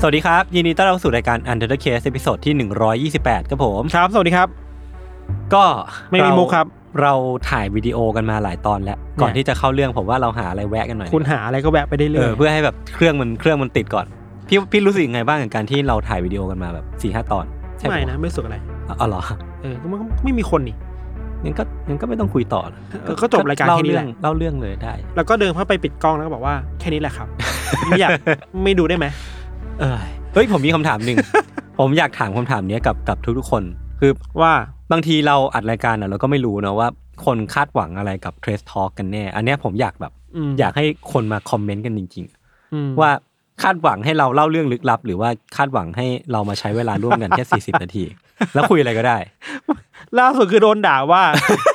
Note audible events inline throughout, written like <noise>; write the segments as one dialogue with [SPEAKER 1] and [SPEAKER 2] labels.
[SPEAKER 1] สวัสดีครับ ยินดีต้อนรับสู่รายการ Untitled Case ตอนที่ 128ครับผม
[SPEAKER 2] ครับ สวัสดีครับ
[SPEAKER 1] ก็
[SPEAKER 2] ไม่มี
[SPEAKER 1] เา
[SPEAKER 2] มุกครับ
[SPEAKER 1] เราถ่ายวิดีโอกันมาหลายตอนแล้ว ก่อน
[SPEAKER 2] เนี่ย
[SPEAKER 1] ที่จะเข้าเรื่องผมว่าเราหาอะไรแวะกันหน่อย
[SPEAKER 2] คุณหาอะไรก็แวะไปได้เล
[SPEAKER 1] เอย อเพื่อให้แบบเครื่องมันเครื่องมันติดก่อน พี่พี่รู้สึกยังไงบ้างกับการที่เราถ่ายวิดีโอกันมาแบบสี่ห้าตอนใช่ป
[SPEAKER 2] ไม่นะ ไม่รู้สุกอะไร
[SPEAKER 1] อ๋อเหรอ
[SPEAKER 2] เออก็มันก็ไม่มีคนนี่
[SPEAKER 1] งั้นก็งั้นก็ไม่ต้องคุยต่อนะ
[SPEAKER 2] เออก็จบรายการ
[SPEAKER 1] เล่
[SPEAKER 2] แค่นี้แหละ
[SPEAKER 1] เองเล่าเรื่องเลยได้
[SPEAKER 2] แล้วก็เดินเข้าไปปิดกล้องแล้วก็บอกว่าแค่นี้แหละครับ ไม่อยาก <laughs> ไม่ดูได้ไหม
[SPEAKER 1] เอ้ยเฮ้ยผมมีคำ
[SPEAKER 2] <laughs>
[SPEAKER 1] ถามหนึ่ง ผมอยากถามคำถามเนี้ยกับกับทุกๆคน คือ
[SPEAKER 2] ว่า
[SPEAKER 1] บางทีเราอัดรายการอะเราก็ไม่รู้นะว่าคนคาดหวังอะไรกับเทรสทอ l k กันแน่ อันเนี้ยผมอยากแบบ
[SPEAKER 2] อืม
[SPEAKER 1] อยากให้คนมาคอมเมนต์กันจริง
[SPEAKER 2] อืม
[SPEAKER 1] ๆ ว่าคาดหวังให้เราเล่าเรื่องลึกลับ หรือว่าคาดหวังให้เรามาใช้เวลาร่วม
[SPEAKER 2] <laughs>
[SPEAKER 1] กันแค่ 40 นาที แล้วคุยอะไรก็ได้
[SPEAKER 2] ล่าสุดคือโดนด่าว่า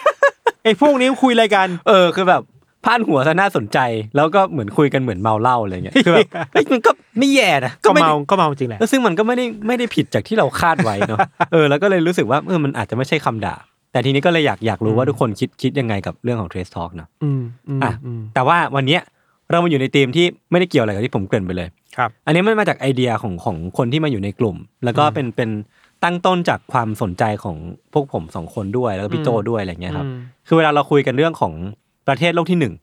[SPEAKER 2] <laughs> ไอ้พวกนี้คุยรายการ
[SPEAKER 1] เออคือแบบพาดหัวซะน่าสนใจ แล้วก็เหมือนคุยกันเหมือนเมาเหล้าอะไรเงี้ย
[SPEAKER 2] <laughs>
[SPEAKER 1] คือแบบเฮ้ยมันก็ไม่แย่นะ
[SPEAKER 2] ก็
[SPEAKER 1] ไม่ได้
[SPEAKER 2] เมาก็เมาจริงแหละ
[SPEAKER 1] แล้วซึ่งมันก็ไม่ได้ไม่ได้ผิดจากที่เราคาดไว้ <laughs> เนาะ เออแล้วก็เลยรู้สึกว่าเออมันอาจจะไม่ใช่คำด่า แต่ทีนี้ก็เลยอยากอยากรู้ว่าทุกคนคิดคิดยังไงกับเรื่องของเทรสทอ l k เนาะ
[SPEAKER 2] อืมอืม
[SPEAKER 1] อ่ะ
[SPEAKER 2] อืม
[SPEAKER 1] แต่ว่าวันเนี้ยเรามาอยู่ในธีมที่ไม่ได้เกี่ยวอะไรกับที่ผมเกริ่นไปเลย
[SPEAKER 2] ครับ
[SPEAKER 1] อันนี้มันมาจากไอเดียของของคนที่มาอยู่ในกลุ่ม แล้วก็เป็นเป็นตั้งต้นจากความสนใจของพวกผมสองคนด้วยแล้วก็พี่โจด้วยอะไรเงี้ยครับ
[SPEAKER 2] อืม
[SPEAKER 1] คือเวลาเราคุยกันเรื่องของประเทศโลกที่หนึ่ง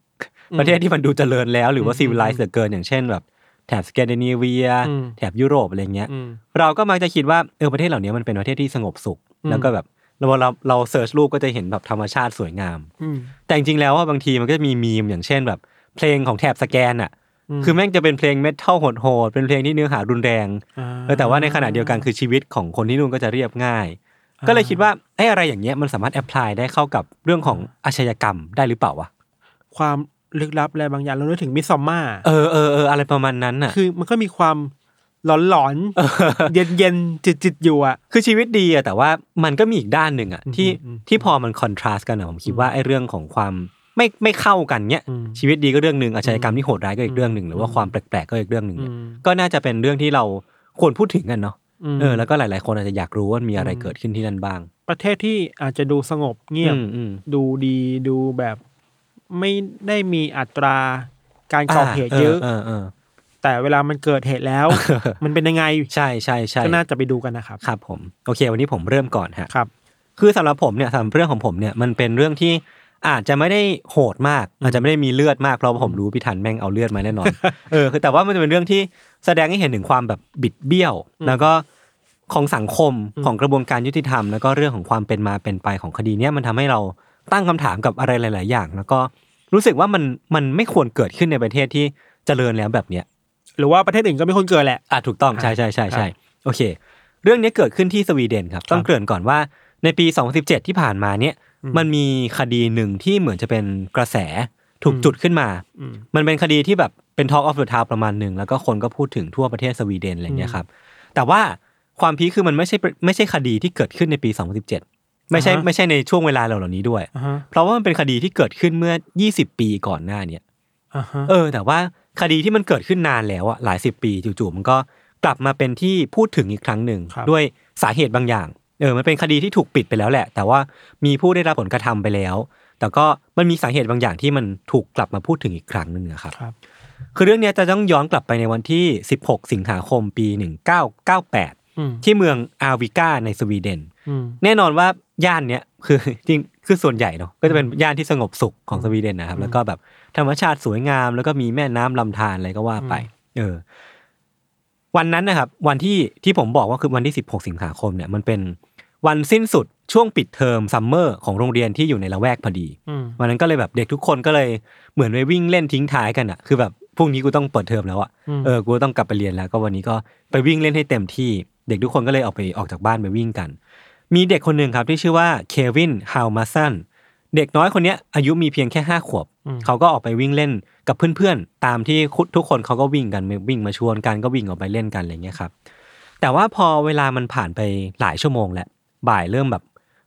[SPEAKER 1] ประเทศที่มันดูเจริญแล้วหรือว่าซีวิลไลซ์เหลือเกิน อย่างเช่นแบบแถบสแกนดิเนเวีย
[SPEAKER 2] อืม
[SPEAKER 1] แถบยุโรปอะไรเงี้ย
[SPEAKER 2] อืม
[SPEAKER 1] เราก็มักจะคิดว่าเออประเทศเหล่านี้มันเป็นประเทศที่สงบสุข
[SPEAKER 2] อืม
[SPEAKER 1] แล้วก็แบบเราเราเราเสิร์ชรูปก็จะเห็นแบบธรรมชาติสวยงาม
[SPEAKER 2] อืม
[SPEAKER 1] แต่จริงๆแล้วว่าบางทีมันก็จะมีมีมอย่างเช่นแบบ เพลงของแถบสแกนอ่ะ
[SPEAKER 2] อืม
[SPEAKER 1] คือแม่งจะเป็นเพลงเมทัลโหดๆเป็นเพลงที่เนื้อหารุนแรงเออแต่ว่าในขณะเดียวกันคือชีวิตของคนที่นู่นก็จะเรียบง่าย ก็เลยคิดว่าไอ้อะไรอย่างเงี้ยมันสามารถแอพพลายได้เข้ากับเรื่องของอาชญากรรมได้หรือเปล่าวะ
[SPEAKER 2] ความลึกลับอะไรบางอย่างเรานึกถึงมิซอมมา
[SPEAKER 1] เออเออเอออะไรประมาณนั้นอ่ะ
[SPEAKER 2] คือมันก็มีความหลอนหลอนๆเย็นเย็นจิตจิตๆอยู่อ่ะ
[SPEAKER 1] คือชีวิตดีอะแต่ว่ามันก็มีอีกด้านหนึ่งอะที่
[SPEAKER 2] อืม
[SPEAKER 1] ที่พอมันคอนทราสต์กันอะผมคิดว่าไอ้เรื่องของความไม่ไม่เข้ากันเนี้ย
[SPEAKER 2] อืม
[SPEAKER 1] ชีวิตดีก็เรื่องหนึ่งอาชญากรรมที่โหดร้ายก็อีกเรื่องหนึ่งหรือว่าความแปลกๆก็อีกเรื่องหนึ่งเนี่ย
[SPEAKER 2] อืม
[SPEAKER 1] ก็น่าจะเป็นเรื่องที่เราควรพูดถึงกันเนาะ
[SPEAKER 2] ม
[SPEAKER 1] เออแล้วก็หลายๆ คนอาจจะอยากรู้ว่ามีอะไรเกิดขึ้นที่นั่นบ้าง
[SPEAKER 2] ประเทศที่อาจจะดูสงบเงียบ
[SPEAKER 1] อืมอืม
[SPEAKER 2] ดูดีดูแบบไม่ได้มีอัตราการก่อเหตุเยอะ แต่เวลามันเกิดเหตุ
[SPEAKER 1] <laughs>
[SPEAKER 2] แล้ว มันเป็นยังไง
[SPEAKER 1] ใช่ใช่ใช่
[SPEAKER 2] ก็น่าจะไปดูกันนะครับ
[SPEAKER 1] ครับผมโอเค วันนี้ผมเริ่มก่อนฮะ
[SPEAKER 2] ครับ
[SPEAKER 1] คือสำหรับผมเนี่ยสำหรับเรื่องของผมเนี่ยมันเป็นเรื่องที่อาจจะไม่ได้โหดมาก อาจจะไม่ได้มีเลือดมากเพราะว่าผมรู้พี่ทันแม่งเอาเลือดมาแน่ <laughs> นอน เออคือแต่ว่ามันจะเป็นเรื่องที่แสดงให้เห็นถึงความแบบบิดเบี้ยว แล้วก็ของสังคมของกระบวนการยุติธรรม แล้วก็เรื่องของความเป็นมาเป็นไปของคดีเนี่ยมันทำให้เราตั้งคำถามกับอะไรหลาย ๆ อย่าง แล้วก็รู้สึกว่ามันมันไม่ควรเกิดขึ้นในประเทศที่เจริญแล้วแบบเนี้ย
[SPEAKER 2] หรือว่าประเทศอื่นก็ไม่ควรเกิดแหละ
[SPEAKER 1] อ่ะถูกต้องใช่ใช่ใช่ใช่โอเค เรื่องนี้เกิดขึ้นที่สวีเดนครับ ต้องเกริ่นก่อนว่าในปี 2017 ที่ผ่านมาเนี่ย มันมีคดีหนึ่งที่เหมือนจะเป็นกระแสถูกจุดขึ้นมา
[SPEAKER 2] อืม
[SPEAKER 1] มันเป็นคดีที่แบบเป็น Talk of the Town ประมาณหนึ่งแล้วก็คนก็พูดถึงทั่วประเทศสวีเดนอะไรอย่างเงี้ยครับ แต่ว่าความพีคคือมันไม่ใช่ไม่ใช่คดีที่เกิดขึ้นในปี 2017 ไม่ใช่ไม่ใช่ในช่วงเวลาเหล่านี้ด้วย
[SPEAKER 2] อ่าฮะ
[SPEAKER 1] เพราะว่ามันเป็นคดีที่เกิดขึ้นเมื่อ 20 ปีก่อนหน้าเนี่ย
[SPEAKER 2] อ่าฮะ
[SPEAKER 1] เออแต่ว่าคดีที่มันเกิดขึ้นนานแล้วอะหลายสิบปีจู่ๆมันก็กลับมาเป็นที่พูดถึงอีกครั้งหนึ่ง
[SPEAKER 2] ครับ
[SPEAKER 1] ด้วยสาเหตุบางอย่างเออมันเป็นคดีที่ถูกปิดไปแล้วแหละ แต่ว่ามีผู้ได้รับผลกระทำไปแล้ว แต่ก็มันมีสาเหตุบางอย่างที่มันถูกกลับมาพูดถึงอีกครั้งหนึ่งอะครับ
[SPEAKER 2] ครับ
[SPEAKER 1] คือเรื่องเนี้ยจะต้องย้อนกลับไปในวันที่ 16 สิงหาคมปี 1998
[SPEAKER 2] อืม
[SPEAKER 1] ที่เมืองอาวิก้าในสวีเดน
[SPEAKER 2] อืม
[SPEAKER 1] แน่นอนว่าย่านเนี้ยคือ <laughs> จริงคือส่วนใหญ่เนาะก็จะเป็นย่านที่สงบสุขของสวีเดนนะครับ แล้วก็แบบธรรมชาติสวยงาม แล้วก็มีแม่น้ำลำธารอะไรก็ว่าไป เออ วันนั้นนะครับ วันที่ที่ผมบอกว่าคือวันที่ 16 สิงหาคมเนี่ยมันเป็น วันสิ้นสุดช่วงปิดเทอมซัมเมอร์ของโรงเรียนที่อยู่ในละแวกพอดี
[SPEAKER 2] อืม
[SPEAKER 1] วันนั้นก็เลยแบบเด็กทุกคนก็เลยเหมือนไปวิ่งเล่นทิ้งท้ายกันอะคือแบบพรุ่งนี้กูต้องเปิดเทอมแล้วอะ
[SPEAKER 2] ม
[SPEAKER 1] เออกูต้องกลับไปเรียนแล้ว ก็วันนี้ก็ไปวิ่งเล่นให้เต็มที่ เด็กทุกคนก็เลยออกไปออกจากบ้านไปวิ่งกัน มีเด็กคนหนึ่งครับที่ชื่อว่าเควินฮาวมาสันเด็กน้อยคนเนี้ยอายุมีเพียงแค่ห้าขวบ
[SPEAKER 2] ม
[SPEAKER 1] เขาก็ออกไปวิ่งเล่นกับเพื่อนๆ ตามที่คุทุกคนเขาก็วิ่งกันวิ่งมาชวนกันก็วิ่งออกไปเล่นกันอะไรเงี้ยครับ แต่ว่าพอเวลามันผ่านไปหลายชั่วโมงแล้วบ่ายเริ่มแบบ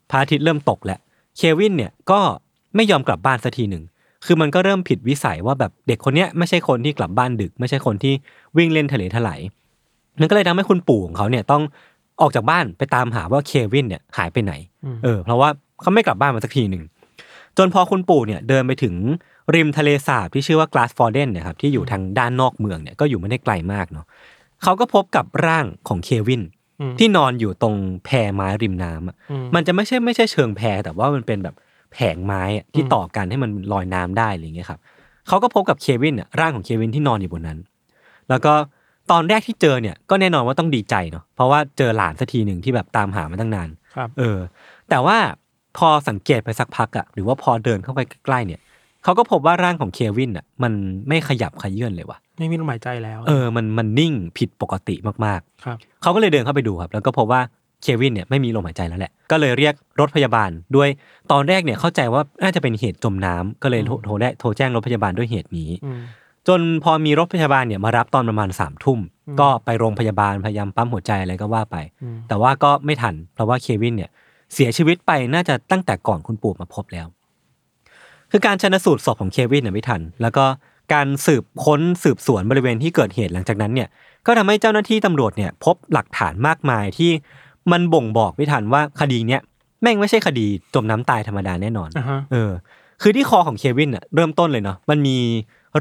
[SPEAKER 1] พระอาทิตย์เริ่มตกแล้วเควินเนี่ยก็ไม่ยอมกลับบ้านสักทีหนึ่ง คือมันก็เริ่มผิดวิสัยว่าแบบเด็กคนเนี้ยไม่ใช่คนที่กลับบ้านดึก ไม่ใช่คนที่วิ่งเล่นทะเลทลายมันก็เลยทำให้คุณปู่ของเขาเนี่ยต้องออกจากบ้านไปตามหาว่าเควินเนี่ยหายไปไหน
[SPEAKER 2] ม
[SPEAKER 1] เออเพราะว่าเขาไม่กลับบ้านมาสักทีหนึ่ง จนพอคุณปู่เนี่ยเดินไปถึงริมทะเลสาบที่ชื่อว่ากลาสฟอร์เดนนะครับที่อยู่ทางด้านนอกเมืองเนี่ยก็อยู่ไม่ได้ไกลมากเนาะเขาก็พบกับร่างของเควิน
[SPEAKER 2] ม
[SPEAKER 1] ที่นอนอยู่ตรงแพไม้ริมน้ำอะ
[SPEAKER 2] อืม
[SPEAKER 1] มันจะไม่ใช่ไม่ใช่เชิงแพแต่ว่ามันเป็นแบบแผงไม้อะที่
[SPEAKER 2] อืม
[SPEAKER 1] ต่อกันให้มันลอยน้ำได้อะไรอย่างเงี้ยครับเขาก็พบกับเควินอะร่างของเควินที่นอนอยู่บนนั้น แล้วก็ตอนแรกที่เจอเนี่ยก็แน่นอนว่าต้องดีใจเนาะเพราะว่าเจอหลานสักทีหนึ่งที่แบบตามหามาตั้งนาน
[SPEAKER 2] ครับ
[SPEAKER 1] เออแต่ว่าพอสังเกตไปสักพักอะหรือว่าพอเดินเข้าไปใกล้ๆเนี่ยเขาก็พบว่าร่างของเควินอะมันไม่ขยับขยื่นเลยว่ะ
[SPEAKER 2] ไม่มีลมหายใจแล้ว
[SPEAKER 1] เออมันมันนิ่งผิดปกติมาก
[SPEAKER 2] ครับ
[SPEAKER 1] ๆ เขาก็เลยเดินเข้าไปดูครับ แล้วก็พบว่าเควินเนี่ยไม่มีลมหายใจแล้วแหละ ก็เลยเรียกรถพยาบาลด้วยตอนแรกเนี่ยเข้าใจว่าน่าจะเป็นเหตุจมน้ำก็เลยโทรโทรแรกโทรแจ้งรถพยาบาลด้วยเหตุนี้
[SPEAKER 2] อืม
[SPEAKER 1] จนพอมีรถพยาบาลเนี่ยมารับตอนประมาณสามทุ่ม
[SPEAKER 2] อืม
[SPEAKER 1] ก็ไปโรงพยาบาลพยายามปั๊มหัวใจอะไรก็ว่าไป
[SPEAKER 2] อืม
[SPEAKER 1] แต่ว่าก็ไม่ทัน เพราะว่าเควินเนี่ยเสียชีวิตไปน่าจะตั้งแต่ก่อนคุณปู่มาพบแล้ว คือการชนสูตรศพของเควินเนี่ยไม่ทัน แล้วก็การสืบค้นสืบสวนบริเวณที่เกิดเหตุหลังจากนั้นเนี่ยก็ทำให้เจ้าหน้าที่ตำรวจเนี่ยพบหลักฐานมากมายที่มันบ่งบอกไม่ทันว่าคดีเนี้ยแม่งไม่ใช่คดีจมน้ำตายธรรมดาแน่นอน
[SPEAKER 2] อ่ะฮะ
[SPEAKER 1] เออ คือที่คอของเควินอ่ะเริ่มต้นเลยเนาะ มันมี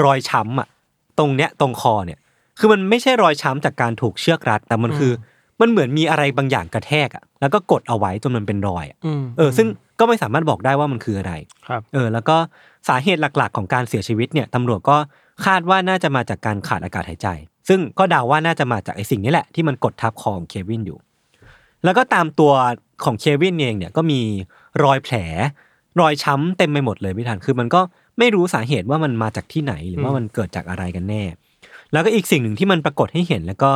[SPEAKER 1] รอยช้ำอ่ะตรงเนี้ยตรงคอเนี่ย คือมันไม่ใช่รอยช้ำจากการถูกเชือกรัด แต่มันคืออมันเหมือนมีอะไรบางอย่างกระแทกอ่ะ แล้วก็กดเอาไว้จนมันเป็นรอยอะ
[SPEAKER 2] อืม
[SPEAKER 1] เออ ซึ่งก็ไม่สามารถบอกได้ว่ามันคืออะไร
[SPEAKER 2] ครับ
[SPEAKER 1] เออ แล้วก็สาเหตุหลักๆ ของการเสียชีวิตเนี่ยตำรวจก็คาดว่าน่าจะมาจากการขาดอากาศหายใจ ซึ่งก็เดาว่าน่าจะมาจากไอ้สิ่งนี้แหละที่มันกดทับคอของเควินอยู่ แล้วก็ตามตัวของเควินเองเนี่ยก็มีรอยแผล รอยช้ำเต็มไปหมดเลยพี่ทันคือมันก็ไม่รู้สาเหตุว่ามันมาจากที่ไหนหรือว่า
[SPEAKER 2] อืม
[SPEAKER 1] มันเกิดจากอะไรกันแน่ แล้วก็อีกสิ่งหนึ่งที่มันปรากฏให้เห็น แล้วก็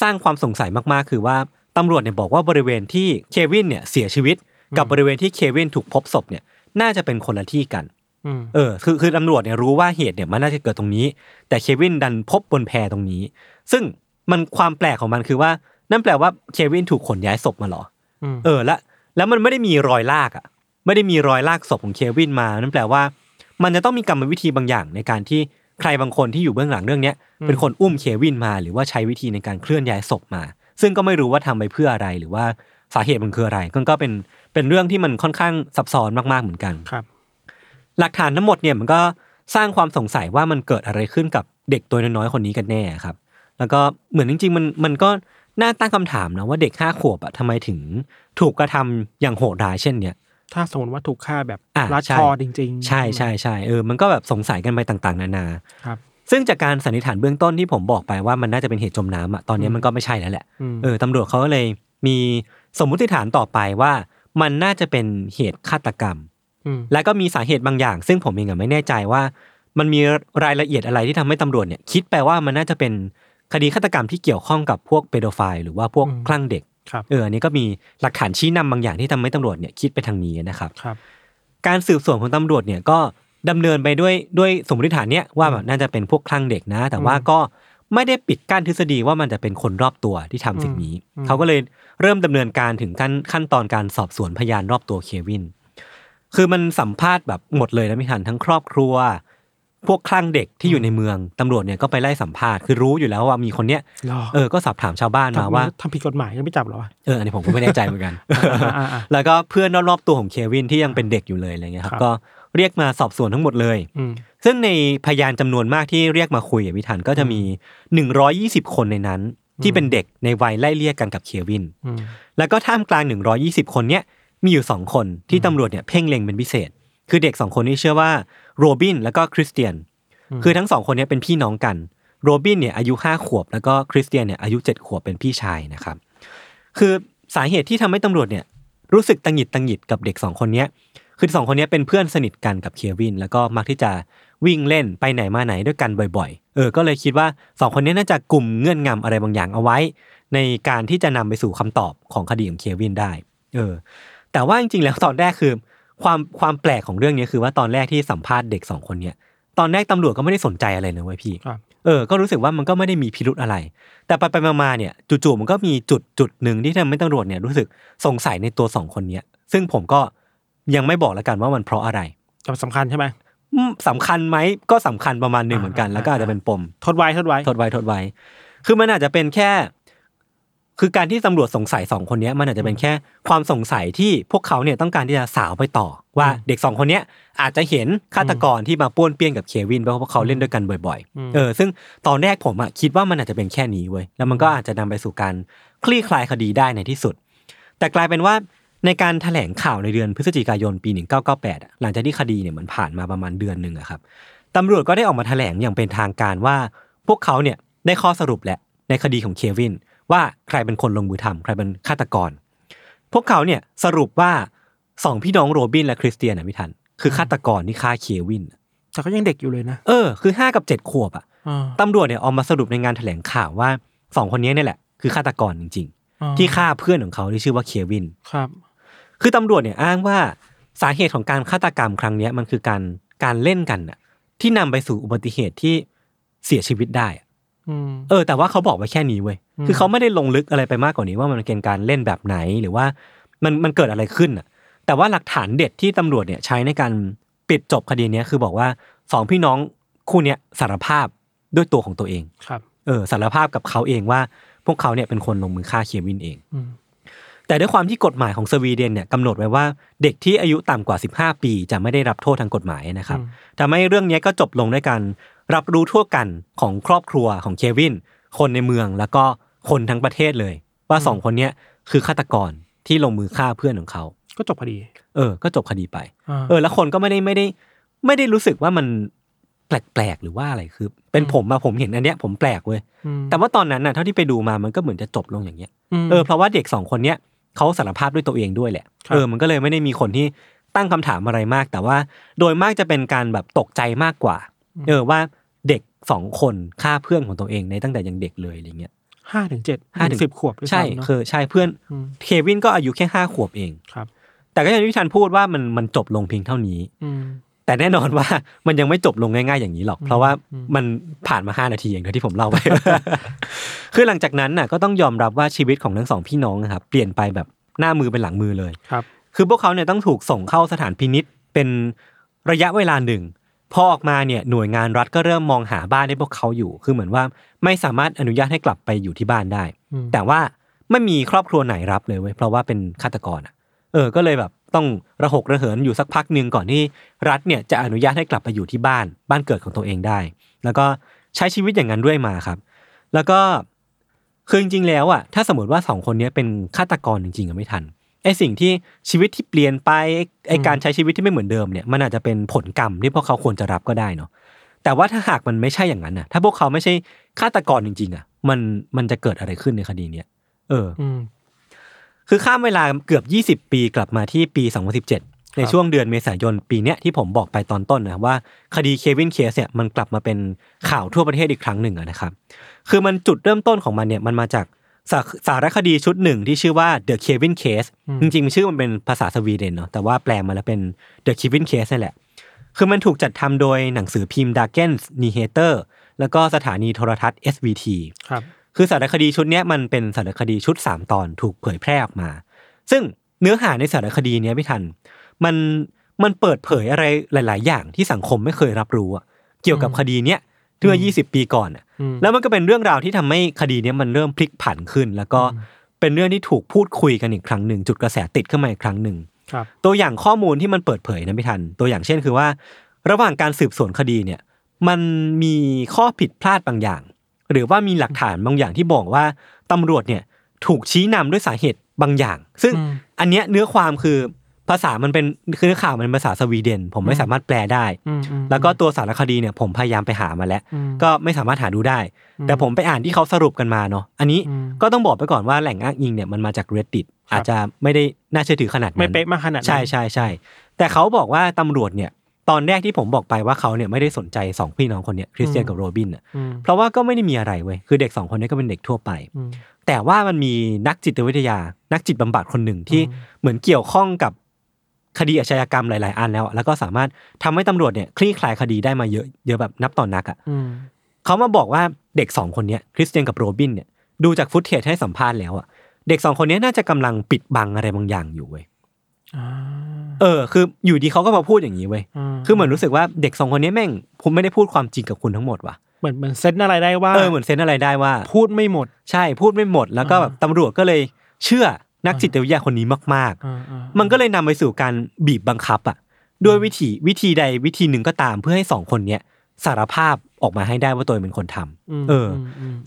[SPEAKER 1] สร้างความสงสัยมากๆ คือว่าตำรวจเนี่ยบอกว่าบริเวณที่เควินเนี่ยเสียชีวิต กับบริเวณที่เควินถูกพบศพเนี่ยน่าจะเป็นคนละที่กัน
[SPEAKER 2] อืม
[SPEAKER 1] เออ คือคือตำรวจเนี่ยรู้ว่าเหตุเนี่ยมันน่าจะเกิดตรงนี้ แต่เควินดันพบบนแพตรงนี้ ซึ่งมันความแปลกของมันคือว่านั่นแปลว่าเควินถูกขนย้ายศพมาเหรอ
[SPEAKER 2] อืม
[SPEAKER 1] เออและแล้วมันไม่ได้มีรอยลากอะ่ะ ไม่ได้มีรอยลากศพของเควินมา นั่นแปลว่า มันจะต้องมีกรรมวิธีบางอย่างในการที่ใครบางคนที่อยู่เบื้องหลังเรื่องเนี้ยเป็นคนอุ้มเควินมา หรือว่าใช้วิธีในการเคลื่อนย้ายศพมา ซึ่งก็ไม่รู้ว่าทำไปเพื่ออะไรหรือว่าสาเหตุมันคืออะไรก็ก็เป็นเป็นเรื่องที่มันค่อนข้างซับซ้อนมากๆเหมือนกัน
[SPEAKER 2] ครับ
[SPEAKER 1] หลักฐานทั้งหมดเนี่ยมันก็สร้างความสงสัยว่ามันเกิดอะไรขึ้นกับเด็กตัวน้อยๆคนนี้กันแน่ครับ แล้วก็เหมือนจริงๆมันมันก็น่าตั้งคำถามนะว่าเด็กห้าขวบอะทำไมถึงถูกกระทำอย่างโหดร้ายเช่นเนี้ย
[SPEAKER 2] ถ้าสมมติว่าถูกฆ่าแบบ
[SPEAKER 1] อ่ะ
[SPEAKER 2] รัด
[SPEAKER 1] ใช่
[SPEAKER 2] คอจริง ๆ
[SPEAKER 1] ใช่ใช่ใช่เออมันก็แบบสงสัยกันไปต่างๆ นานา
[SPEAKER 2] ครับ
[SPEAKER 1] ซึ่งจากการสันนิษฐานเบื้องต้นที่ผมบอกไปว่ามันน่าจะเป็นเหตุจมน้ำอะตอนนี้มันก็ไม่ใช่แล้วแหละ
[SPEAKER 2] ม
[SPEAKER 1] เออตำรวจเขาก็เลยมีสมมุติฐานต่อไปว่า มันน่าจะเป็นเหตุฆาตกรรม
[SPEAKER 2] ม
[SPEAKER 1] และก็มีสาเหตุบางอย่าง ซึ่งผมเองอะไม่แน่ใจว่า มันมีรายละเอียดอะไรที่ทำให้ตำรวจเนี่ยคิดไปว่ามันน่าจะเป็นคดีฆาตกรรมที่เกี่ยวข้องกับพวกเปโดไฟล์หรือว่าพวกคลั่งเด็ก
[SPEAKER 2] ครับ
[SPEAKER 1] เอออันนี้ก็มีหลักฐานชี้นำบางอย่างที่ทำให้ตำรวจเนี่ยคิดไปทางนี้นะครับ
[SPEAKER 2] ครับ
[SPEAKER 1] การสืบสวนของตำรวจเนี่ยก็ดำเนินไปด้วยด้วยสมมติฐานเนี้ยว่าแบบน่าจะเป็นพวกคลั่งเด็กนะ แต่ว่าก็ไม่ได้ปิดกั้นทฤษฎีว่ามันจะเป็นคนรอบตัวที่ทำสิ่งนี้
[SPEAKER 2] อืม
[SPEAKER 1] เขาก็เลยเริ่มดำเนินการถึงขั้นขั้นตอนการสอบสวนพยานรอบตัวเควิน คือมันสัมภาษณ์แบบหมดเลยนะพี่ทันทั้งครอบครัว พวกคลั่งเด็กที่อยู่ในเมืองตำรวจเนี่ยก็ไปไล่สัมภาษณ์คือรู้อยู่แล้วว่ามีคนเนี้ย
[SPEAKER 2] หรอ
[SPEAKER 1] เออก็สอบถามชาวบ้านมาว่า
[SPEAKER 2] ทำผิดกฎหมายยังไม่จับเหรอวะ
[SPEAKER 1] เอออันนี้ผมก็ไม่แน่ใจเหมือนกัน
[SPEAKER 2] <laughs> อ่าอ่า
[SPEAKER 1] แล้วก็เพื่อนรอบๆตัวของเควินที่ยังเป็นเด็กอยู่เลยอะไรเงี้ยครั
[SPEAKER 2] ครับ บ
[SPEAKER 1] ก็เรียกมาสอบสวนทั้งหมดเลย
[SPEAKER 2] อืม
[SPEAKER 1] ซึ่งในพยานจำนวนมากที่เรียกมาคุยอ่ะพิธันก็จะมี 120 คนในนั้น ที่เป็นเด็กในวัยไล่เลี่ยกันกับเควิน
[SPEAKER 2] อืม
[SPEAKER 1] แล้วก็ท่ามกลาง 120 คนเนี้ยมีอยู่ 2 คนที่ตำรวจเนี่ยเพ่งเล็งเป็นพิเศษ คือเด็ก 2 คนนี้เชื่อว่าโรบินแล้วก็คริสเตียน คือทั้งสองคนเนี้เป็นพี่น้องกัน โรบินเนี่ยอายุ 5 ขวบ แล้วก็คริสเตียนเนี่ยอายุ 7 ขวบเป็นพี่ชายนะครับ คือสาเหตุที่ทำให้ตำรวจเนี่ย รู้สึกตังหงิดตังหงิดกับเด็กสองคนเนี้ยคือสองคนเนี้ยเป็นเพื่อนสนิทกันกับเควิน แล้วก็มักที่จะวิ่งเล่นไปไหนมาไหนด้วยกันบ่อย ๆ เออ ก็เลยคิดว่าสองคนเนี้ยน่าจะกลุ่มเงื่อนงำอะไรบางอย่างเอาไว้ ในการที่จะนำไปสู่คำตอบของคดีของเควินได้ เออ แต่ว่าจริงๆแล้วตอนแรกคือ ความความแปลกของเรื่องเนี้ยคือว่าตอนแรกที่สัมภาษณ์เด็กสองคนเนี้ยตอนแรกตำรวจก็ไม่ได้สนใจอะไรเลยเว้ยพี่
[SPEAKER 2] ครับ
[SPEAKER 1] เออ ก็รู้สึกว่ามันก็ไม่ได้มีพิรุธอะไร แต่ไปไปๆมาๆเนี่ยจู่ๆมันก็มีจุดจุดหนึ่งที่ทำให้ตำรวจเนี่ยรู้สึกสงสัยในตัวสองคนเนี้ยซึ่งผมก็ยังไม่บอกแล้วกันว่ามันเพราะอะไร
[SPEAKER 2] แต่สำคัญใช่ไหม
[SPEAKER 1] อืมสำคัญไหมก็สำคัญประมาณหนึ่งเหมือนกันแล้วก็อาจจะเป็นปม
[SPEAKER 2] ทดไว้ทดไว้
[SPEAKER 1] ทดไว้ทดไว้ คือมันอาจจะเป็นแค่ คือการที่ตำรวจสงสัยสองคนเนี้ยมันอาจจะเป็นแค่ความสงสัยที่พวกเขาเนี่ยต้องการที่จะสาวไปต่อ ว่าเด็กสองคนเนี้ยอาจจะเห็นฆาตกรที่มาป้วนเปี้ยนกับเควินเพราะว่าเขาเล่นด้วยกันบ่อย
[SPEAKER 2] อืม
[SPEAKER 1] ๆ เออ ซึ่งตอนแรกผมอะคิดว่ามันอาจจะเป็นแค่นี้เว้ย แล้วมันก็อาจจะนำไปสู่การคลี่คลายคดีได้ในที่สุด แต่กลายเป็นว่าในการแถลงข่าวในเดือนพฤศจิกายนปี 1998อะหลังจากที่คดีเนี่ยมันผ่านมาประมาณเดือนหนึ่งอะครับ ตำรวจก็ได้ออกมาแถลงอย่างเป็นทางการว่า พวกเขาเนี่ยได้ข้อสรุปแหละในคดีของเควิน ว่าใครเป็นคนลงมือทำใครเป็นฆาตกร พวกเขาเนี่ยสรุปว่าสองพี่น้องโรบินและคริสเตียนนะพี่ทัน คือฆาตกรที่ฆ่าเควิน
[SPEAKER 2] แต่ก็ยังเด็กอยู่เลยนะ
[SPEAKER 1] เออ คือ 5 กับ 7 ขวบอะ
[SPEAKER 2] อ่า
[SPEAKER 1] ตำรวจเนี่ยออกมาสรุปในงานแถลงข่าวว่าสองคนนี้เนี่ยแหละคือฆาตกรจริง
[SPEAKER 2] อ่า
[SPEAKER 1] ๆ ที่ฆ่าเพื่อนของเขาที่ชื่อว่าเควิน
[SPEAKER 2] ครับ
[SPEAKER 1] คือตำรวจเนี่ยอ้างว่าสาเหตุของการฆาตกรรมครั้งเนี้ยมันคือการการเล่นกันน่ะที่นำไปสู่อุบัติเหตุที่เสียชีวิตได้อะ
[SPEAKER 2] อืม
[SPEAKER 1] เออแต่ว่าเขาบอกไว้แค่นี้เว้ย
[SPEAKER 2] อืม
[SPEAKER 1] คือเขาไม่ได้ลงลึกอะไรไปมากกว่านี้ว่ามันเป็นการเล่นแบบไหนหรือว่ามันมันเกิดอะไรขึ้นน่ะแต่ว่าหลักฐานเด็ดที่ตำรวจเนี่ยใช้ในการปิดจบคดีเนี้ยคือบอกว่าสองพี่น้องคู่เนี้ยสารภาพด้วยตัวของตัวเอง
[SPEAKER 2] ครับ
[SPEAKER 1] เออสารภาพกับเขาเองว่าพวกเขาเนี่ยเป็นคนลงมือฆ่าเควินเอง
[SPEAKER 2] อืม
[SPEAKER 1] แต่ด้วยความที่กฎหมายของสวีเดนเนี่ยกำหนดไว้ว่าเด็กที่อายุต่ำกว่า 15 ปีจะไม่ได้รับโทษทางกฎหมายนะครับทำให้เรื่องเนี้ยก็จบลงด้วยการรับรู้ทั่วกันของครอบครัวของเควิน คนในเมืองแล้วก็คนทั้งประเทศเลย ว่าสองคนเนี้ยคือฆาตกรที่ลงมือฆ่าเพื่อนของเขา
[SPEAKER 2] ก็จบพอดี
[SPEAKER 1] เออ ก็จบคดีไป
[SPEAKER 2] า
[SPEAKER 1] เออแล้วคนก็ไม่ได้ไม่ได้ไม่ได้รู้สึกว่ามันแปลกๆหรือว่าอะไรคือ เป็น
[SPEAKER 2] อืม
[SPEAKER 1] ผมอะผมเห็นอันเนี้ยผมแปลกเว้ย
[SPEAKER 2] ม
[SPEAKER 1] แต่ว่าตอนนั้นน่ะเท่าที่ไปดูมามันก็เหมือนจะจบลงอย่างเงี้ย
[SPEAKER 2] ม
[SPEAKER 1] เออเพราะว่าเด็กสองคนเนี้ยเขาสารภาพด้วยตัวเองด้วยแหละ
[SPEAKER 2] ครับ
[SPEAKER 1] เออมันก็เลยไม่ได้มีคนที่ตั้งคำถามอะไรมาก แต่ว่าโดยมากจะเป็นการแบบตกใจมากกว่า เออว่าเด็กสองคนฆ่าเพื่อนของตัวเองในตั้งแต่ยังเด็กเลยอะไรเงี้ย
[SPEAKER 2] ห้าถึงเจ็ด
[SPEAKER 1] ห้าถึง
[SPEAKER 2] สิบขวบด้วย
[SPEAKER 1] ใช่
[SPEAKER 2] ซ้ำเนอะ
[SPEAKER 1] คือใช่เพื่อน
[SPEAKER 2] ม
[SPEAKER 1] เควินก็อายุแค่ห้าขวบเอง
[SPEAKER 2] ครับ
[SPEAKER 1] แต่ก็อย่างที่พี่ชันพูดว่ามันมันจบลงเพียงเท่านี้
[SPEAKER 2] อืม
[SPEAKER 1] แต่แน่นอนว่า <laughs> มันยังไม่จบลงง่ายๆอย่างนี้หรอก เพราะว่ามันผ่านมาห้านาทีอย่างเดียวที่ผมเล่าไป <laughs> คือหลังจากนั้นน่ะก็ต้องยอมรับว่าชีวิตของทั้งสองพี่น้องนะครับเปลี่ยนไปแบบหน้ามือเป็นหลังมือเลย
[SPEAKER 2] ครับ
[SPEAKER 1] คือพวกเขาเนี่ยต้องถูกส่งเข้าสถานพินิษเป็นระยะเวลาหนึ่ง พอออกมาเนี่ยหน่วยงานรัฐก็เริ่มมองหาบ้านให้พวกเขาอยู่ คือเหมือนว่าไม่สามารถอนุญาตให้กลับไปอยู่ที่บ้านได้
[SPEAKER 2] อืม
[SPEAKER 1] แต่ว่าไม่มีครอบครัวไหนรับเลยเว้ยเพราะว่าเป็นฆาตกรอ่ะ เออ ก็เลยแบบต้องระหกระเหินอยู่สักพักหนึ่งก่อนที่รัฐเนี่ยจะอนุญาตให้กลับไปอยู่ที่บ้าน บ้านเกิดของตัวเองได้ แล้วก็ใช้ชีวิตอย่างนั้นเรื่อยมาครับ แล้วก็คือจริงๆแล้วอ่ะถ้าสมมติว่าสองคนเนี้ยเป็นฆาตกรจริงๆอะไม่ทันไอสิ่งที่ชีวิตที่เปลี่ยนไปไอ้ไอการใช้ชีวิตที่ไม่เหมือนเดิมเนี่ยมันอาจจะเป็นผลกรรมที่พวกเขาควรจะรับก็ได้เนาะแต่ว่าถ้าหากมันไม่ใช่อย่างนั้นน่ะ ถ้าพวกเขาไม่ใช่ฆาตกรจริง ๆอ่ะมันมันจะเกิดอะไรขึ้นในคดีเนี้ยเออ
[SPEAKER 2] อืม
[SPEAKER 1] คือข้ามเวลาเกือบ 20 ปีกลับมาที่ปี 2017 ในช่วงเดือนเมษายนปีเนี้ยที่ผมบอกไปตอนต้นนะครับว่าคดีเควินเคสเนี่ยมันกลับมาเป็นข่าวทั่วประเทศอีกครั้งหนึ่งอะนะครับ คือมันจุดเริ่มต้นของมันเนี่ยมันมาจากสาสารคดีชุดหนึ่งที่ชื่อว่า The Kevin Case
[SPEAKER 2] อืม
[SPEAKER 1] จริงๆชื่อมันเป็นภาษาสวีเดนเนาะแต่ว่าแปลมาแล้วเป็น The Kevin Case นี่นแหละ คือมันถูกจัดทำโดยหนังสือพิมพ์ d a g e n s n y h e t e r แล้วก็สถานีโทรทัศน์ SVT
[SPEAKER 2] ครับ
[SPEAKER 1] คือสารคดีชุดเนี้ยมันเป็นสารคดีชุด 3 ตอนถูกเผยแพร่ออกมา ซึ่งเนื้อหาในสารคดีเนี้ยพี่ทัน มันมันเปิดเผยอะไรหลาย ๆ อย่างที่สังคมไม่เคยรับรู้อะเกี่ยวกับคดีเนี้ยเมื่อ20 ปีก่อนอะ
[SPEAKER 2] อืม
[SPEAKER 1] แล้วมันก็เป็นเรื่องราวที่ทำให้คดีเนี้ยมันเริ่มพลิกผันขึ้น แล้วก็เป็นเรื่องที่ถูกพูดคุยกันอีกครั้งหนึ่งจุดกระแสติดขึ้นมาอีกครั้งหนึ่ง
[SPEAKER 2] ครับ
[SPEAKER 1] ตัวอย่างข้อมูลที่มันเปิดเผยนะพี่ทัน ตัวอย่างเช่นคือว่า ระหว่างการสืบสวนคดีเนี่ย มันมีข้อผิดพลาดบางอย่าง หรือว่ามีหลักฐานบางอย่างที่บอกว่าตำรวจเนี่ยถูกชี้นำด้วยสาเหตุบางอย่าง ซึ่ง
[SPEAKER 2] อืม
[SPEAKER 1] อันเนี้ยเนื้อความคือ ภาษามันเป็นคือเนื้อข่าวมันเป็นภาษาสวีเดน ผมไม่สามารถแปลได้
[SPEAKER 2] อืมอืม
[SPEAKER 1] แล้วก็ตัวสารคดีเนี่ยผมพยายามไปหามาแล้ว
[SPEAKER 2] อืม
[SPEAKER 1] ก็ไม่สามารถหาดูได้ แต่ผมไปอ่านที่เขาสรุปกันมาเนาะอันนี้
[SPEAKER 2] อืม
[SPEAKER 1] ก็ต้องบอกไปก่อนว่าแหล่งอ้างอิงเนี่ยมันมาจาก reddit
[SPEAKER 2] ครับ
[SPEAKER 1] อาจจะไม่ได้น่าเชื่อถือขนาดนั้น
[SPEAKER 2] ไม่เป๊ะมากขนาดนั้น
[SPEAKER 1] ใช่ใช่ใช่แต่เขาบอกว่าตำรวจเนี่ย ตอนแรกที่ผมบอกไปว่าเขาเนี่ยไม่ได้สนใจสองพี่น้องคนเนี่ยคริสเตียนกับโรบินอ่ะ
[SPEAKER 2] อืม
[SPEAKER 1] เพราะว่าก็ไม่ได้มีอะไรเว้ยคือเด็กสองคนเนี้ก็เป็นเด็กทั่วไป
[SPEAKER 2] อืม
[SPEAKER 1] แต่ว่ามันมีนักจิตวิทยา นักจิตบำบัดคนหนึ่งที่เหมือนเกี่ยวข้องกับคดีอาชญากรรมหลาย ๆ อันแล้วอะแล้วก็สามารถทำให้ตำรวจเนี่ยคลี่คลายคดีได้มาเยอะเยอะแบบนับต่อนนักอ่ะ
[SPEAKER 2] อืม
[SPEAKER 1] เขามาบอกว่าเด็กสองคนเนี้ยคริสเตียนกับโรบินเนี่ยดูจากฟุตเทจให้สัมภาษณ์แล้วอ่ะเด็กสองคนเนี้ยน่าจะกำลังปิดบังอะไรบางอย่างอยู่เว้ย
[SPEAKER 2] อ่า
[SPEAKER 1] เออคืออยู่ดีเขาก็มาพูดอย่างนี้เว้ย
[SPEAKER 2] า
[SPEAKER 1] คือเหมือนรู้สึกว่าเด็กสองคนนี้แม่งผมไม่ได้พูดความจริงกับคุณทั้งหมดว่ะ
[SPEAKER 2] เหมือนเหมือนเซตอะไรได้ว่า
[SPEAKER 1] เออเหมือนเซนอะไรได้ว่า
[SPEAKER 2] พูดไม่หมด
[SPEAKER 1] ใช่พูดไม่หมดแล้วก็แบบตำรวจก็เลยเชื่อนักจิตวิทยาคนนี้มากๆ มันก็เลยนำไปสู่การบีบบังคับอ่ะด้วยวิธีวิธีใดวิธีหนึ่งก็ตามเพื่อให้สองคนเนี้ยสารภาพออกมาให้ได้ว่าตัวเองเป็นคนทำ เออ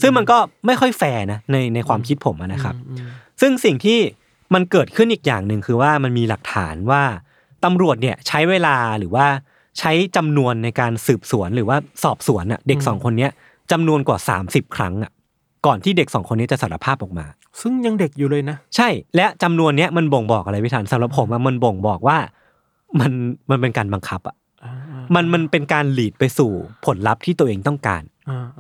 [SPEAKER 1] ซึ่งมันก็ไม่ค่อยแฟร์นะในในความคิดผมอะนะครับ ซึ่งสิ่งที่มันเกิดขึ้นอีกอย่างหนึ่งคือว่ามันมีหลักฐานว่าตำรวจเนี่ยใช้เวลาหรือว่าใช้จำนวนในการสืบสวนหรือว่าสอบสวนน่ะเด็ก
[SPEAKER 2] อืม
[SPEAKER 1] สองคนเนี้ยจำนวนกว่า 30 ครั้งอ่ะก่อนที่เด็กสองคนนี้จะสารภาพออกมา
[SPEAKER 2] ซึ่งยังเด็กอยู่เลยนะ
[SPEAKER 1] ใช่และจำนวนเนี้ยมันบ่งบอกอะไรพิธันสำหรับผมอะมันบ่งบอกว่ามันมันเป็นการบังคับอ่ะมันมันเป็นการหลีดไปสู่ผลลัพธ์ที่ตัวเองต้องการ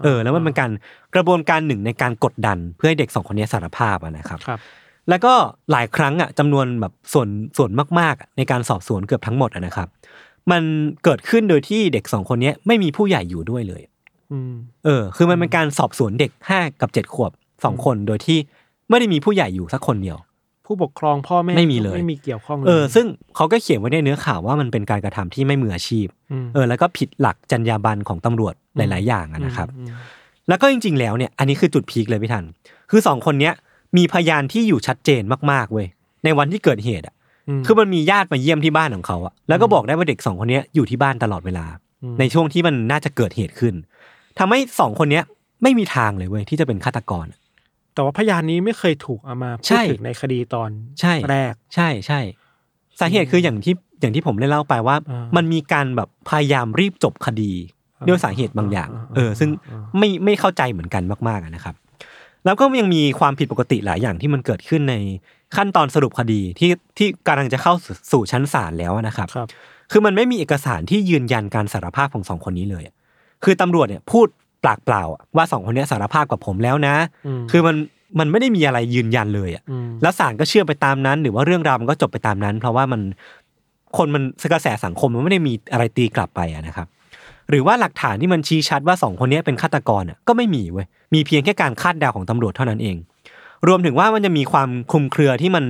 [SPEAKER 1] เออแล้วมันเป็นการกระบวนการหนึ่งในการกดดันเพื่อให้เด็กสองคนนี้สารภาพอะนะครับ
[SPEAKER 2] ครับ
[SPEAKER 1] แล้วก็หลายครั้งอ่ะจำนวนแบบส่วนส่วนมากๆอะในการสอบสวนเกือบทั้งหมดอะนะครับ มันเกิดขึ้นโดยที่เด็กสองคนนี้ไม่มีผู้ใหญ่อยู่ด้วยเลย
[SPEAKER 2] อืม
[SPEAKER 1] เออ คือมันเป็นการสอบสวนเด็ก 5 กับ 7 ขวบ 2 คน โดยที่ไม่ได้มีผู้ใหญ่อยู่สักคนเดียว
[SPEAKER 2] ผู้ปกครองพ่อแม่
[SPEAKER 1] ไม่มีเลย
[SPEAKER 2] ไม่มีเกี่ยวข้องเลย
[SPEAKER 1] เออซึ่งเขาก็เขียนไว้ในเนื้อข่าวว่ามันเป็นการกระทำที่ไม่มืออาชีพ
[SPEAKER 2] ม
[SPEAKER 1] เออแล้วก็ผิดหลักจรรยาบรรณของตำรวจหลาย ๆ อย่างอะนะครับ
[SPEAKER 2] อืม
[SPEAKER 1] แล้วก็จริง ๆ แล้วเนี่ยอันนี้คือจุดพีคเลยพี่ทัน คือสองคนเนี้ยมีพยานที่อยู่ชัดเจนมากๆเว้ยในวันที่เกิดเหตุอ่ะ
[SPEAKER 2] ม
[SPEAKER 1] คือมันมีญาติมาเยี่ยมที่บ้านของเขาอ่ะแล้วก็บอกได้ว่าเด็กสองคนเนี้ยอยู่ที่บ้านตลอดเวลา
[SPEAKER 2] ม
[SPEAKER 1] ในช่วงที่มันน่าจะเกิดเหตุขึ้นทำให้สองคนเนี้ยไม่มีทางเลยเว้ยที่จะเป็นฆาตกร
[SPEAKER 2] แต่ว่าพยานนี้ไม่เคยถูกเอามา
[SPEAKER 1] ใช่
[SPEAKER 2] พูดถึงในคดีตอน
[SPEAKER 1] ใช่
[SPEAKER 2] แรก
[SPEAKER 1] ใช่ใช่สาเหตุคืออย่างที่อย่างที่ผมได้เล่าไปว่า
[SPEAKER 2] อ่ามั
[SPEAKER 1] มันมีการแบบพยายามรีบจบคดีด้วยสาเหตุบางอย่าง
[SPEAKER 2] อ่าอ่า
[SPEAKER 1] เออ ซึ่ง
[SPEAKER 2] อ่า
[SPEAKER 1] ไม่ไม่เข้าใจเหมือนกันมากๆอะนะครับ แล้วก็ยังมีความผิดปกติหลายอย่างที่มันเกิดขึ้นในขั้นตอนสรุปคดีที่ที่กำลังจะเข้าสู่สู่ชั้นศาลแล้วอะนะครับ
[SPEAKER 2] ครับ
[SPEAKER 1] คือมันไม่มีเอกสารที่ยืนยันการสารภาพของสองคนนี้เลยอะคือตำรวจเนี่ยพูดปากเปล่าอะว่าสองคนเนี้ยสารภาพกับผมแล้วนะ
[SPEAKER 2] อืม
[SPEAKER 1] คือมันมันไม่ได้มีอะไรยืนยันเลยอ่ะ
[SPEAKER 2] อืม
[SPEAKER 1] แล้วศาลก็เชื่อไปตามนั้น หรือว่าเรื่องราวมันก็จบไปตามนั้น เพราะว่ามันคนมันกระแสสังคมมันไม่ได้มีอะไรตีกลับไปอะนะครับ หรือว่าหลักฐานที่มันชี้ชัดว่าสองคนเนี้ยเป็นฆาตกรอะก็ไม่มีเว้ยมีเพียงแค่การคาดเดาของตำรวจเท่านั้นเอง รวมถึงว่ามันจะมีความคลุมเครือที่มัน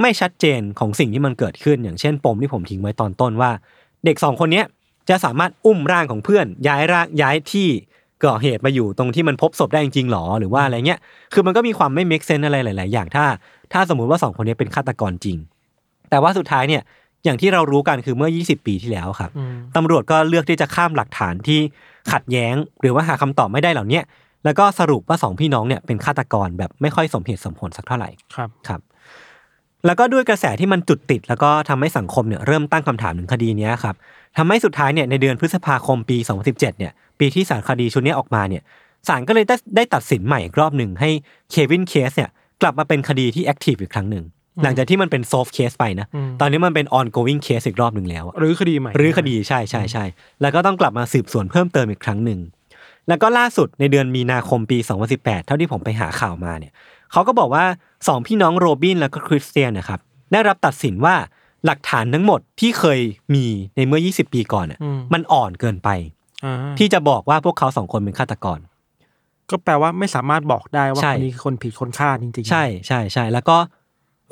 [SPEAKER 1] ไม่ชัดเจนของสิ่งที่มันเกิดขึ้น อย่างเช่น ปมที่ผมทิ้งไว้ตอนต้นว่า เด็กสองคนเนี้ยจะสามารถอุ้มร่างของเพื่อน ย้ายร่างย้ายที่ก่อเหตุมาอยู่ตรงที่มันพบศพได้จริงๆหรอหรือว่าอะไรเงี้ย คือมันก็มีความไม่ make sense อะไรหลาย ๆ อย่างถ้า ถ้าสมมุติว่าสองคนนี้เป็นฆาตกรจริง แต่ว่าสุดท้ายเนี่ยอย่างที่เรารู้กันคือเมื่อ 20 ปีที่แล้วครับ
[SPEAKER 2] อืม
[SPEAKER 1] ตำรวจก็เลือกที่จะข้ามหลักฐานที่ขัดแย้ง หรือว่าหาคำตอบไม่ได้เหล่าเนี้ยแล้วก็สรุปว่าสองพี่น้องเนี่ยเป็นฆาตกรแบบไม่ค่อยสมเหตุสมผลสักเท่าไหร่
[SPEAKER 2] ครับ
[SPEAKER 1] ครับแล้วก็ด้วยกระแสที่มันจุดติด แล้วก็ทำให้สังคมเนี่ยเริ่มตั้งคำถามถึงคดีเนี้ยครับทำให้สุดท้ายเนี่ยในเดือนพฤษภาคมปี 2017เนี่ยปีที่สารคดีชุดเนี้ยออกมาเนี่ยศาลก็เลยได้ได้ตัดสินใหม่อีกรอบหนึ่งให้เควินเคสเนี่ยกลับมาเป็นคดีที่แอคทีฟอีกครั้งหนึ่งหลังจากที่มันเป็นโซฟเคสไปนะ
[SPEAKER 2] อืม
[SPEAKER 1] ตอนนี้มันเป็นออน going เคสอีกรอบหนึ่งแล้วอะ
[SPEAKER 2] หรือคดีใหม่
[SPEAKER 1] รื้อคดีใช่ใช่ใช่แล้วก็ต้องกลับมาสืบสวนเพิ่มเติมอีกครั้งหนึ่ง แล้วก็ล่าสุดในเดือนมีนาคมปี 2018 เท่าที่ผมไปหาข่าวมาเนี่ยเขาก็บอกว่าสองพี่น้องโรบินแล้วก็คริสเตียนนะครับได้รับตัดสินว่าหลักฐานทั้งหมดที่เคยมีในเมื่อ 20 ปีก่อนน่ะ
[SPEAKER 2] อืม
[SPEAKER 1] มันอ่อนเกินไป
[SPEAKER 2] อ่า
[SPEAKER 1] ที่จะบอกว่าพวกเขาสองคนเป็นฆาตกร
[SPEAKER 2] ก็แปลว่าไม่สามารถบอกได้ว่า
[SPEAKER 1] ใช่
[SPEAKER 2] คนนี้คือคนผิดคนฆ่าจริงๆ
[SPEAKER 1] ใช่ใช่ใช่แล้วก็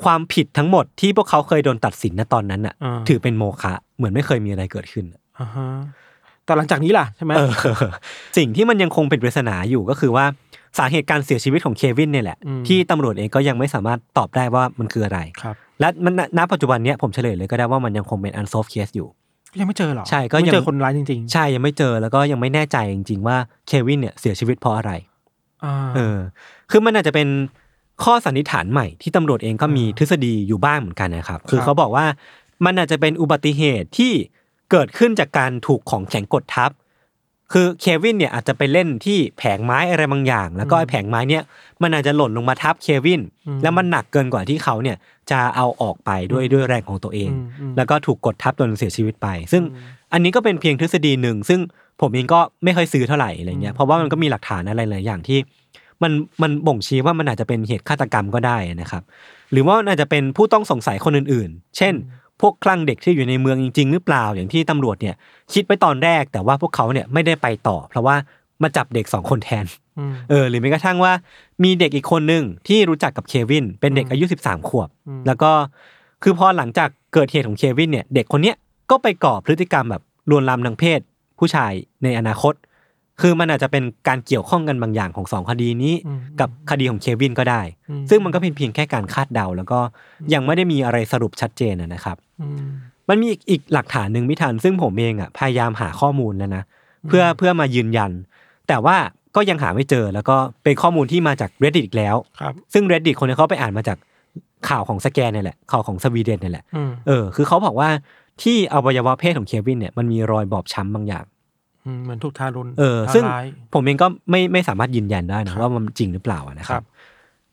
[SPEAKER 1] ความผิดทั้งหมดที่พวกเขาเคยโดนตัดสินณตอนนั้นน่ะ
[SPEAKER 2] อ่า
[SPEAKER 1] ถือเป็นโมฆะเหมือนไม่เคยมีอะไรเกิดขึ้น
[SPEAKER 2] อ่าฮะแต่หลังจากนี้ล่ะใช่ไหม
[SPEAKER 1] เออสิ่งที่มันยังคงเป็นปริศนาอยู่ก็คือว่าสาเหตุการเสียชีวิตของเควินเนี่ยแหละ ที่ตำรวจเองก็ยังไม่สามารถตอบได้ว่ามันคืออะไร
[SPEAKER 2] ครับ
[SPEAKER 1] และมันณณปัจจุบันเนี้ยผมเฉลยเลยก็ได้ว่ามันยังคงเป็นอันโซฟเคสอยู่
[SPEAKER 2] ก็ยังไม่เจอหรอ
[SPEAKER 1] ใช่ก็ยัง
[SPEAKER 2] ไม่เจอคนร้ายจริงๆ
[SPEAKER 1] ใช่ยังไม่เจอแล้วก็ยังไม่แน่ใจจริง ๆ ว่าเควินเนี่ยเสียชีวิตเพราะอะไร
[SPEAKER 2] อ่า
[SPEAKER 1] เออ คือมันอาจจะเป็นข้อสันนิษฐานใหม่ที่ตำรวจเองก็มีทฤษฎีอยู่บ้างเหมือนกันนะครับ คือ
[SPEAKER 2] ครับ
[SPEAKER 1] เขาบอกว่า มันอาจจะเป็นอุบัติเหตุที่เกิดขึ้นจากการถูกของแข็งกดทับ คือเควินเนี่ยอาจจะไปเล่นที่แผงไม้อะไรบางอย่าง แล้วก็ไอ้แผงไม้เนี่ยมันอาจจะหล่นลงมาทับเควิน
[SPEAKER 2] อืม
[SPEAKER 1] แล้วมันหนักเกินกว่าที่เขาเนี่ยจะเอาออกไปด้วยด้วยแรงของตัวเอง
[SPEAKER 2] อืมอืม
[SPEAKER 1] แล้วก็ถูกกดทับจนเสียชีวิตไป ซึ่งอันนี้ก็เป็นเพียงทฤษฎีหนึ่ง ซึ่งผมเองก็ไม่ค่อยซื้อเท่าไหร่อะไรเงี้ย
[SPEAKER 2] อืม
[SPEAKER 1] เพราะว่ามันก็มีหลักฐานอะไรหลายอย่างที่ มันมันบ่งชี้ว่ามันอาจจะเป็นเหตุฆาตกรรมก็ได้นะครับ หรือว่ามันอาจจะเป็นผู้ต้องสงสัยคนอื่นๆ เช่น พวกคลั่งเด็กที่อยู่ในเมืองจริง ๆ หรือเปล่า อย่างที่ตำรวจเนี่ยคิดไปตอนแรก แต่ว่าพวกเขาเนี่ยไม่ได้ไปต่อ เพราะว่ามาจับเด็กสองคนแทน
[SPEAKER 2] อืม
[SPEAKER 1] เออหรือแม้กระทั่งว่ามีเด็กอีกคนหนึ่งที่รู้จักกับเควิน เป็นเด็ก
[SPEAKER 2] อืม
[SPEAKER 1] อายุ 13 ขวบ
[SPEAKER 2] อืม
[SPEAKER 1] แล้วก็คือพอหลังจากเกิดเหตุของเควินเนี่ย เด็กคนเนี้ยก็ไปก่อพฤติกรรมแบบลวนลามทางเพศ ผู้ชายในอนาคต คือมันอาจจะเป็นการเกี่ยวข้องกันบางอย่างของสองคดีนี้
[SPEAKER 2] อืม
[SPEAKER 1] กับคดีของเควินก็ได้
[SPEAKER 2] อื
[SPEAKER 1] ซึ่งมันก็เป็นเพียงแค่การคาดเดา แล้วก็ยังไม่ได้มีอะไรสรุปชัดเจนนะนะครับ
[SPEAKER 2] อืม
[SPEAKER 1] มันมีอีกอีกหลักฐานหนึ่งพิธันซึ่งผมเองอ่ะพยายามหาข้อมูลแล้วนะเพื่อเพื่อมายืนยัน แต่ว่าก็ยังหาไม่เจอแล้วก็เป็นข้อมูลที่มาจาก reddit อีกแล้ว
[SPEAKER 2] ครับ
[SPEAKER 1] ซึ่ง reddit คนนี้เขาไปอ่านมาจากข่าวของสแกนเนี่ยแหละข่าวของสวีเดนเนี่ยแหละ
[SPEAKER 2] อืม
[SPEAKER 1] เออคือเขาบอกว่าที่อวัยวะเพศของเควินเนี่ยมันมีรอยบอบช้ำบางอย่าง
[SPEAKER 2] อืมเหมือนถูกทารุณ
[SPEAKER 1] เออ
[SPEAKER 2] ทา
[SPEAKER 1] ซึ่ง
[SPEAKER 2] ร้าย
[SPEAKER 1] ผมเองก็ไม่ไม่สามารถยืนยันได้
[SPEAKER 2] ครั
[SPEAKER 1] นะ
[SPEAKER 2] บ
[SPEAKER 1] ว่ามันจริงหรือเปล่าอะนะค
[SPEAKER 2] ครั
[SPEAKER 1] รับ
[SPEAKER 2] บ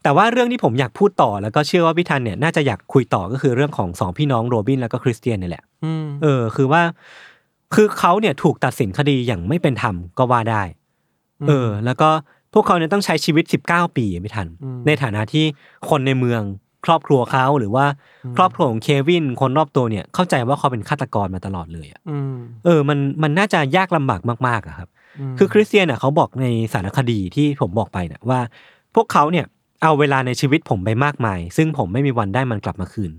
[SPEAKER 1] แต่ว่าเรื่องที่ผมอยากพูดต่อแล้วก็เชื่อว่าพี่ทันเนี่ยน่าจะอยากคุยต่อก็คือเรื่องของสองพี่น้องโรบินแล้วก็คริสเตียนเนี่ยแหละ
[SPEAKER 2] อืม
[SPEAKER 1] เออคือว่าคือเขาเนี่ยถูกตัดสินคดีอย่างไม่เป็นธรรมก็ว่าได้ เออ แล้วก็พวกเขาเนี่ยต้องใช้ชีวิต 19 ปีไม่ทัน
[SPEAKER 2] อืม
[SPEAKER 1] ในฐานะที่คนในเมืองครอบครัวเขาหรือว่า
[SPEAKER 2] อืม
[SPEAKER 1] ครอบครัวของเควินคนรอบตัวเนี่ยเข้าใจว่าเขาเป็นฆาตกรมาตลอดเลยอะ
[SPEAKER 2] อืม
[SPEAKER 1] เออมันมันน่าจะยากลำบากมากๆอะครับ
[SPEAKER 2] ม
[SPEAKER 1] คือคริสเตียนเน่ะเขาบอกในสารคดีที่ผมบอกไปเนี่ยว่า พวกเขาเนี่ยเอาเวลาในชีวิตผมไปมากมาย ซึ่งผมไม่มีวันได้มันกลับมาคืน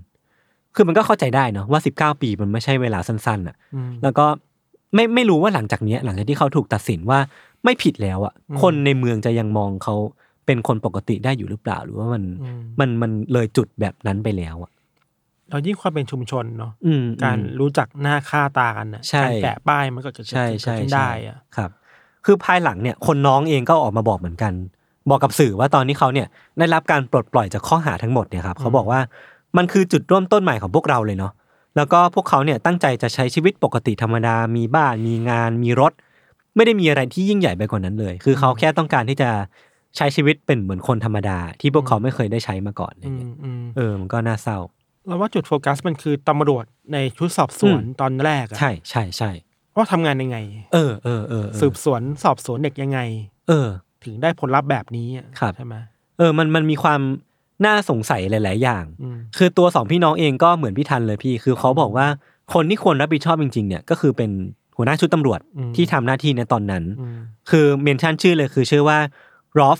[SPEAKER 1] คือมันก็เข้าใจได้เนาะว่า 19 ปีมันไม่ใช่เวลาสั้นๆอ่ะ
[SPEAKER 2] ม
[SPEAKER 1] แล้วก็ไม่ไม่รู้ว่าหลังจากเนี้ยหลังจากที่เขาถูกตัดสินว่าไม่ผิดแล้วอะ่ะ
[SPEAKER 2] อืม
[SPEAKER 1] คนในเมืองจะยังมองเขาเป็นคนปกติได้อยู่หรือเปล่า หรือว่ามัน
[SPEAKER 2] อืม
[SPEAKER 1] มันมันเลยจุดแบบนั้นไปแล้วอะ่ะ
[SPEAKER 2] แล้วยิ่งความเป็นชุมชนเนาะ
[SPEAKER 1] อืม
[SPEAKER 2] การ
[SPEAKER 1] อืม
[SPEAKER 2] รู้จักหน้าค่าตากันน่ะ
[SPEAKER 1] ใช่
[SPEAKER 2] การแปะป้ายมันก็เกิดขึ้น
[SPEAKER 1] ใช่
[SPEAKER 2] เกิด
[SPEAKER 1] ใช่
[SPEAKER 2] ขึ้น
[SPEAKER 1] ใช่
[SPEAKER 2] ได้อะ
[SPEAKER 1] ครับ คือภายหลังเนี่ยคนน้องเองก็ออกมาบอกเหมือนกัน บอกกับสื่อว่าตอนนี้เขาเนี่ยได้รับการปลดปล่อยจากข้อหาทั้งหมดเนี่ยครับเขาบอกว่ามันคือจุดเริ่มต้นใหม่ของพวกเราเลยเนาะแล้วก็พวกเขาเนี่ยตั้งใจจะใช้ชีวิตปกติธรรมดา มีบ้านมีงาน มีรถ ไม่ได้มีอะไรที่ยิ่งใหญ่ไปกว่านั้นเลย คือเขาแค่ต้องการที่จะใช้ชีวิตเป็นเหมือนคนธรรมดา ที่พวกเขาไม่เคยได้ใช้มาก่อนอะไรเงี้ย
[SPEAKER 2] อืม
[SPEAKER 1] เออมันก็น่าเศร้า
[SPEAKER 2] เราว่าจุดโฟกัสมันคือตำรวจในชุดสอบสวน
[SPEAKER 1] อืม
[SPEAKER 2] ตอนแรกอะ
[SPEAKER 1] ใช่ใช่ใช่
[SPEAKER 2] ว่าทำงานยังไง
[SPEAKER 1] เออเออเออเออ
[SPEAKER 2] สืบสวนสอบสวนเด็กยังไง
[SPEAKER 1] เออ
[SPEAKER 2] ถึงได้ผลลัพธ์แบบนี้อะ
[SPEAKER 1] ครับ
[SPEAKER 2] ใช่ไหม
[SPEAKER 1] เออมันมันมีความน่าสงสัยหลาย ๆ อย่าง
[SPEAKER 2] อืม
[SPEAKER 1] คือตัวสองพี่น้องเองก็เหมือนพี่ทันเลยพี่ คือเขาบอกว่าคนที่ควรรับผิดชอบจริง ๆ เนี่ยก็คือเป็นหัวหน้าชุดตำรวจ
[SPEAKER 2] อืม
[SPEAKER 1] ที่ทำหน้าที่ในตอนนั้น
[SPEAKER 2] อืม
[SPEAKER 1] คือเมนชั่นชื่อเลยคือชื่อว่ารอฟ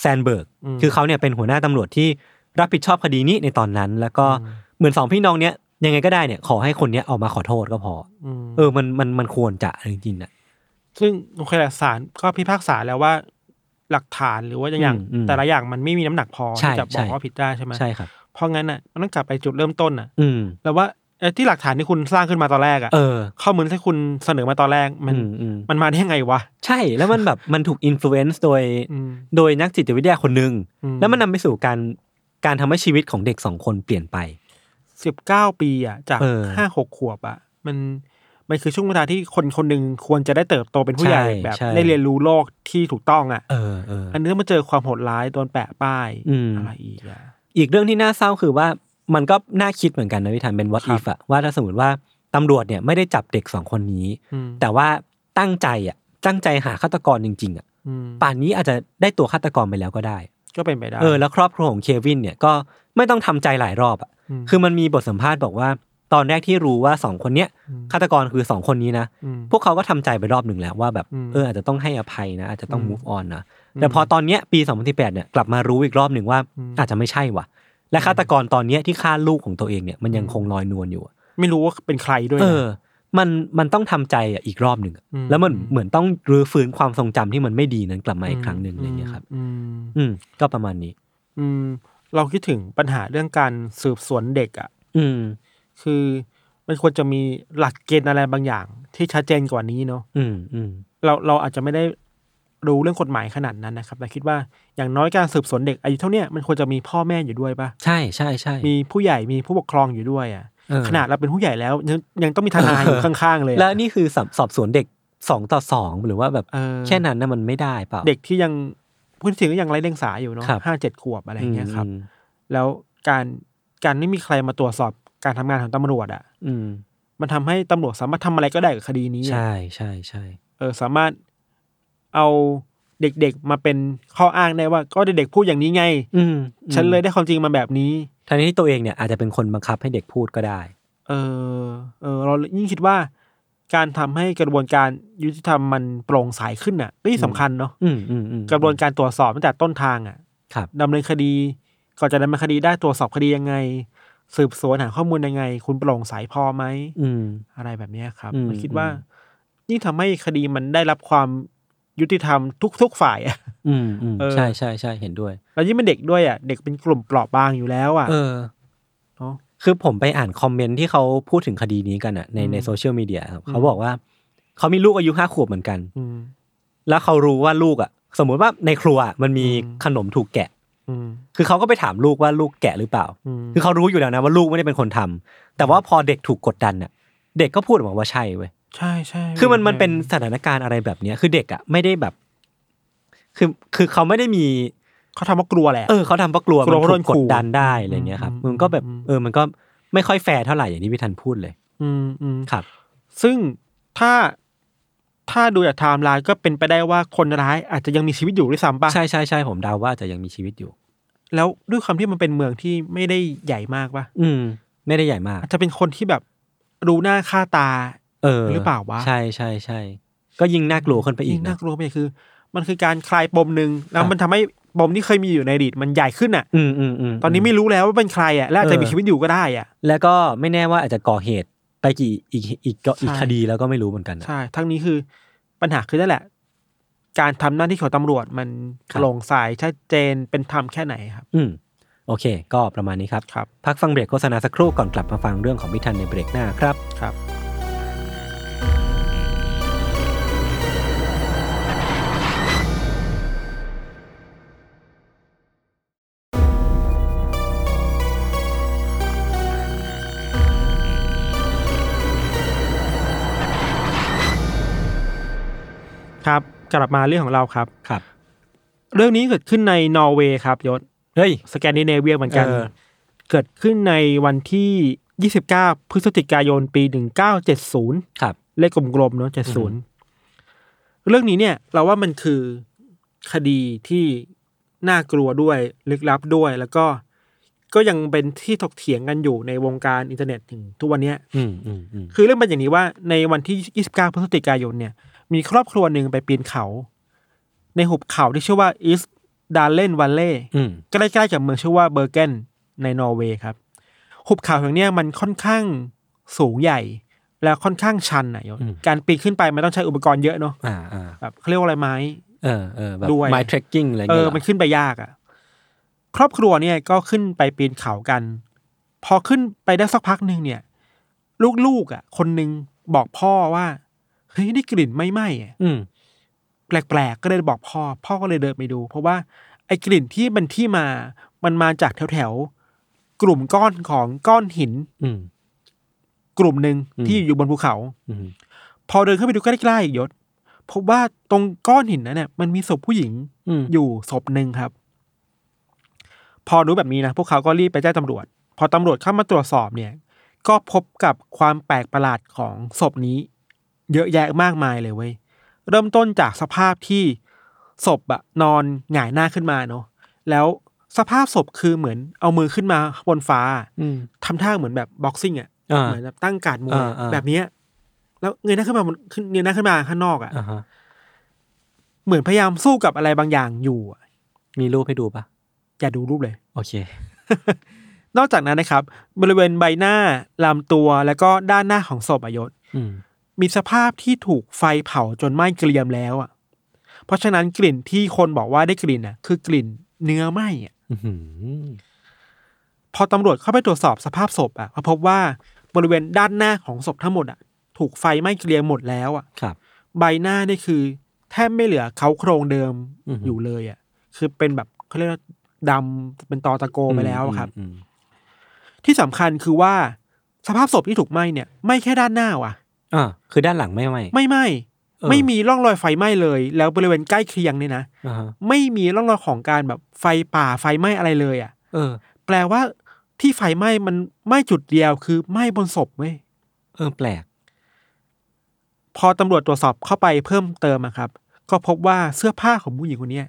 [SPEAKER 1] แซนเบิร์ก
[SPEAKER 2] อืม
[SPEAKER 1] คือเขาเนี่ยเป็นหัวหน้าตำรวจที่รับผิดชอบคดีนี้ในตอนนั้น แล้วก็
[SPEAKER 2] อืม
[SPEAKER 1] เหมือนสองพี่น้องเนี่ยยังไงก็ได้เนี่ยขอให้คนเนี้ยออกมาขอโทษก็พอ
[SPEAKER 2] ม
[SPEAKER 1] เออมันมันมันควรจะจริงๆนะ
[SPEAKER 2] ซึ่งโอเคแหละศาลก็พิพากษาแล้วว่า หลักฐานหรือว่าอย่าง
[SPEAKER 1] อืมอืม
[SPEAKER 2] แต่ละอย่างมันไม่มีน้ำหนักพอ
[SPEAKER 1] ใช่
[SPEAKER 2] ที่จะบอ
[SPEAKER 1] ใช่
[SPEAKER 2] กว่าผิดได้ใช่ไหม
[SPEAKER 1] ใช่ครับ
[SPEAKER 2] เพราะงั้นอ่ะมันต้องกลับไปจุดเริ่มต้นอ่ะ
[SPEAKER 1] อืม
[SPEAKER 2] แล้วว่าเอ่อที่หลักฐานที่คุณสร้างขึ้นมาตอนแรกอ่ะ
[SPEAKER 1] เออ
[SPEAKER 2] ข้อมูลที่คุณเสนอมาตอนแรกมัน
[SPEAKER 1] อืมอืม
[SPEAKER 2] มันมาได้ยังไงวะ
[SPEAKER 1] ใช่แล้วมันแบบมันถูกอิมโฟเอนซ์โดย
[SPEAKER 2] อืม
[SPEAKER 1] โดยนักจิตวิทยาคนหนึ่ง
[SPEAKER 2] อืม
[SPEAKER 1] แล้วมันนำไปสู่การการทำให้ชีวิตของเด็กสองคนเปลี่ยนไป
[SPEAKER 2] สิบเก้าปีอ่ะจาก
[SPEAKER 1] เออ
[SPEAKER 2] ห้าหกขวบอ่ะมันมันคือช่วงเวลาที่คนคนหนึ่งควรจะได้เติบโตเป็นผู้ใหญ่
[SPEAKER 1] ใช่
[SPEAKER 2] แบบ
[SPEAKER 1] ใช่
[SPEAKER 2] ได้เรียนรู้โลกที่ถูกต้องอ่ะ
[SPEAKER 1] เออเออ
[SPEAKER 2] อันนี้มาเจอความโหดร้ายโดนแปะป้าย
[SPEAKER 1] อืม
[SPEAKER 2] อะไรอีกอ่ะ
[SPEAKER 1] อีกเรื่องที่น่าเศร้าคือว่ามันก็น่าคิดเหมือนกันนะพี่ธันเป็น what
[SPEAKER 2] ครับ
[SPEAKER 1] if อะว่าถ้าสมมติว่าตำรวจเนี่ยไม่ได้จับเด็กสองคนนี้
[SPEAKER 2] อืม
[SPEAKER 1] แต่ว่าตั้งใจอะตั้งใจหาฆาตกรจริง ๆอะ
[SPEAKER 2] อืม
[SPEAKER 1] ป่านนี้อาจจะได้ตัวฆาตกรไปแล้วก็ได้
[SPEAKER 2] ก็เป็นไปได้
[SPEAKER 1] เออแล้วครอบครัวของเควินเนี่ยก็ไม่ต้องทำใจหลายรอบอะ
[SPEAKER 2] ม
[SPEAKER 1] คือมันมีบทสัมภาษณ์บอกว่า ตอนแรกที่รู้ว่าสองคนเนี้ย
[SPEAKER 2] อืม
[SPEAKER 1] ฆาตกรคือสองคนนี้นะ
[SPEAKER 2] ม
[SPEAKER 1] พวกเขาก็ทำใจไปรอบหนึ่งแล้วว่าแบบ
[SPEAKER 2] อืม
[SPEAKER 1] เอออาจจะต้องให้อภัยนะอาจจะต้อง
[SPEAKER 2] อืม
[SPEAKER 1] move on นะแต่พอตอนเนี้ยปี 2018เนี่ยกลับมารู้อีกรอบหนึ่งว่า
[SPEAKER 2] อืม
[SPEAKER 1] อาจจะไม่ใช่ว่ะ และฆาตกรตอนเนี้ยที่ฆ่าลูกของตัวเองเนี่ยมันยังคงลอยนวลอยู่อะ
[SPEAKER 2] ไม่รู้ว่าเป็นใครด้วย
[SPEAKER 1] เอ
[SPEAKER 2] นะ
[SPEAKER 1] อ มันมันต้องทำใจอ่ะอีกรอบหนึ่งอะ
[SPEAKER 2] อืม
[SPEAKER 1] แล้วมันเหมือนต้องรื้อฟื้นความทรงจำที่มันไม่ดีนั้นกลับมาอีกครั้งหนึ่ง
[SPEAKER 2] ม
[SPEAKER 1] อะไรเงี้ยครับ
[SPEAKER 2] อืม
[SPEAKER 1] อืมก็ประมาณนี้
[SPEAKER 2] อืมเราคิดถึงปัญหาเรื่องการสืบสวนเด็กอ่ะ
[SPEAKER 1] อืม
[SPEAKER 2] คือมันควรจะมีหลักเกณฑ์อะไรบางอย่าง ที่ชัดเจนกว่านี้เนาะ
[SPEAKER 1] อืมอืม
[SPEAKER 2] เราเราอาจจะไม่ได้รู้เรื่องกฎหมายขนาดนั้นนะครับ แต่คิดว่าอย่างน้อยการสืบสวนเด็กอายุเท่าเนี้ยมันควรจะมีพ่อแม่อยู่ด้วยปะ
[SPEAKER 1] ใช่ใช่ใช่
[SPEAKER 2] มีผู้ใหญ่มีผู้ปกครองอยู่ด้วยอ่ะ
[SPEAKER 1] เออ
[SPEAKER 2] ขนาดเราเป็นผู้ใหญ่แล้วยังยังต้องมีทนายอยู่ข้างๆเลยอะ
[SPEAKER 1] แล้วนี่คือสอบสอบสวนเด็กสองต่อสองหรือว่าแบบ
[SPEAKER 2] เออ
[SPEAKER 1] แค่นั้นนะมันไม่ได้เปล่า
[SPEAKER 2] เด็กที่ยังพูดถึงก็ยังไร้เดียงสาอยู่เนาะ
[SPEAKER 1] ครับ
[SPEAKER 2] ห้าเจ็ดขวบอะไรอย่างเงี้ยครับ
[SPEAKER 1] อืม
[SPEAKER 2] แล้วการการไม่มีใครมาตรวจสอบการทำงานของตำรวจอ่ะ
[SPEAKER 1] อืม
[SPEAKER 2] มันทำให้ตำรวจสามารถทำอะไรก็ได้กับคดีนี้อะ
[SPEAKER 1] ใช่ใช่ใช่
[SPEAKER 2] เออสามารถเอาเด็กๆมาเป็นข้ออ้างได้ว่า ก็เด็กๆพูดอย่างนี้ไง
[SPEAKER 1] อืม
[SPEAKER 2] ฉันเลยได้ความจริงมาแบบนี้
[SPEAKER 1] ทั้งที่ตัวเองเนี่ยอาจจะเป็นคนบังคับให้เด็กพูดก็ได้
[SPEAKER 2] เออเออเรายิ่งคิดว่า การทำให้กระบวนการยุติธรรมมันโปร่งใสขึ้นอ่ะก็ยิ่งสำคัญเนาะ
[SPEAKER 1] อืมอืมอืม
[SPEAKER 2] กระบวนการตรวจสอบตั้งแต่ต้นทางอ่ะ
[SPEAKER 1] ครับ
[SPEAKER 2] ดำเนินคดีก่อนจะดำเนินคดีได้ตรวจสอบคดียังไง สืบสวนหาข้อมูลยังไง คุณโปร่งใสพอไหม
[SPEAKER 1] อืม
[SPEAKER 2] อะไรแบบเนี้ยครับ
[SPEAKER 1] อืม
[SPEAKER 2] ผมคิด
[SPEAKER 1] อืม
[SPEAKER 2] ว่ายิ่งทำให้คดีมันได้รับความยุติธรรมทุกๆฝ่ายอะ
[SPEAKER 1] อืมอืม
[SPEAKER 2] เออ
[SPEAKER 1] ใช่ใช่ใช่เห็นด้วย
[SPEAKER 2] แล้วยิ่งเป็นเด็กด้วยอ่ะเด็กเป็นกลุ่มเปราะบางอยู่แล้วอ่ะ
[SPEAKER 1] เออ
[SPEAKER 2] เนอะ
[SPEAKER 1] คือผมไปอ่านคอมเมนต์ที่เขาพูดถึงคดีนี้กันอ่ะ ใน
[SPEAKER 2] อืม
[SPEAKER 1] ในโซเชียลมีเดียครับ
[SPEAKER 2] อืม
[SPEAKER 1] เขาบอกว่า เขามีลูกอายุห้าขวบเหมือนกัน
[SPEAKER 2] ม
[SPEAKER 1] แล้วเขารู้ว่าลูกอ่ะ สมมุติว่าในครัวอะมันมี
[SPEAKER 2] อืม
[SPEAKER 1] ขนมถูกแกะ
[SPEAKER 2] อืม
[SPEAKER 1] คือเขาก็ไปถามลูกว่าลูกแกะหรือเปล่า
[SPEAKER 2] อืม
[SPEAKER 1] คือเขารู้อยู่แล้วนะว่าลูกไม่ได้เป็นคนทำแต่ว่าพอเด็กถูกกดดันอ่ะ เด็กก็พูดออกมาว่าใช่เว้ย
[SPEAKER 2] ใช่ใช่
[SPEAKER 1] คือมันมันเป็นสถานการณ์อะไรแบบเนี้ยคือเด็กอ่ะไม่ได้แบบ คือคือเขาไม่ได้มี
[SPEAKER 2] เขาทำเพราะกลัวแหละ
[SPEAKER 1] เออเขาทำเพราะกลัว
[SPEAKER 2] กลั
[SPEAKER 1] มันถูก
[SPEAKER 2] ว
[SPEAKER 1] ก
[SPEAKER 2] โดนขู่
[SPEAKER 1] ดดันได้อะไรเงี้ยครับ
[SPEAKER 2] อืม
[SPEAKER 1] มันก็แบบ
[SPEAKER 2] อืม
[SPEAKER 1] เออมันก็ไม่ค่อยแฟร์เท่าไหร่อย่างที่พี่ทันพูดเลย
[SPEAKER 2] อืมอืม
[SPEAKER 1] ครับ
[SPEAKER 2] ซึ่งถ้าถ้าดูจากไทม์ไลน์ก็เป็นไปได้ว่าคนร้ายอาจจะยังมีชีวิตอยู่ด้วยซ้ำปะ
[SPEAKER 1] ใช่ใช่ใช่ผมเดาว่าจะยังมีชีวิตอยู่
[SPEAKER 2] แล้วด้วยความที่มันเป็นเมืองที่ไม่ได้ใหญ่มากปะ
[SPEAKER 1] อืม ไม่ได้ใหญ่มาก
[SPEAKER 2] อาจจะเป็นคนที่แบบรู้หน้าค่าตา
[SPEAKER 1] เออ
[SPEAKER 2] หรือเปล่าวะ
[SPEAKER 1] ใช่ใช่ใช่ก็ยิ่งน่ากลัวขึ้นไปอีก
[SPEAKER 2] ยิ่ง
[SPEAKER 1] นะ
[SPEAKER 2] น่ากลัวไปคือ มันคือการคลายปมหนึ่งแล้
[SPEAKER 1] คว รับ
[SPEAKER 2] มันทำให้ปมที่เคยมีอยู่ในอดีตมันใหญ่ขึ้นอ่ะ
[SPEAKER 1] อืมอืมอืม
[SPEAKER 2] ตอนนี้ไม่รู้แล้วว่าเป็นใครอ่ะและอาจจะ
[SPEAKER 1] เออ
[SPEAKER 2] มีชีวิตอยู่ก็ได้อ่ะ
[SPEAKER 1] แล้วก็ไม่แน่ว่าอาจจะก่อเหตุไปกี่อีกอีกอีกอีก
[SPEAKER 2] ใช่
[SPEAKER 1] คดีแล้วก็ไม่รู้เหมือนกันนะ
[SPEAKER 2] ใช่ ทั้งนี้คือปัญหาคือนั่นแหละ การทำหน้าที่ของตำรวจมัน
[SPEAKER 1] ครั
[SPEAKER 2] โป
[SPEAKER 1] บ
[SPEAKER 2] ร่งใสชัดเจนเป็นธรรมแค่ไหนครับ
[SPEAKER 1] อืมโอเค ก็ประมาณนี้ครับ
[SPEAKER 2] ครับ
[SPEAKER 1] พักฟังเบรกโฆษณาสักครู่ก่อนกลับมาฟังเรื่องของพี่ทันในเบรกหน้าครับ
[SPEAKER 2] ครับ ครับกลับมาเรื่องของเราครับ
[SPEAKER 1] ครับ
[SPEAKER 2] เรื่องนี้เกิดขึ้นในนอร์เวย์ครับยศ
[SPEAKER 1] เฮ้ย
[SPEAKER 2] สแกนดิเนเวียเหมือนกัน
[SPEAKER 1] เออ
[SPEAKER 2] เกิดขึ้นในวันที่ 29 พฤศจิกายนปี 1970
[SPEAKER 1] ครับ
[SPEAKER 2] เลขกลมๆเนาะเจ็ดศูนย์เรื่องนี้เนี่ย เราว่ามันคือคดีที่น่ากลัวด้วย ลึกลับด้วย แล้วก็ก็ยังเป็นที่ถกเถียงกันอยู่ในวงการอินเทอร์เน็ตถึงทุกวันเนี้ย
[SPEAKER 1] อืมอืมอืม
[SPEAKER 2] คือเรื่องเป็นอย่างนี้ว่าในวันที่ 29 พฤศจิกายนเนี่ย มีครอบครัวหนึ่งไปปีนเขา ในหุบเขาที่ชื่อว่าอิสดาเลนวัลเล่
[SPEAKER 1] อืม
[SPEAKER 2] ใกล้ๆกับเมืองชื่อว่าเบอร์เกนในนอร์เวย์ครับ หุบเขาแห่งเนี้ยมันค่อนข้างสูงใหญ่ แล้วค่อนข้างชันอ่ะโยศการปีนขึ้นไปมันต้องใช้อุปกรณ์เยอะเนาะ
[SPEAKER 1] อ่าอ่า
[SPEAKER 2] แบบเขาเรียกว่าอะไรไม้
[SPEAKER 1] เออเออแบบ
[SPEAKER 2] ด้วย
[SPEAKER 1] ไม t r e k k i n g อะไร
[SPEAKER 2] เอ
[SPEAKER 1] เงี้ย
[SPEAKER 2] อ
[SPEAKER 1] เหรอ
[SPEAKER 2] มันขึ้นไปยากอ่ะ ครอบครัวเนี่ยก็ขึ้นไปปีนเขากัน พอขึ้นไปได้สักพักหนึ่งเนี่ย ลูกๆอ่ะ คนหนึ่งบอกพ่อว่าเฮ้ยได้กลิ่นไม่ไหม้ๆอะ
[SPEAKER 1] อืม
[SPEAKER 2] แปลกๆ ก็เลยบอกพ่อ พ่อก็เลยเดินไปดู เพราะว่าไอ้กลิ่นที่มันที่มา มันมาจากแถวๆ กลุ่มก้อนของก้อนหิน
[SPEAKER 1] อืม
[SPEAKER 2] กลุ่มหนึ่ง
[SPEAKER 1] อืม
[SPEAKER 2] ที่อยู่บนภูเขา
[SPEAKER 1] อืม
[SPEAKER 2] พอเดินเข้าไปดูใกล้ๆยศพบว่าตรงก้อนหินนั้นเนี่ยมันมีศพผู้หญิง
[SPEAKER 1] อืม
[SPEAKER 2] อยู่ศพหนึ่งครับ พอรู้แบบนี้นะ พวกเขาก็รีบไปแจ้งตำรวจ พอตำรวจเข้ามาตรวจสอบเนี่ย ก็พบกับความแปลกประหลาดของศพนี้ เยอะแยะมากมายเลยเว้ย เริ่มต้นจากสภาพที่ศพอะนอนหงายหน้าขึ้นมาเนาะแล้วสภาพศพคือเหมือนเอามือขึ้นมาบนฟ้า
[SPEAKER 1] อืม
[SPEAKER 2] ทำท่าเหมือนแบบบ็อกซิ่งอะ
[SPEAKER 1] อ่า
[SPEAKER 2] เหมือนแบบตั้งการ์ดมวย
[SPEAKER 1] อ่าๆ
[SPEAKER 2] แบบเนี้ยแล้วเงยหน้าขึ้นมาบนขึ้นเงยหน้าขึ้นมาข้างนอกอ่ะ
[SPEAKER 1] อ่าฮะ
[SPEAKER 2] เหมือนพยายามสู้กับอะไรบางอย่างอยู่อะ
[SPEAKER 1] มีรูปให้ดูปะ
[SPEAKER 2] อย่าดูรูปเลย
[SPEAKER 1] โอเค
[SPEAKER 2] นอกจากนั้นนะครับ บริเวณใบหน้าลำตัวแล้วก็ด้านหน้าของศพอะยศ
[SPEAKER 1] อืม
[SPEAKER 2] มีสภาพที่ถูกไฟเผาจนไหม้เกรียมแล้วอ่ะ เพราะฉะนั้นกลิ่นที่คนบอกว่าได้กลิ่นอ่ะ คือกลิ่นเนื้อไหม้อะ
[SPEAKER 1] อื้อหือ
[SPEAKER 2] พอตำรวจเข้าไปตรวจสอบสภาพศพอ่ะก็พบว่าบริเวณด้านหน้าของศพทั้งหมดอ่ะ ถูกไฟไหม้เกรียมหมดแล้วอ่ะ
[SPEAKER 1] ครับ
[SPEAKER 2] ใบหน้านี่คือ แทบไม่เหลือเขาโครงเดิม
[SPEAKER 1] อือหืออ
[SPEAKER 2] อยู่เลยอ่ะ คือเป็นแบบเขาเรียกว่าดำเป็นตอตะโกไปแล้วอะครับ
[SPEAKER 1] อืมอืม
[SPEAKER 2] ที่สำคัญคือว่า สภาพศพที่ถูกไหม้เนี่ยไหม้แค่ด้านหน้าว่ะ
[SPEAKER 1] อ่าคือด้านหลังไม่ไหม
[SPEAKER 2] ไม่ไหม้
[SPEAKER 1] เออ
[SPEAKER 2] ไม่มีร่องรอยไฟไหม้เลย แล้วบริเวณใกล้เคียงเนี่ยนะ
[SPEAKER 1] อ่าฮะ
[SPEAKER 2] ไม่มีร่องรอยของการแบบไฟป่าไฟไหม้อะไรเลยอ่ะ
[SPEAKER 1] เออ
[SPEAKER 2] แปลว่าที่ไฟไหม้มันไหม้จุดเดียวคือไหม้บนศพเว้ย
[SPEAKER 1] เออแปลก
[SPEAKER 2] พอตำรวจตรวจสอบเข้าไปเพิ่มเติมอะครับ ก็พบว่าเสื้อผ้าของผู้หญิงคนเนี้ย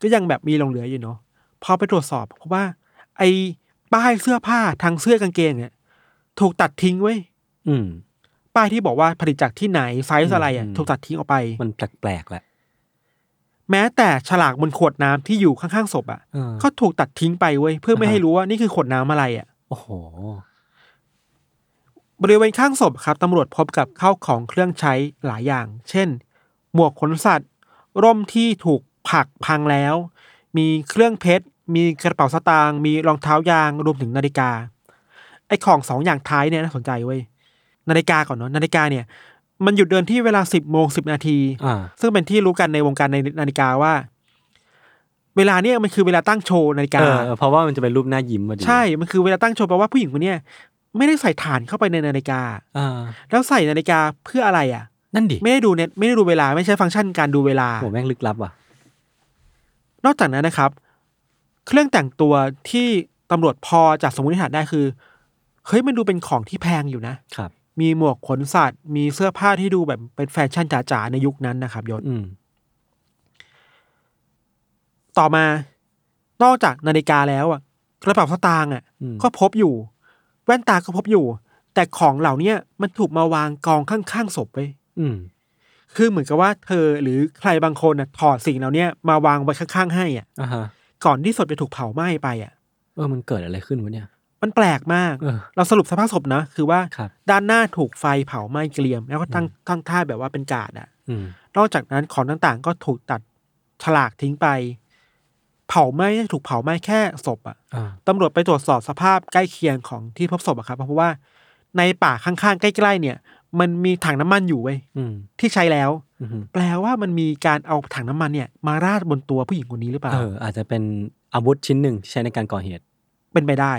[SPEAKER 2] ก็ยังแบบมีหลงเหลืออยู่เนาะพอไปตรวจสอบพบว่า ไอ้ป้ายเสื้อผ้าทางเสื้อกางเกงเนี่ยถูกตัดทิ้งเว้ย
[SPEAKER 1] อืม
[SPEAKER 2] ป้ายที่บอกว่าผลิตจากที่ไหนไซส์อะไรอะ
[SPEAKER 1] อืม
[SPEAKER 2] ถูกตัดทิ้งออกไป
[SPEAKER 1] มันแปลกๆแหละ
[SPEAKER 2] แม้แต่ฉลากบนขวดน้ำที่อยู่ข้างๆศพอะ
[SPEAKER 1] เออ
[SPEAKER 2] ก็ถูกตัดทิ้งไปเว้ยเพื่อไม่
[SPEAKER 1] อ่าฮะ
[SPEAKER 2] ให้รู้ว่านี่คือขวดน้ำอะไรอะ
[SPEAKER 1] โอ้โห
[SPEAKER 2] บริเวณข้างศพครับตำรวจพบกับข้าวของเครื่องใช้หลายอย่าง เช่น หมวกขนสัตว์ ร่มที่ถูกผลักพังแล้ว มีเครื่องเพชร มีกระเป๋าสตางค์มีรองเท้ายางรวมถึงนาฬิกา ไอ้ของสองอย่างท้ายเนี่ยน่าสนใจเว้ยนาฬิกาก่อนเนาะนาฬิกาเนี่ย มันหยุดเดินที่เวลาสิบโมงสิบนาที
[SPEAKER 1] อ่า
[SPEAKER 2] ซึ่งเป็นที่รู้กันในวงการในนาฬิกาว่า เวลาเนี่ยมันคือเวลาตั้งโชว์นาฬิกา
[SPEAKER 1] เออเพราะว่ามันจะเป็นรูปหน้ายิ้มมาดี
[SPEAKER 2] ใช่มันคือเวลาตั้งโชว์แปลว่าผู้หญิงคนเนี้ยไม่ได้ใส่ฐานเข้าไปในนาฬิกา
[SPEAKER 1] อ่า
[SPEAKER 2] แล้วใส่นาฬิกาเพื่ออะไรอ่ะ
[SPEAKER 1] นั่นดิ
[SPEAKER 2] ไม่ได้ดูเน็ตไม่ได้ดูเวลาไม่ใช่ฟังก์ชันการดูเวลา
[SPEAKER 1] โหแม่งลึกลับว่ะ
[SPEAKER 2] นอกจากนั้นนะครับ เครื่องแต่งตัวที่ตำรวจพอจากสมมติฐานได้คือเฮ้ยมันดูเป็นของที่แพงอยู่นะ
[SPEAKER 1] ครับ
[SPEAKER 2] มีหมวกขนสัตว์ มีเสื้อผ้าที่ดูแบบเป็นแฟชั่นจ๋าๆในยุคนั้นนะครับยศ
[SPEAKER 1] อืม
[SPEAKER 2] ต่อมา นอกจากนาฬิกาแล้วอ่ะกระเป๋าสตางค์อ่ะ
[SPEAKER 1] อืม
[SPEAKER 2] ก็พบอยู่ แว่นตาก็พบอยู่ แต่ของเหล่าเนี้ยมันถูกมาวางกองข้างๆศพไป
[SPEAKER 1] อืม
[SPEAKER 2] คือเหมือนกับว่าเธอหรือใครบางคนน่ะถอดสิ่งเหล่าเนี้ยมาวางไว้ข้างๆให้อ่ะ
[SPEAKER 1] อ่าฮะ
[SPEAKER 2] ก่อนที่ศพจะถูกเผาไหม้ไปอ่ะ
[SPEAKER 1] เออ มันเกิดอะไรขึ้นวะเนี่ย
[SPEAKER 2] มันแปลกมาก
[SPEAKER 1] เออ
[SPEAKER 2] เราสรุปสภาพศพนะ คือว่า
[SPEAKER 1] ครับ
[SPEAKER 2] ด้านหน้าถูกไฟเผาไหม้เกรียม แล้วก็ตั้งตั้งท่าแบบว่าเป็นกาดอ่ะ
[SPEAKER 1] อืม
[SPEAKER 2] นอกจากนั้นของต่างๆ ก็ถูกตัดฉลากทิ้งไป เผาไหม้ถูกเผาไหม้แค่ศพอ่ะ
[SPEAKER 1] อ่า
[SPEAKER 2] ตำรวจไปตรวจสอบสภาพใกล้เคียงของที่พบศพอะครับเพราะว่าในป่าข้างๆใกล้ๆเนี่ย มันมีถังน้ำมันอยู่เว้ย
[SPEAKER 1] อืม
[SPEAKER 2] ที่ใช้แล้ว
[SPEAKER 1] อืม
[SPEAKER 2] แปลว่ามันมีการเอาถังน้ำมันเนี่ย มาราดบนตัวผู้หญิงคนนี้หรือเปล่า
[SPEAKER 1] เออ อาจจะเป็นอาวุธชิ้นหนึ่งที่ใช้ในการก่อเหตุ
[SPEAKER 2] เป็นไปได้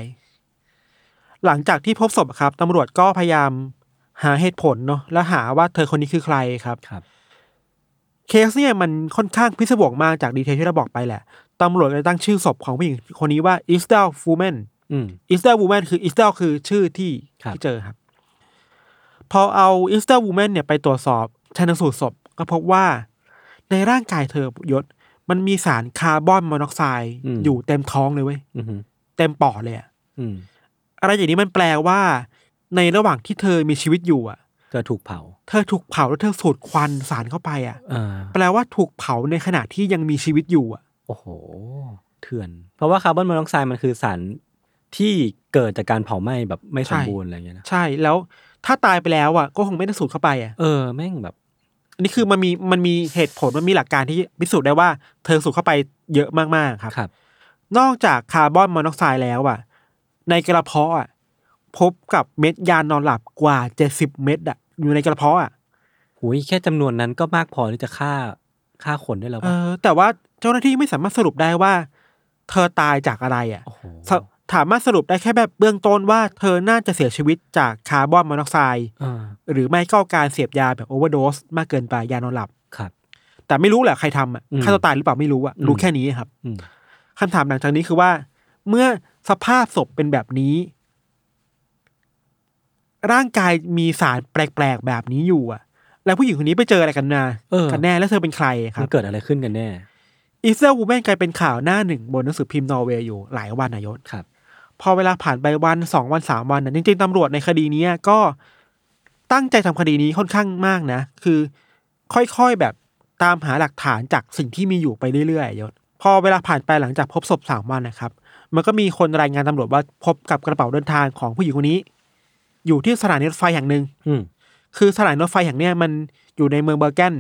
[SPEAKER 2] หลังจากที่พบศพครับตำรวจก็พยายามหาเหตุผลเนาะและหาว่าเธอคนนี้คือใครครับ
[SPEAKER 1] ครับ
[SPEAKER 2] เคสเนี่ยมันค่อนข้างพิศวงมากจากดีเทลที่เราบอกไปแหละตำรวจเลยตั้งชื่อศพของผู้หญิงคนนี้ว่าอิสเดลฟูแมน
[SPEAKER 1] อืม
[SPEAKER 2] อิสเดลวูแมนคืออิสเดลคือชื่อที่
[SPEAKER 1] ครับ
[SPEAKER 2] ที่เจอครับ พอเอาอิสเดลวูแมนเนี่ยไปตรวจสอบชันสูตรศพ ก็พบว่า ในร่างกายเธอยศ มันมีสารคาร์บอนมอนอกไซด์อยู่เต็มท้องเลยเว้ย
[SPEAKER 1] อืม
[SPEAKER 2] เต็มปอดเลยอะ
[SPEAKER 1] อืม
[SPEAKER 2] อะไรอย่างนี้มันแปลว่า ในระหว่างที่เธอมีชีวิตอยู่อ่ะ
[SPEAKER 1] เธอถูกเผา
[SPEAKER 2] เธอถูกเผาแล้วเธอสูดควันสารเข้าไปอ่ะ
[SPEAKER 1] เออ
[SPEAKER 2] แปลว่าถูกเผาในขณะที่ยังมีชีวิตอยู่อ่ะ
[SPEAKER 1] โอ้โห เถื่อน เพราะว่าคาร์บอนมอนอกไซด์มันคือสารที่เกิดจากการเผาไหม้แบบไม่สมบูรณ์อะไรอย่างเงี้ยนะ
[SPEAKER 2] ใช่แล้วถ้าตายไปแล้วอ่ะ ก็คงไม่ได้สูดเข้าไปอ่ะ
[SPEAKER 1] เออ แม่งแบบ
[SPEAKER 2] อันนี้คือมันมีมันมีเหตุผลมันมีหลักการที่พิสูจน์ได้ว่า เธอสูดเข้าไปเยอะมากๆครับ
[SPEAKER 1] ครับ
[SPEAKER 2] นอกจากคาร์บอนมอนอกไซด์แล้วอ่ะ ในกระเพาะอ่ะพบกับเม็ดยานอนหลับกว่าเจ็ดสิบเม็ดอ่ะอยู่ในกระเพาะอ่ะ
[SPEAKER 1] หุยแค่จำนวนนั้นก็มากพอที่จะฆ่าฆ่าคนได้แล้ว
[SPEAKER 2] เอ
[SPEAKER 1] ป่ะ
[SPEAKER 2] อแต่ว่าเจ้าหน้าที่ไม่สามารถสรุปได้ว่า เธอตายจากอะไรอ่ะ
[SPEAKER 1] โอ้โห
[SPEAKER 2] สสามารถสรุปได้แค่แบบเบื้องต้นว่าเธอน่าจะเสียชีวิตจากคาร์บอนมอนอกไซด์
[SPEAKER 1] เออ
[SPEAKER 2] หรือไม่ก็การเสพยาแบบโอเวอร์ e มากเกินไปยานอนหลับ
[SPEAKER 1] ครับ
[SPEAKER 2] แต่ไม่รู้แหละใครทำอ่ะ
[SPEAKER 1] อืม
[SPEAKER 2] ฆ่าตัวตายหรือเปล่าไม่รู้อ่ะ
[SPEAKER 1] อืม
[SPEAKER 2] รู้แค่นี้ครับ
[SPEAKER 1] อืม
[SPEAKER 2] คำถามหลังจากนี้คือว่า เมื่อสภาพศพเป็นแบบนี้ ร่างกายมีสารแปลกๆแบบนี้อยู่อ่ะ แล้วผู้หญิงคนนี้ไปเจออะไรกันมา
[SPEAKER 1] เออ
[SPEAKER 2] กันแน่แล้วเธอเป็นใครครั
[SPEAKER 1] มั
[SPEAKER 2] บ
[SPEAKER 1] นเกิดอะไรขึ้นกันแน่
[SPEAKER 2] อีสเตอร์วูแมนกลายเป็นข่าวหน้าหนึ่งบนหนังสือพิมพ์นอร์เวย์อยู่หลายวันนายศ
[SPEAKER 1] ครับ
[SPEAKER 2] พอเวลาผ่านไปวันสองวันสามวันนะจริงๆตำรวจในคดีเนี้ยก็ตั้งใจทำคดีนี้ค่อนข้างมากนะ คือค่อยๆแบบตามหาหลักฐานจากสิ่งที่มีอยู่ไปเรื่อยๆยศพอเวลาผ่านไปหลังจากพบศพสามวันนะครับ มันก็มีคนรายงานตำรวจว่าพบกับกระเป๋าเดินทางของผู้หญิงคนนี้ อยู่ที่สถานีรถไฟแห่งหนึ่ง
[SPEAKER 1] อืม
[SPEAKER 2] คือสถานีรถไฟแห่งเนี้ยมันอยู่ในเมืองเบอร์แกน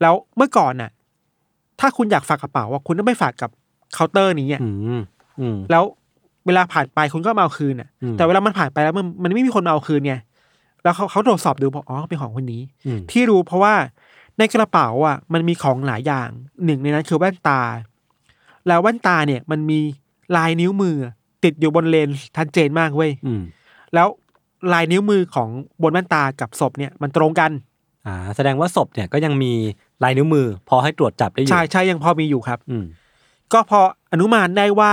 [SPEAKER 2] แล้วเมื่อก่อนน่ะ ถ้าคุณอยากฝากกระเป๋าว่าคุณต้องไปฝากกับเคาน์เตอร์นี้อะ
[SPEAKER 1] อืม อืม
[SPEAKER 2] แล้วเวลาผ่านไปคุณก็มาเอาคืนน่ะ
[SPEAKER 1] อืม
[SPEAKER 2] แต่เวลามันผ่านไปแล้วมันมันไม่มีคนมาเอาคืนไง แล้วเขาเขาตรวจสอบดูบอกอ๋อเป็นของคนนี้
[SPEAKER 1] อืม
[SPEAKER 2] ที่รู้เพราะว่าในกระเป๋าอ่ะมันมีของหลายอย่าง หนึ่งในนั้นคือแว่นตา แล้วแว่นตาเนี่ยมันมีลายนิ้วมือ ติดอยู่บนเลนส์ชัดเจนมากเว้ย
[SPEAKER 1] อืม
[SPEAKER 2] แล้ว ลายนิ้วมือของบนแว่นตากับศพเนี่ยมันตรงกัน
[SPEAKER 1] อ่าแสดงว่าศพเนี่ยก็ยังมีลายนิ้วมือ พอให้ตรวจจับได้อยู่
[SPEAKER 2] ใช่ใช่ยังพอมีอยู่ครับ
[SPEAKER 1] อืม
[SPEAKER 2] ก็พออนุมานได้ว่า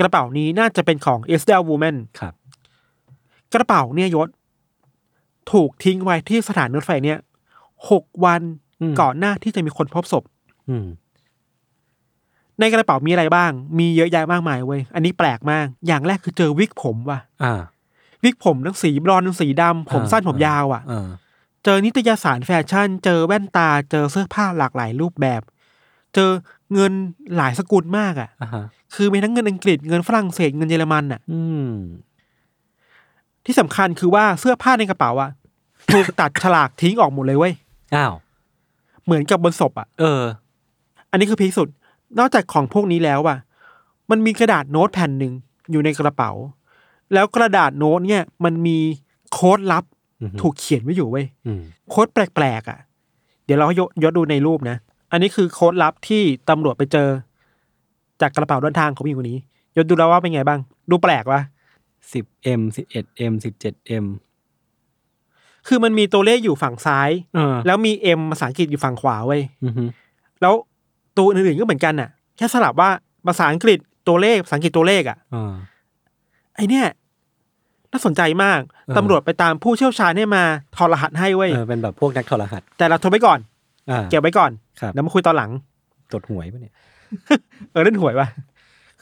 [SPEAKER 2] กระเป๋านี้น่าจะเป็นของเอสเดลวูแมน
[SPEAKER 1] ครับ
[SPEAKER 2] กระเป๋าเนี่ยยศ ถูกทิ้งไว้ที่สถานรถไฟเนี่ยหกวัน
[SPEAKER 1] ม
[SPEAKER 2] ก่อนหน้าที่จะมีคนพบศพ
[SPEAKER 1] อืม
[SPEAKER 2] ในกระเป๋ามีอะไรบ้าง มีเยอะแยะมากมายเว้ย อันนี้แปลกมาก อย่างแรกคือเจอวิกผมว่ะ
[SPEAKER 1] อ่า
[SPEAKER 2] วิกผมทั้งสีบลอนด์ทั้งสีดำผม
[SPEAKER 1] อ่า
[SPEAKER 2] สั้นผม
[SPEAKER 1] อ่าย
[SPEAKER 2] ยาวอ่ะ
[SPEAKER 1] เออ
[SPEAKER 2] เจอนิตยสารแฟชั่น เจอแว่นตา เจอเสื้อผ้าหลากหลายรูปแบบ เจอเงินหลายสกุลมากอ่ะ
[SPEAKER 1] อ่าฮะ
[SPEAKER 2] คือมีทั้งเงินอังกฤษ เงินฝรั่งเศส เงินเยอรมันอ่ะ
[SPEAKER 1] อืม
[SPEAKER 2] ที่สำคัญคือว่าเสื้อผ้าในกระเป๋าอ่ะ <coughs> ถูกตัดฉลากทิ้งออกหมดเลยเว้ย
[SPEAKER 1] อ้าว
[SPEAKER 2] เหมือนกับบนศพอ่ะ
[SPEAKER 1] เออ
[SPEAKER 2] อันนี้คือพีคสุด นอกจากของพวกนี้แล้วอะมันมีกระดาษโน้ตแผ่นหนึ่งอยู่ในกระเป๋า แล้วกระดาษโน้ตเนี่ย มันมีโค้ดลับ
[SPEAKER 1] อือฮึ
[SPEAKER 2] ถูกเขียนไว้อยู่เว้ย
[SPEAKER 1] อืม
[SPEAKER 2] โค้ดแปลกๆอะเดี๋ยวเราให้ยศยศดูในรูปนะ อันนี้คือโค้ดลับที่ตำรวจไปเจอ จากกระเป๋าเดินทางของผู้หญิงคนนี้ ยศดูแล้วว่าเป็นไงบ้าง ดูแปลกปะ
[SPEAKER 1] สิบเอ็มสิบเอ็ดเอ็มสิบเจ็ดเอ็ม
[SPEAKER 2] คือมันมีตัวเลขอยู่ฝั่งซ้าย
[SPEAKER 1] เออ
[SPEAKER 2] แล้วมี M ภาษาอังกฤษอยู่ฝั่งขวาเว้ย
[SPEAKER 1] อือฮึ
[SPEAKER 2] แล้วตัวอื่นๆก็เหมือนกันน่ะ แค่สลับว่าภาษาอังกฤษตัวเลขภาษาอังกฤษตัวเลขอะ
[SPEAKER 1] เออ
[SPEAKER 2] ไอเนี่ยน่าสนใจมาก
[SPEAKER 1] เออ
[SPEAKER 2] ตำรวจไปตามผู้เชี่ยวชาญให้มาถอดรหัสให้เว้ย
[SPEAKER 1] เออเป็นแบบพวกนักโทรหัส
[SPEAKER 2] แต่เราทนไว้ก่อน
[SPEAKER 1] อ่า
[SPEAKER 2] เก็บไว้ก่อน
[SPEAKER 1] ครับ
[SPEAKER 2] เดี๋ยวมาคุยตอนหลัง
[SPEAKER 1] ตรวจหวยปะเนี่ย
[SPEAKER 2] เออเล่นหวยปะ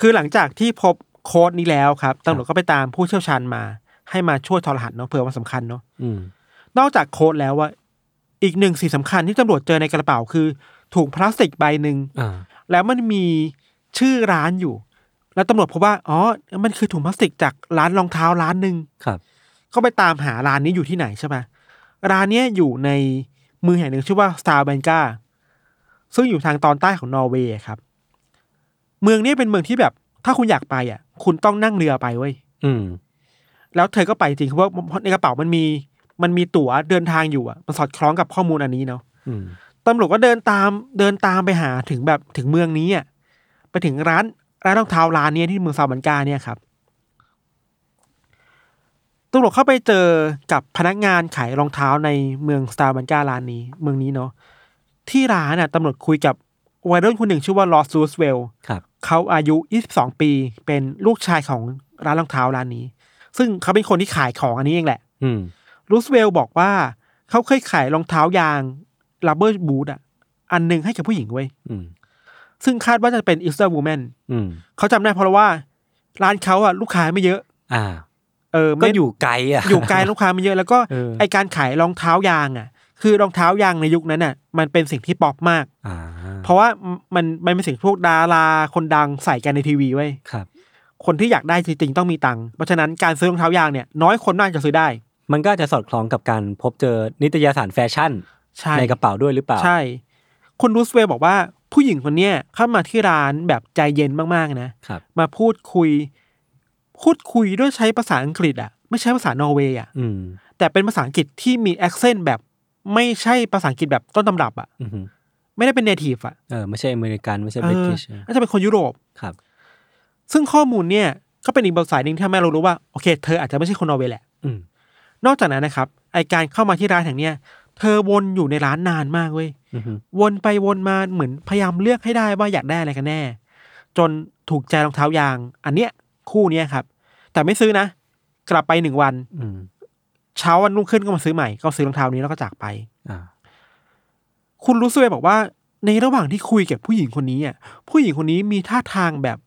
[SPEAKER 2] คือหลังจากที่พบโค้ดนี้แล้วครับตำรวจก็ไปตามผู้เชี่ยวชาญมา ให้มาช่วยถอดรหัสเนาะเผื่อมันสำคัญเนาะ
[SPEAKER 1] อืม
[SPEAKER 2] นอกจากโค้ดแล้วว่า อีกหนึ่งสิ่งสำคัญที่ตำรวจเจอในกระเป๋าคือถุงพลาสติกใบหนึ่ง
[SPEAKER 1] อ่า
[SPEAKER 2] แล้วมันมีชื่อร้านอยู่ แล้วตำรวจพบว่าอ๋อ มันคือถุงพลาสติกจากร้านรองเท้าร้านหนึ่ง
[SPEAKER 1] ครับ
[SPEAKER 2] ก็ไปตามหาร้านนี้อยู่ที่ไหนใช่ปะร้านเนี้ยอยู่ในเมืองแห่งหนึ่งชื่อว่าสตาร์เบนกาซึ่งอยู่ทางตอนใต้ของนอร์เวย์ครับ เมืองเนี้ยเป็นเมืองที่แบบ ถ้าคุณอยากไปอ่ะ คุณต้องนั่งเรือไปเว้ย
[SPEAKER 1] อืม
[SPEAKER 2] แล้วเธอก็ไปจริงเพราะว่าในกระเป๋ามันมี มันมีตั๋วเดินทางอยู่อ่ะ มันสอดคล้องกับข้อมูลอันนี้เนาะ
[SPEAKER 1] อืม
[SPEAKER 2] ตำรวจก็เดินตามเดินตามไปหาถึงแบบถึงเมืองนี้อ่ะไปถึงร้านร้านรองเท้าร้านเนี้ยที่เมืองซาบันกาเนี่ยครับตำรวจเข้าไปเจอกับพนักงานขายรองเท้าในเมืองซาบันการ้านนี้ เมืองนี้เนาะที่ร้านน่ะตำรวจคุยกับวัยรุ่นคนหนึ่งชื่อว่าลอสซูสเวล
[SPEAKER 1] ครับ
[SPEAKER 2] เขาอายุ 22 ปี เป็นลูกชายของร้านรองเท้าร้านนี้ ซึ่งเขาเป็นคนที่ขายของอันนี้เองแหละ
[SPEAKER 1] อืม
[SPEAKER 2] รูสเวลบอกว่าเขาเคยขายรองเท้ายางลับเบอร์บูทอ่ะ อันหนึ่งให้กับผู้หญิงเว้ย
[SPEAKER 1] อืม
[SPEAKER 2] ซึ่งคาดว่าจะเป็นอิสเตอร์วูแมน
[SPEAKER 1] อืม
[SPEAKER 2] เขาจำได้เพราะว่า ร้านเขาอ่ะลูกค้าไม่เยอะ
[SPEAKER 1] อ่า
[SPEAKER 2] เออ
[SPEAKER 1] ก็
[SPEAKER 2] ไม่
[SPEAKER 1] อยู่ไกลอ่ะ
[SPEAKER 2] อยู่ไกลลูกค้าไม่เยอะ แล้วก็
[SPEAKER 1] เออ
[SPEAKER 2] ไอการขายรองเท้ายางอ่ะ คือรองเท้ายางในยุคนั้นอ่ะ มันเป็นสิ่งที่ป๊อปมาก
[SPEAKER 1] อ่า
[SPEAKER 2] เพราะว่ามันมันเป็นสิ่งพวกดาราคนดังใส่กันในทีวีเว้ย
[SPEAKER 1] ครับ
[SPEAKER 2] คนที่อยากได้จริงๆต้องมีตังค์เพราะฉะนั้นการซื้อรองเท้ายางเนี่ย น้อยคนน่าจะซื้อได้
[SPEAKER 1] มันก็อาจจะสอดคล้องกับการพบเจอนิตยสารแฟชั่น
[SPEAKER 2] ช่
[SPEAKER 1] ในกระเป๋าด้วยหรือเปล่า
[SPEAKER 2] ใช่ คุณรูสเวลบอกว่าผู้หญิงคนเนี้ยเข้ามาที่ร้านแบบใจเย็นมากๆนะ
[SPEAKER 1] ครับ
[SPEAKER 2] มาพูดคุย พูดคุยด้วยใช้ภาษาอังกฤษอ่ะ ไม่ใช่ภาษานอร์เวย์อ่ะ
[SPEAKER 1] อืม
[SPEAKER 2] แต่เป็นภาษาอังกฤษที่มีแอคเซนต์แบบไม่ใช่ภาษาอังกฤษแบบต้นตำรับอ่ะ
[SPEAKER 1] อือฮึ
[SPEAKER 2] ไม่ได้เป็นเนทีฟอ่ะ
[SPEAKER 1] เออไม่ใช่อเมริกันไม่ใช่
[SPEAKER 2] เอบ
[SPEAKER 1] ริ
[SPEAKER 2] อ
[SPEAKER 1] ติช
[SPEAKER 2] น่าจะเป็นคนยุโรป
[SPEAKER 1] ครับ
[SPEAKER 2] ซึ่งข้อมูลเนี่ยก็เป็นอีกเบาสายหนึ่งที่ทำให้เรารู้ว่าโอเค เธออาจจะไม่ใช่คนนอร์เวย์แหละ
[SPEAKER 1] อืม
[SPEAKER 2] นอกจากนั้นนะครับไอการเข้ามาที่ร้านแห่งเนี้ยเธอวนอยู่ในร้านนานมากเว้ย
[SPEAKER 1] อือฮึ
[SPEAKER 2] วนไปวนมาเหมือนพยายามเลือกให้ได้ว่าอยากได้อะไรกันแน่ จนถูกใจรองเท้ายาง อันเนี้ยคู่เนี้ยครับ แต่ไม่ซื้อนะ กลับไปหนึ่งวัน
[SPEAKER 1] อืม
[SPEAKER 2] เช้าวันรุ่งขึ้นก็มาซื้อใหม่ ก็ซื้อรองเท้านี้แล้วก็จากไป
[SPEAKER 1] อ่า
[SPEAKER 2] คุณรูสเวย์บอกว่า ในระหว่างที่คุยกับผู้หญิงคนนี้อ่ะผู้หญิงคนนี้มีท่าทางแบบ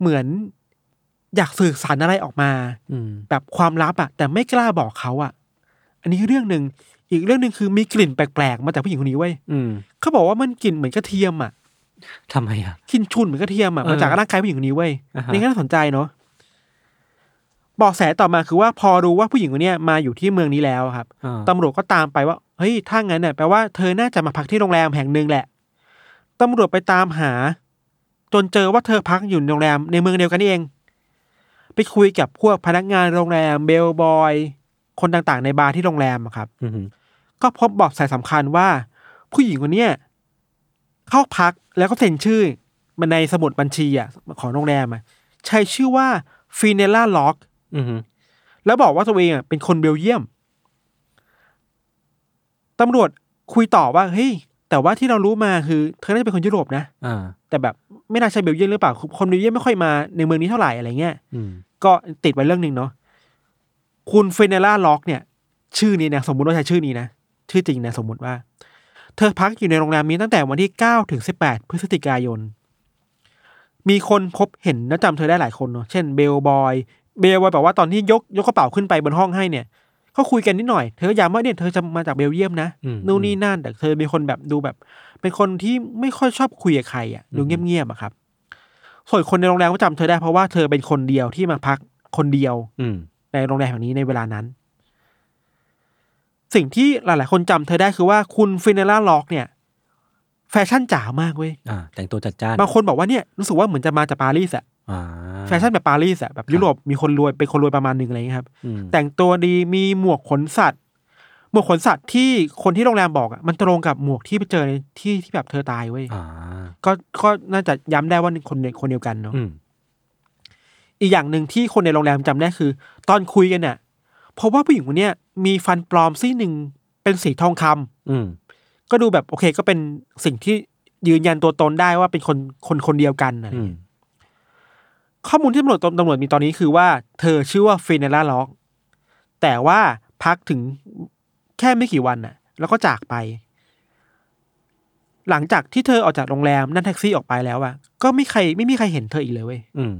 [SPEAKER 2] เหมือนอยากสื่อสารอะไรออกมา
[SPEAKER 1] อืม
[SPEAKER 2] แบบความลับอ่ะ แต่ไม่กล้าบอกเขาอ่ะ อันนี้เรื่องหนึ่งอีกเรื่องหนึ่งคือมีกลิ่นแปลกๆ มาจากผู้หญิงคนนี้เว้ย
[SPEAKER 1] อืม
[SPEAKER 2] เขาบอกว่ามันกลิ่นเหมือนกระเทียมอ่ะ
[SPEAKER 1] ทำไมอ่ะ
[SPEAKER 2] กินชุนเหมือนกระเทียมอ่ะ
[SPEAKER 1] เออ
[SPEAKER 2] มาจากร่างกายผู้หญิงคนนี้เว้ย
[SPEAKER 1] อ่าฮะ
[SPEAKER 2] นี่ก็น่าสนใจเนาะเบาะแสต่อมาคือว่าพอรู้ว่าผู้หญิงคนเนี้ยมาอยู่ที่เมืองนี้แล้วครับ
[SPEAKER 1] อ่า
[SPEAKER 2] ตำรวจก็ตามไปว่าเฮ้ยถ้างั้นเนี่ยแปลว่าเธอน่าจะมาพักที่โรงแรมแห่งหนึ่งแหละตำรวจไปตามหา จนเจอว่าเธอพักอยู่ในโรงแรมในเมืองเดียวกันนี่เอง ไปคุยกับพวกพนักงานโรงแรมเบลบอยคนต่างๆ ในบาร์ที่โรงแรมอะครับ
[SPEAKER 1] อือฮึ
[SPEAKER 2] ก็พบเบาะแสสำคัญว่า ผู้หญิงคนเนี้ยเข้าพักแล้วก็เซ็นชื่อมันในสมุดบัญชีอ่ะของโรงแรมอ่ะใช้ชื่อว่าฟีเนล่าล็อก
[SPEAKER 1] อือฮึ
[SPEAKER 2] แล้วบอกว่าตัวเองอ่ะเป็นคนเบลเยียมตำรวจคุยต่อว่าเฮ้ยแต่ว่าที่เรารู้มาคือเธอน่าจะเป็นคนยุโรปนะ
[SPEAKER 1] อ่า
[SPEAKER 2] แต่แบบไม่น่าใช่เบลเยียมหรือเปล่าคนเบลเยียมไม่ค่อยมาในเมืองนี้เท่าไหร่อะไรเงี้ย
[SPEAKER 1] อืม
[SPEAKER 2] ก็ติดไว้เรื่องหนึ่งเนาะคุณเฟเนล่าล็อกเนี่ย ชื่อนี้เนี่ยสมมุติว่าใช้ชื่อนี้นะ ชื่อจริงนะสมมุติว่า เธอพักอยู่ในโรงแรมนี้ตั้งแต่วันที่ 9 ถึง 18 พฤศจิกายน มีคนพบเห็นและจำเธอได้หลายคนเนาะเช่นเบลบอยเบลบอยบอกว่าตอนที่ยกยกกระเป๋าขึ้นไปบนห้องให้เนี่ยเขาคุยกันนิดหน่อย เธอก็ย้ำว่าเนี่ยเธอจะมาจากเบลเยียมนะ
[SPEAKER 1] อืม
[SPEAKER 2] นู่นนี่นั่นแต่เธอเป็นคนแบบดูแบบ เป็นคนที่ไม่ค่อยชอบคุยกับใครอ่ะดูเงียบๆอะครับ ส่วนคนในโรงแรมก็จำเธอได้เพราะว่าเธอเป็นคนเดียวที่มาพักคนเดียว
[SPEAKER 1] อืม
[SPEAKER 2] ในโรงแรมแห่งนี้ในเวลานั้น สิ่งที่หลาย ๆ คนจำเธอได้คือว่าคุณฟินเนล่าล็อกเนี่ย แฟชั่นจ๋ามากเว้ย
[SPEAKER 1] อ่า แต่งตัวจัดจ้าน
[SPEAKER 2] บางคนบอกว่าเนี่ยรู้สึกว่าเหมือนจะมาจากปารีสอะ
[SPEAKER 1] อ่า
[SPEAKER 2] แฟชั่นแบบปารีสอะแบบยุโรปมีคนรวยเป็นคนรวยประมาณหนึ่งอะไรอย่างเงี้ยครับ
[SPEAKER 1] อืม
[SPEAKER 2] แต่งตัวดีมีหมวกขนสัตว์ หมวกขนสัตว์ที่คนที่โรงแรมบอกอะมันตรงกับหมวกที่ไปเจอในที่ที่แบบเธอตายเว้ย
[SPEAKER 1] อ่า
[SPEAKER 2] ก็ก็น่าจะย้ำได้ว่าคนเดียวคนเดียวกันเนาะ
[SPEAKER 1] อืม
[SPEAKER 2] อีกอย่างหนึ่งที่คนในโรงแรมจำได้คือ ตอนคุยกันเนี่ยเพราะว่าผู้หญิงคนเนี้ยมีฟันปลอมซี่หนึ่งเป็นสีทองคำ
[SPEAKER 1] อืม
[SPEAKER 2] ก็ดูแบบโอเคก็เป็นสิ่งที่ยืนยันตัวตนได้ว่าเป็นคนคนคนเดียวกันอะไร
[SPEAKER 1] อืม
[SPEAKER 2] ข้อมูลที่ตำรวจตำรวจมีตอนนี้คือว่าเธอชื่อว่าเฟเนล่าล็อก แต่ว่าพักถึงแค่ไม่กี่วันน่ะ แล้วก็จากไป หลังจากที่เธอออกจากโรงแรมนั่งแท็กซี่ออกไปแล้วอะก็ไม่ใครไม่มีใครเห็นเธออีกเลยเว้ย
[SPEAKER 1] อืม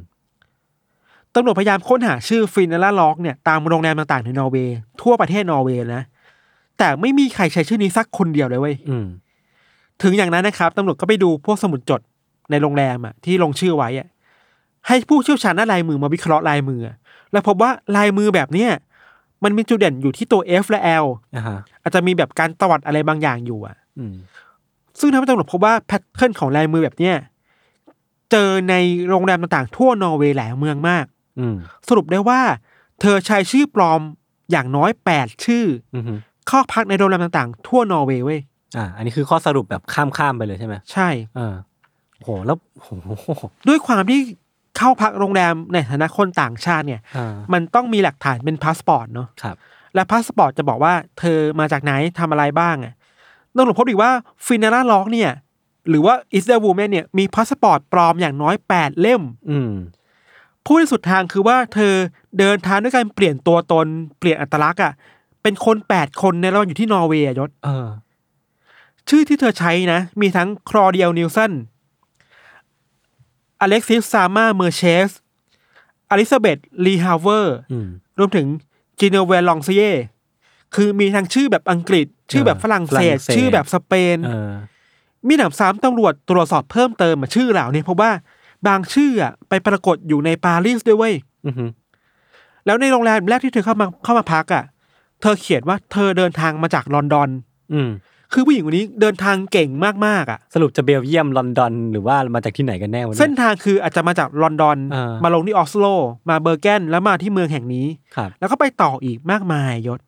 [SPEAKER 2] ตำรวจพยายามค้นหาชื่อฟินเนล่าล็อกเนี่ยตามโรงแรมต่างๆในนอร์เวย์ทั่วประเทศนอร์เวย์นะ แต่ไม่มีใครใช้ชื่อนี้สักคนเดียวเลยเว้ย
[SPEAKER 1] อืม
[SPEAKER 2] ถึงอย่างนั้นนะครับตำรวจก็ไปดูพวกสมุดจดในโรงแรมอ่ะที่ลงชื่อไว้อ่ะให้ผู้เชี่ยวชาญด้านลายมือมาวิเคราะห์ลายมือ แล้วพบว่าลายมือแบบเนี้ยมันมีจุดเด่นอยู่ที่ตัว F และ L
[SPEAKER 1] อ่าฮะ
[SPEAKER 2] อาจจะมีแบบการตวัดอะไรบางอย่างอยู่อ่ะ
[SPEAKER 1] อืม
[SPEAKER 2] ซึ่งทำให้ตำรวจพบว่าแพทเทิร์นของลายมือแบบเนี้ยเจอในโรงแรมต่างๆทั่วนอร์เวย์หลายเมืองมาก
[SPEAKER 1] อืม
[SPEAKER 2] สรุปได้ว่า เธอใช้ชื่อปลอมอย่างน้อย 8 ชื่อ
[SPEAKER 1] อืมฮึ
[SPEAKER 2] เข้าพักในโรงแรมต่างๆ ทั่วนอร์เวย์เว้ย
[SPEAKER 1] อ่า อันนี้คือข้อสรุปแบบข้ามข้ามๆไปเลยใช่ไหม
[SPEAKER 2] ใช่
[SPEAKER 1] เออโหแล้วโห
[SPEAKER 2] ด้วยความที่เข้าพักโรงแรมในฐานะคนต่างชาติเนี่ย
[SPEAKER 1] อ่า
[SPEAKER 2] มันต้องมีหลักฐานเป็นพาสปอร์ตเนาะ
[SPEAKER 1] ครับ
[SPEAKER 2] และพาสปอร์ตจะบอกว่าเธอมาจากไหนทำอะไรบ้างอะ่ะตำรวจพบอีกว่าฟินาล่าล็อกเนี่ย หรือว่าอิสเดอร์วูแมนเนี่ยมีพาสปอร์ตปลอมอย่างน้อย 8 เล่ม
[SPEAKER 1] อืม
[SPEAKER 2] ผู้ที่สุดทางคือว่าเธอเดินทางด้วยการเปลี่ยนตัวตนเปลี่ยนอัตลักษณ์อ่ะเป็นคน 8 คนในระหว่างอยู่ที่นอร์เวย์อะยศ
[SPEAKER 1] เออ
[SPEAKER 2] ชื่อที่เธอใช้นะ มีทั้งคลอเดียลนิวสัน อเล็กซิสซามาเมอร์เชส อลิซาเบธลีฮาวเวอร์
[SPEAKER 1] อืม
[SPEAKER 2] รวมถึงจีเนเวลลองเซเย คือมีทั้งชื่อแบบอังกฤษ ชื่อแบบฝรั่งเศ
[SPEAKER 1] ฝรั่
[SPEAKER 2] ส
[SPEAKER 1] งเศส
[SPEAKER 2] ชื่อแบบสเปน
[SPEAKER 1] เออ
[SPEAKER 2] มีหนำซ้ำตำรวจตรวจสอบเพิ่มเติมอะชื่อเหล่านี้เพราะว่าบางชื่ออะไปปรากฏอยู่ในปารีสด้วยเว้ย
[SPEAKER 1] อืมฮึ
[SPEAKER 2] แล้วในโรงแรมแรกที่เธอเข้ามาเข้ามาพักอะเธอเขียนว่าเธอเดินทางมาจากลอนดอน
[SPEAKER 1] อืม
[SPEAKER 2] คือผู้หญิงคนนี้เดินทางเก่งมากๆอะ
[SPEAKER 1] สรุปจะเบลเยียมลอนดอน หรือว่ามาจากที่ไหนกันแน่วะเนี่ย
[SPEAKER 2] เส้นทางคืออาจจะมาจากลอนดอน
[SPEAKER 1] อ่าม
[SPEAKER 2] มาลงที่ออสโล มาเบอร์เกนแล้วมาที่เมืองแห่งนี้
[SPEAKER 1] ครับ
[SPEAKER 2] แล้วก็ไปต่ออีกมากมายยศ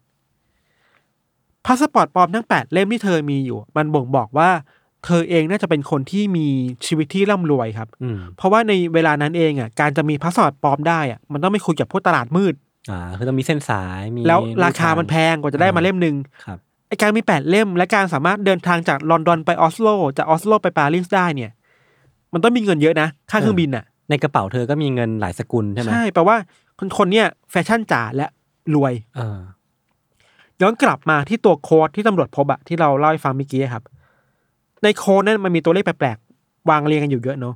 [SPEAKER 2] พาสปอร์ตปลอมทั้งแปดเล่มที่เธอมีอยู่ มันบ่งบอกว่า เธอเองน่าจะเป็นคนที่มีชีวิตที่ร่ำรวยครับ
[SPEAKER 1] อืม
[SPEAKER 2] เพราะว่าในเวลานั้นเองอ่ะการจะมีพาสปอร์ตปลอมได้อ่ะมันต้องไปคุยกับพวกตลาดมืด
[SPEAKER 1] อ่า คือต้องมีเส้นสายมี
[SPEAKER 2] แล้ว
[SPEAKER 1] ลู่
[SPEAKER 2] ราคา
[SPEAKER 1] ทง
[SPEAKER 2] มันแพงกว่าจะได้มาเล่มหนึ่ง
[SPEAKER 1] ครับ
[SPEAKER 2] ไอการมีแปดเล่ม และการสามารถเดินทางจากลอนดอนไปออสโลจากออสโลไปปารีสได้เนี่ย มันต้องมีเงินเยอะนะค่าเครื่องบินอ่ะ
[SPEAKER 1] ในกระเป๋าเธอก็มีเงินหลายสกุลใช่ไหม
[SPEAKER 2] ใช่แปลว่าคนคนๆเนี่ยแฟชั่นจ๋าและรวย
[SPEAKER 1] เออ
[SPEAKER 2] ย้อนกลับมาที่ตัวโค้ดที่ตำรวจพบอะที่เราเล่าให้ฟังเมื่อกี้ครับ ในโค้ดนั้นมันมีตัวเลขแปลกๆ วางเรียงกันอยู่เยอะเนาะ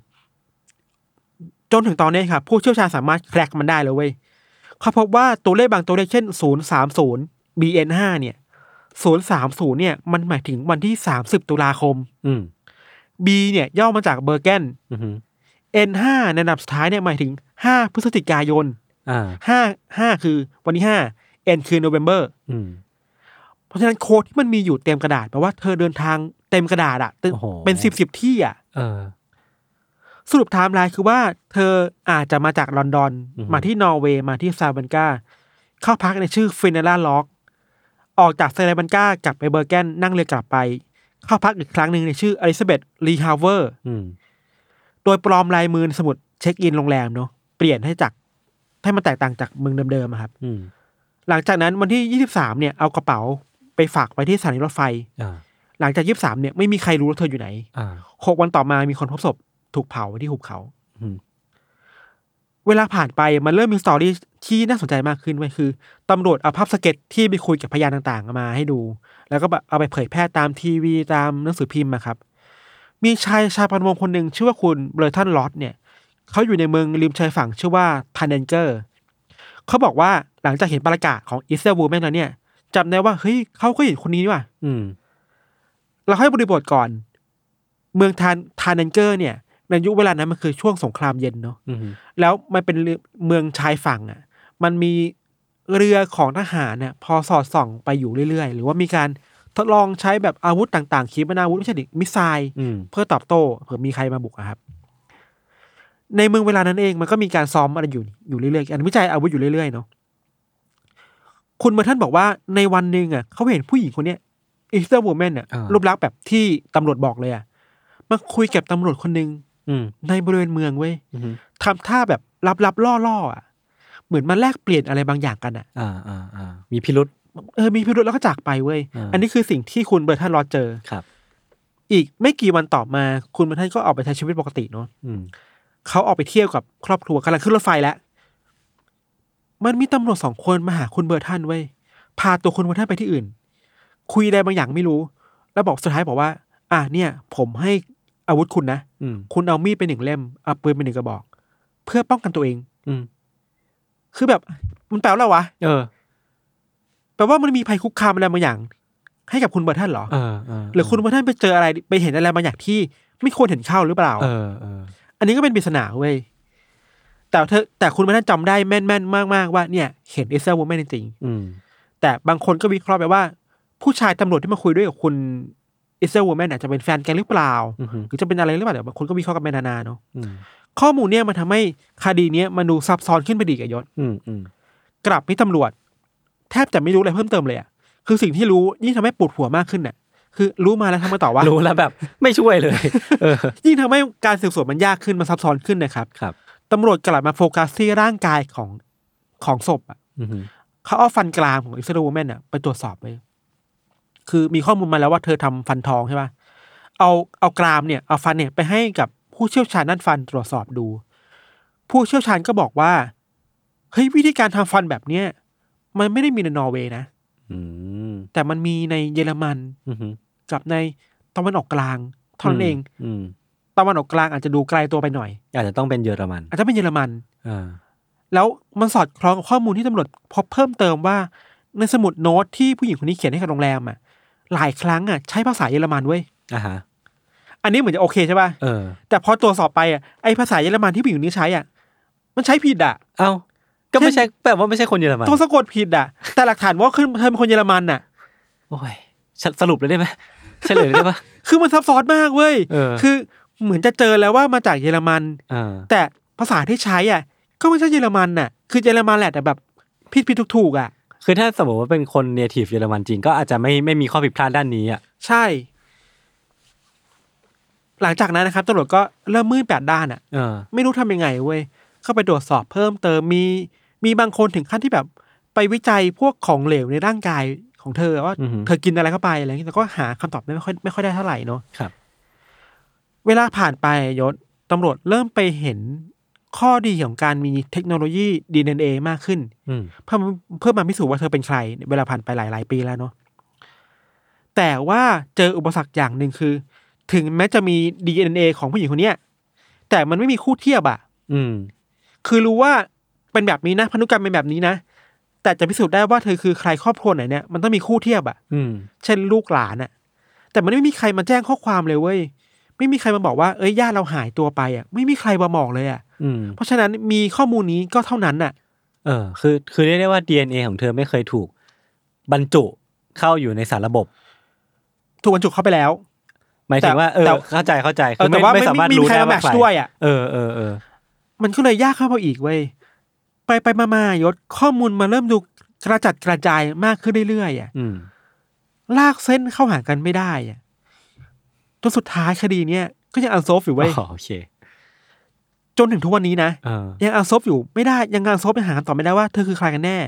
[SPEAKER 2] จนถึงตอนนี้ครับ ผู้เชี่ยวชาญสามารถแครกมันได้เลยเว้ยเขาพบว่าตัวเลขบางตัวเลขเช่น 030 BN5 เนี่ย030เนี่ย มันหมายถึงวันที่ 30 ตุลาคม
[SPEAKER 1] อืม
[SPEAKER 2] B เนี่ยย่อมาจากเบอร์เกน
[SPEAKER 1] อืม
[SPEAKER 2] N5 ในอันดับสุดท้ายเนี่ยหมายถึง 5 พฤศจิกายน
[SPEAKER 1] อ่า
[SPEAKER 2] ห้าห้าคือวันที่ห้าเอ็นคือโนเวม ber
[SPEAKER 1] อืม
[SPEAKER 2] เพราะฉะนั้นโค้ดที่มันมีอยู่เต็มกระดาษแปลว่าเธอเดินทางเต็มกระดาษอะเต็ม
[SPEAKER 1] โอ้โห
[SPEAKER 2] เป็นสิบสิบที่อะ
[SPEAKER 1] เออ
[SPEAKER 2] สรุปไทม์ไลน์คือว่าเธออาจจะมาจากลอนดอน
[SPEAKER 1] อือฮึ
[SPEAKER 2] มาที่นอร์เวย์มาที่ซาบันกาเข้าพักในชื่อฟินเนล่าล็อก ออกจากซาบันกากลับไปเบอร์เกนนั่งเรือกลับไป เข้าพักอีกครั้งหนึ่งในชื่ออลิซาเบธลีฮาวเวอร์
[SPEAKER 1] อืม
[SPEAKER 2] โดยปลอมลายมือในสมุดเช็คอินโรงแรมเนาะเปลี่ยนให้จากให้มันแตกต่างจากเมืองเดิมๆอะครับ
[SPEAKER 1] อืม
[SPEAKER 2] หลังจากนั้นวันที่ 23 เนี่ยเอากระเป๋าไปฝากไว้ที่สถานีรถไฟ
[SPEAKER 1] อ่า
[SPEAKER 2] หลังจาก 23 เนี่ยไม่มีใครรู้ว่าเธออยู่ไหน
[SPEAKER 1] อ่า
[SPEAKER 2] หกวันต่อมามีคนพบศพถูกเผาที่หุบเขา
[SPEAKER 1] อืม
[SPEAKER 2] เวลาผ่านไปมันเริ่มมีสตอรี่ที่น่าสนใจมากขึ้นไว้ยคือตำรวจเอาภาพสเก็ตที่ไปคุยกับพยานต่างๆ มาให้ดู แล้วก็แบบเอาไปเผยแพร่ตามทีวีตามหนังสือพิมพ์อะครับ มีชายชาวประมงคนหนึ่งชื่อว่าคุณเบลทันลอตเนี่ยเขาอยู่ในเมืองริมชายฝั่งชื่อว่าทานเดนเจอร์เขาบอกว่าหลังจากเห็นประกาศของอิสเตอร์บูแมนแล้วเนี่ยจำได้ว่าเฮ้ยเขาก็เห็นคนนี้นี่ว่ะ
[SPEAKER 1] อืม
[SPEAKER 2] เราให้บริบทก่อน เมืองทานทานันเกอร์เนี่ยในยุคเวลานั้นมันคือช่วงสงครามเย็นเนาะ
[SPEAKER 1] อืม
[SPEAKER 2] แล้วมันเป็นเรือเมืองชายฝั่งอะ่ะ มันมีเรือของทหารเนี่ยพอสอดส่องไปอยู่เรื่อยๆ หรือว่ามีการทดลองใช้แบบอาวุธต่างๆขีปนาวุธไม่ใช่ดิมิสไซล์
[SPEAKER 1] อืม
[SPEAKER 2] เพื่อตอบโต้เผื่อมีใครมาบุกอะครับ ในเมืองเวลานั้นเองมันก็มีการซ้อมอะไรอยู่อยู่เรื่อยๆอันวิจัยอาวุธอยู่เรื่อยๆเนาะคุณเมอร์ท่านบอกว่าในวันหนึ่งอ่ะเขาเห็นผู้หญิงคนเนี้ยอีสเตอร์วูแมนอ่ะรูปลักษณ์แบบที่ตำรวจบอกเลยอ่ะมาคุยกับตำรวจคนหนึ่ง
[SPEAKER 1] อืม
[SPEAKER 2] ในบริเวณเมืองเว้ย
[SPEAKER 1] อืม
[SPEAKER 2] ทำท่าแบบลับๆล่อๆอ่ะ เหมือนมาแลกเปลี่ยนอะไรบางอย่างกันอ่ะ
[SPEAKER 1] อ่าอ่าอ่ามีพิรุษ
[SPEAKER 2] เออมีพิรุธแล้วก็จากไปเว้ย
[SPEAKER 1] อ่า
[SPEAKER 2] อันนี้คือสิ่งที่คุณเบอร์ท่านรอเจอ
[SPEAKER 1] ครับ
[SPEAKER 2] อีกไม่กี่วันต่อมาคุณเบอร์ท่านก็ออกไปใช้ชีวิตปกติเนาะ
[SPEAKER 1] อืม
[SPEAKER 2] เขาออกไปเที่ยวกับครอบครัวกำลังขึ้นรถไฟแล้วมันมีตำรวจสองคนมาหาคุณเบอร์ท่านเว้ยพาตัวคุณเบอร์ท่านไปที่อื่น คุยอะไรบางอย่างไม่รู้ แล้วบอกสุดท้ายบอกว่า อ่ะเนี่ย ผมให้อาวุธคุณนะ
[SPEAKER 1] อืม
[SPEAKER 2] คุณเอามีดไปหนึ่งเล่มเอาปืนไปหนึ่งกระบอก เพื่อป้องกันตัวเอง
[SPEAKER 1] อืม
[SPEAKER 2] คือแบบมันแปลว่าอะไรวะ
[SPEAKER 1] เออ
[SPEAKER 2] แปลว่ามันมีภัยคุกคามอะไรบางอย่าง ให้กับคุณเบอร์ท่านเหรอ
[SPEAKER 1] เออเออ
[SPEAKER 2] หรือคุณเบอร์ท่านไปเจออะไรไปเห็นอะไรบางอย่างที่ไม่ควรเห็นเข้าหรือเปล่า
[SPEAKER 1] เออเออ
[SPEAKER 2] อันนี้ก็เป็นปริศนาเว้ยแต่เธอแต่คุณเบอร์ท่านจำได้แม่นๆมากๆว่าเนี่ยเห็นเอเซอร์วูแมนจริง
[SPEAKER 1] อืม
[SPEAKER 2] ๆแต่บางคนก็วิเคราะห์ไปว่า ผู้ชายตำรวจที่มาคุยด้วยกับคุณเอเซอร์วูแมนอาจจะเป็นแฟนกันหรือเปล่า
[SPEAKER 1] อืม
[SPEAKER 2] หรือจะเป็นอะไรหรือเปล่าเดี๋ยวบางคนก็วิเคราะห์กันไปนานาเนาะ
[SPEAKER 1] อืม
[SPEAKER 2] ข้อมูลเนี่ยมันทำให้คดีเนี้ยมันดูซับซ้อนขึ้นไปดีกับยศ
[SPEAKER 1] อืมอืม
[SPEAKER 2] กลับไม่ตำรวจ แทบจะไม่รู้อะไรเพิ่มเติมเลยอ่ะคือสิ่งที่รู้ยิ่งทำให้ปวดหัวมากขึ้นน่ะ คือรู้มาแล้วทำมาต่อว่า
[SPEAKER 1] รู้แล้วแบบไม่ช่วย <laughs> เลยเออ
[SPEAKER 2] ยิ่งทำให้การสืบสวนมันยากขึ้นมันซับซ้อนขึ้นนะครับ
[SPEAKER 1] ครับ
[SPEAKER 2] ตำรวจกลับมาโฟกัสที่ร่างกายของของศพอ่ะ
[SPEAKER 1] อืม
[SPEAKER 2] เขาเอาฟันกรามของอิสราเอลแมนอ่ะไปตรวจสอบเลยคือมีข้อมูลมาแล้วว่าเธอทำฟันทองใช่ป่ะเอาเอากรามเนี่ยเอาฟันเนี่ยไปให้กับผู้เชี่ยวชาญด้านฟันตรวจสอบดู ผู้เชี่ยวชาญก็บอกว่าเฮ้ยวิธีการทำฟันแบบเนี้ยมันไม่ได้มีในนอร์เวย์นะ
[SPEAKER 1] อืม
[SPEAKER 2] แต่มันมีในเยอรมัน
[SPEAKER 1] อืม
[SPEAKER 2] กับในตะวันออกกลางเท่านั้นเอง
[SPEAKER 1] อืม
[SPEAKER 2] ตะวันออกกลางอาจจะดูไกลตัวไปหน่อย
[SPEAKER 1] อาจจะต้องเป็นเยอรมัน
[SPEAKER 2] อาจจะเป็นเยอรมัน
[SPEAKER 1] อ่า
[SPEAKER 2] แล้วมันสอดคล้องกับข้อมูลที่ตำรวจพบเพิ่มเติมว่า ในสมุดโน้ตที่ผู้หญิงคนนี้เขียนให้กับโรงแรมอ่ะหลายครั้งอ่ะใช้ภาษาเยอรมันเว้ย
[SPEAKER 1] อ่าฮะ
[SPEAKER 2] อันนี้เหมือนจะโอเคใช่ป่ะ
[SPEAKER 1] เออ
[SPEAKER 2] แต่พอตรวจสอบไปอ่ะไอภาษาเยอรมันที่ผู้หญิงคนนี้ใช้อ่ะมันใช้ผิดอ่ะ
[SPEAKER 1] เอ้าก็ไม่ใช่
[SPEAKER 2] เช่น
[SPEAKER 1] แปลว่าไม่ใช่คนเยอรมัน
[SPEAKER 2] ตัวสะกดผิดอ่ะ แต่หลักฐานว่าคือเธอเป็นคนเยอรมันอ่ะ
[SPEAKER 1] โอ้ยสสรุปเลยได้ไหม <laughs> เฉลยเลยได้ปะ
[SPEAKER 2] คือมันซับซ้อนมากเว้ย
[SPEAKER 1] เออ
[SPEAKER 2] คือเหมือนจะเจอแล้วว่ามาจากเยอรมัน
[SPEAKER 1] อ่า
[SPEAKER 2] แต่ภาษาที่ใช้อ่ะ ก็ไม่ใช่เยอรมันน่ะ คือเยอรมันแหละแต่แบบผิดผิดถูกถูกๆอ่ะ
[SPEAKER 1] คือถ้าสมมติว่าเป็นคนเนทีฟเยอรมันจริงก็อาจจะไม่ไม่มีข้อผิดพลาดด้านนี้อ่ะ
[SPEAKER 2] ใช่ หลังจากนั้นนะครับตำรวจก็เริ่มมืดแปดด้านอ่ะ
[SPEAKER 1] เออ
[SPEAKER 2] ไม่รู้ทำยังไงเว้ยเข้าไปตรวจสอบเพิ่มเติมมี มีบางคนถึงขั้นที่แบบ ไปวิจัยพวกของเหลวในร่างกายของเธอว่า
[SPEAKER 1] อือหือ
[SPEAKER 2] เธอกินอะไรเข้าไปอะไรอย่างเงี้ยแต่ก็หาคำตอบไม่ค่อยไม่ค่อยได้เท่าไหร่เนาะ
[SPEAKER 1] ครับ
[SPEAKER 2] เวลาผ่านไปยศตำรวจเริ่มไปเห็นข้อดีของการมีเทคโนโลยี DNA มากขึ้น
[SPEAKER 1] อืม
[SPEAKER 2] เพื่อมาเพื่อมาพิสูจน์ว่าเธอเป็นใคร เวลาผ่านไปหลายหลายๆปีแล้วเนาะแต่ว่าเจออุปสรรคอย่างหนึ่งคือ ถึงแม้จะมี DNA ของผู้หญิงคนเนี้ยแต่มันไม่มีคู่เทียบอะ
[SPEAKER 1] อืม
[SPEAKER 2] คือรู้ว่าเป็นแบบนี้นะพันธุกรรมเป็นแบบนี้นะ แต่จะพิสูจน์ได้ว่าเธอคือใครครอบครัวไหนเนี่ยมันต้องมีคู่เทียบอะ
[SPEAKER 1] อืม
[SPEAKER 2] เช่นลูกหลานอะแต่มันไม่มีใครมาแจ้งข้อความเลยเว้ยไม่มีใครมาบอกว่าเอ้ยญาติเราหายตัวไปอะไม่มีใครมาบอกเลยอะ
[SPEAKER 1] อืม
[SPEAKER 2] เพราะฉะนั้นมีข้อมูลนี้ก็เท่านั้นน่ะ
[SPEAKER 1] เออคือคือเรียกได้ว่า DNA ของเธอไม่เคยถูก บรรจุเข้าอยู่ในสารระบบ
[SPEAKER 2] ถูกบรรจุเข้าไปแล้ว
[SPEAKER 1] หมายถึงว่าเออ
[SPEAKER 2] แต่
[SPEAKER 1] เข้าใจเข้าใจ
[SPEAKER 2] เอ
[SPEAKER 1] คือ อ
[SPEAKER 2] แต่
[SPEAKER 1] ไม่
[SPEAKER 2] ว่า
[SPEAKER 1] ไม่
[SPEAKER 2] ไม่
[SPEAKER 1] สามารถ
[SPEAKER 2] ไม่มี
[SPEAKER 1] รู้
[SPEAKER 2] ใคร
[SPEAKER 1] ได้
[SPEAKER 2] มาแม
[SPEAKER 1] ว่า
[SPEAKER 2] ท
[SPEAKER 1] ใค
[SPEAKER 2] ช์
[SPEAKER 1] ร
[SPEAKER 2] ด้วยอ่ะ
[SPEAKER 1] เออเออเออ
[SPEAKER 2] มันก็เลยยากเข้าไปอีกเว้ย ไปไปมามายศข้อมูลมาเริ่มดูกระจัดกระจายมากขึ้นเรื่อยๆอ่ะ
[SPEAKER 1] อืม
[SPEAKER 2] ลากเส้นเข้าหากันไม่ได้อ่ะจนสุดท้ายคดีเนี้ยก็ยังอันโซฟอยู่เว้ย
[SPEAKER 1] อ๋อโอเค
[SPEAKER 2] จนถึงทุกวันนี้นะ
[SPEAKER 1] เออ
[SPEAKER 2] ยังอันโซฟอยู่ไม่ได้ยังอันโซฟไปหาต่อไม่ได้ว่าเธอคือใครกันแน่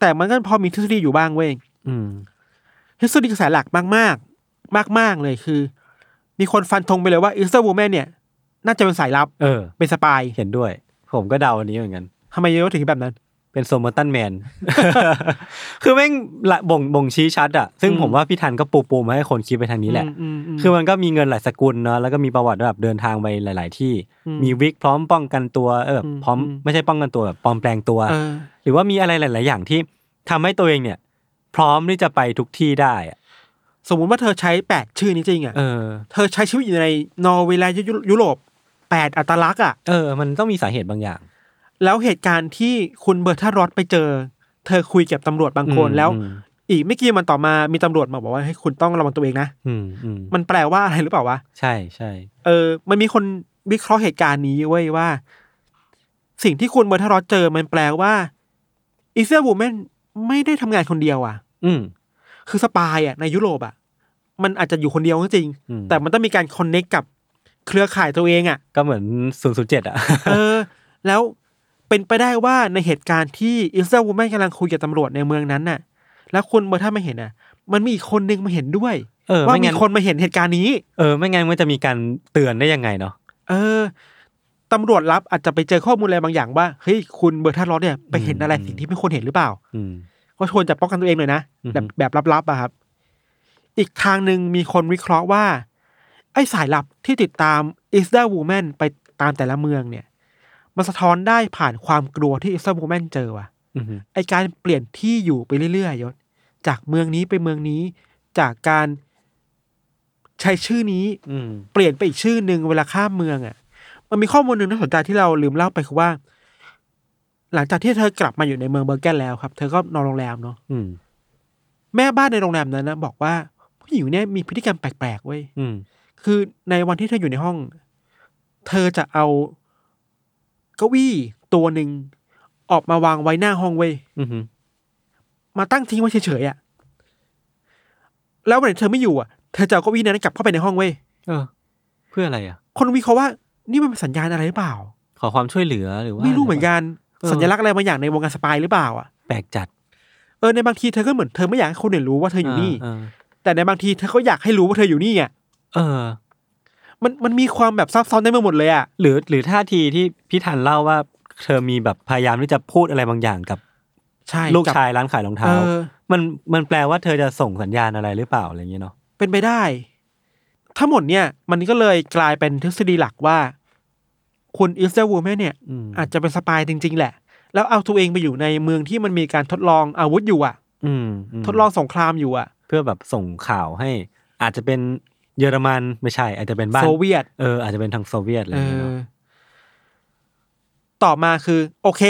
[SPEAKER 2] แต่มันก็พอมีทฤษฎีอยู่บ้างเว้ย
[SPEAKER 1] อืม
[SPEAKER 2] ทฤษฎีกระแสหลักมากมากมากมาก ๆ เลยคือ มีคนฟันธงไปเลยว่าอิสเตอร์วูแมนเนี่ย น่าจะเป็นสายลับ
[SPEAKER 1] เออ
[SPEAKER 2] เป็นสปาย
[SPEAKER 1] เห็นด้วย ผมก็เดาอันนี้เหมือนกัน
[SPEAKER 2] ทำไมเยอะถึงแบบนั้น
[SPEAKER 1] เป็นโซมอตันแม
[SPEAKER 2] <laughs>
[SPEAKER 1] น คือแม่งละบ่งบ่งชี้ชัดอะซึ่ง
[SPEAKER 2] อืม
[SPEAKER 1] ผมว่าพี่ทันก็ปูปูมาให้คนคิดไปทางนี้แหละ
[SPEAKER 2] อืมมม
[SPEAKER 1] คือมันก็มีเงินหลายสกุลเนาะ แล้วก็มีประวัติแบบเดินทางไปหลาย ๆ ที่
[SPEAKER 2] อืม
[SPEAKER 1] มีวิกพร้อมป้องกันตัว เออแบบ
[SPEAKER 2] อืม
[SPEAKER 1] พร้อม
[SPEAKER 2] อืม
[SPEAKER 1] ไม่ใช่ป้องกันตัวแบบปลอมแปลงตัว
[SPEAKER 2] เออ
[SPEAKER 1] หรือว่ามีอะไรหลาย ๆ อย่างที่ทำให้ตัวเองเนี่ย พร้อมที่จะไปทุกที่ได้อะ
[SPEAKER 2] สมมุติว่าเธอใช้แปดชื่อนี้จริงอ่ะ
[SPEAKER 1] เออ
[SPEAKER 2] เธอใช้ชีวิตอยู่ในนอร์เวย์และยุยุโรปแปดอัตลักษณ์อ่ะ
[SPEAKER 1] เออ มันต้องมีสาเหตุบางอย่าง
[SPEAKER 2] แล้วเหตุการณ์ที่คุณเบอร์ธารอดไปเจอ เธอคุยกับตำรวจบางคน
[SPEAKER 1] อืม
[SPEAKER 2] แล้ว
[SPEAKER 1] อืม
[SPEAKER 2] อีกไม่กี่วันต่อมามีตำรวจมาบอกว่าให้คุณต้องระวังตัวเองนะ
[SPEAKER 1] อืมอืม
[SPEAKER 2] มันแปลว่าอะไรหรือเปล่าวะ
[SPEAKER 1] ใช่ใช่
[SPEAKER 2] เออ มันมีคนวิเคราะห์เหตุการณ์นี้เว้ยว่า สิ่งที่คุณเบอร์ธารอดเจอ มันแปลว่าอีเซียบูแมนไม่ได้ทำงานคนเดียวอ่ะ
[SPEAKER 1] อืม
[SPEAKER 2] คือสปายอ่ะในยุโรปอ่ะมันอาจจะอยู่คนเดียวก็จริง
[SPEAKER 1] อืม
[SPEAKER 2] แต่มันต้องมีการคอนเน็กกับเครือข่ายตัวเองอ่ะ
[SPEAKER 1] ก็เหมือนศูนย์ศูนย์เจ็ดอะ
[SPEAKER 2] เออ แล้วเป็นไปได้ว่าในเหตุการณ์ที่อิสราเอลวูแมนกำลังคุยกับตำรวจในเมืองนั้นน่ะ แล้วคุณเบอร์ท่าไม่เห็นน่ะ มันมีอีกคนนึงมาเห็นด้วย
[SPEAKER 1] เออ
[SPEAKER 2] ว่า
[SPEAKER 1] ไม่
[SPEAKER 2] มี
[SPEAKER 1] งั้น
[SPEAKER 2] คนมาเห็นเหตุการณ์นี้
[SPEAKER 1] เออไม่งั้นมันจะมีการเตือนได้ยังไงเนาะ
[SPEAKER 2] เออตำรวจรับอาจจะไปเจอข้อมูลอะไรบางอย่างว่าเฮ้ยคุณเบอร์ท่ารอดเนี่ยไปเห็นอะไรสิ่งที่ไม่ควรเห็นหรือเปล่า
[SPEAKER 1] อืม
[SPEAKER 2] ก็ชวนจะป้องกันตัวเองหน่อยนะ
[SPEAKER 1] อือฮึ
[SPEAKER 2] แบบแบบลับๆอะครับ อีกทางหนึ่งมีคนวิเคราะห์ว่า ไอ้สายลับที่ติดตามอิสดาวูแมนไปตามแต่ละเมืองเนี่ย มันสะท้อนได้ผ่านความกลัวที่อิสดาวูแมนเจอว่ะ
[SPEAKER 1] อืม
[SPEAKER 2] ไอการเปลี่ยนที่อยู่ไปเรื่อยๆยศจากเมืองนี้ไปเมืองนี้ จากการใช้ชื่อนี้
[SPEAKER 1] อืม
[SPEAKER 2] เปลี่ยนไปอีกชื่อหนึ่งเวลาข้ามเมืองอะ่ะ มันมีข้อมูลหนึ่งน่าสนใจที่เราลืมเล่าไปคือว่า หลังจากที่เธอกลับมาอยู่ในเมืองเบอร์เกนแล้วครับ เธอก็นอนโรงแรมเนาะ
[SPEAKER 1] อืม
[SPEAKER 2] แม่บ้านในโรงแรมนั้นนะบอกว่า ผู้หญิงเนี่ยมีพฤติกรรมแปลกๆเว้ย
[SPEAKER 1] อืม
[SPEAKER 2] คือในวันที่เธออยู่ในห้อง เธอจะเอาเก้าอี้ตัวหนึ่งออกมาวางไว้หน้าห้องเว้ย
[SPEAKER 1] อืมอืม
[SPEAKER 2] มาตั้งทิ้งไว้เฉยๆอะแล้ววันไหนเธอไม่อยู่อ่ะ เธอจะเอาเก้าอี้นั้นกลับเข้าไปในห้องเว้ย
[SPEAKER 1] เออ เพื่ออะไรอ่ะ
[SPEAKER 2] คนวิเคราะห์ว่า นี่มันเป็นสัญญาณอะไรหรือเปล่า
[SPEAKER 1] ขอความช่วยเหลือหรือว่า
[SPEAKER 2] ไม่รู้เหมือนกัน
[SPEAKER 1] เออ
[SPEAKER 2] สัญลักษณ์อะไรบางอย่างในวงการสปายหรือเปล่าอ่ะ
[SPEAKER 1] แปลกจัด
[SPEAKER 2] เออในบางทีเธอก็เหมือนเธอไม่อยากให้คนอื่นรู้ว่าเธออยู่นี่
[SPEAKER 1] เออ
[SPEAKER 2] แต่ในบางทีเธอก็อยากให้รู้ว่าเธออยู่นี่อ่ะ
[SPEAKER 1] เออ
[SPEAKER 2] มันมันมีความแบบซับซ้อนได้มาหมดเลยอ่ะ
[SPEAKER 1] หรือหรือท่าทีที่พี่ทันเล่าว่า เธอมีแบบพยายามที่จะพูดอะไรบางอย่างกับ
[SPEAKER 2] ใช่
[SPEAKER 1] ลูก
[SPEAKER 2] บ
[SPEAKER 1] ชายร้านขายรอง
[SPEAKER 2] เอ
[SPEAKER 1] เท้า
[SPEAKER 2] อ
[SPEAKER 1] มันมันแปลว่าเธอจะส่งสัญญาณอะไรหรือเปล่าอะไรอย่างเงี้ยเนาะ
[SPEAKER 2] เป็นไปได้ ทั้งหมดเนี่ย มันก็เลยกลายเป็นทฤษฎีหลักว่า คุณอิสเตอร์วูแมนเนี่ย
[SPEAKER 1] อืม
[SPEAKER 2] อาจจะเป็นสปายจริง ๆ แหละ แล้วเอาตัวเองไปอยู่ในเมืองที่มันมีการทดลองอาวุธอยู่อ่ะ
[SPEAKER 1] อืมม
[SPEAKER 2] ทดลองสงครามอยู่อ่ะ
[SPEAKER 1] เพื่อแบบส่งข่าวให้ อาจจะเป็นเยอรมันไม่ใช่ อาจจะเป็นบ้าน
[SPEAKER 2] โซเวียต
[SPEAKER 1] เอออาจจะเป็นทางโซเวียตอะไร
[SPEAKER 2] เอ
[SPEAKER 1] อย่างเงี้ย
[SPEAKER 2] อ
[SPEAKER 1] เนาะ
[SPEAKER 2] ต่อมาคือ โอเค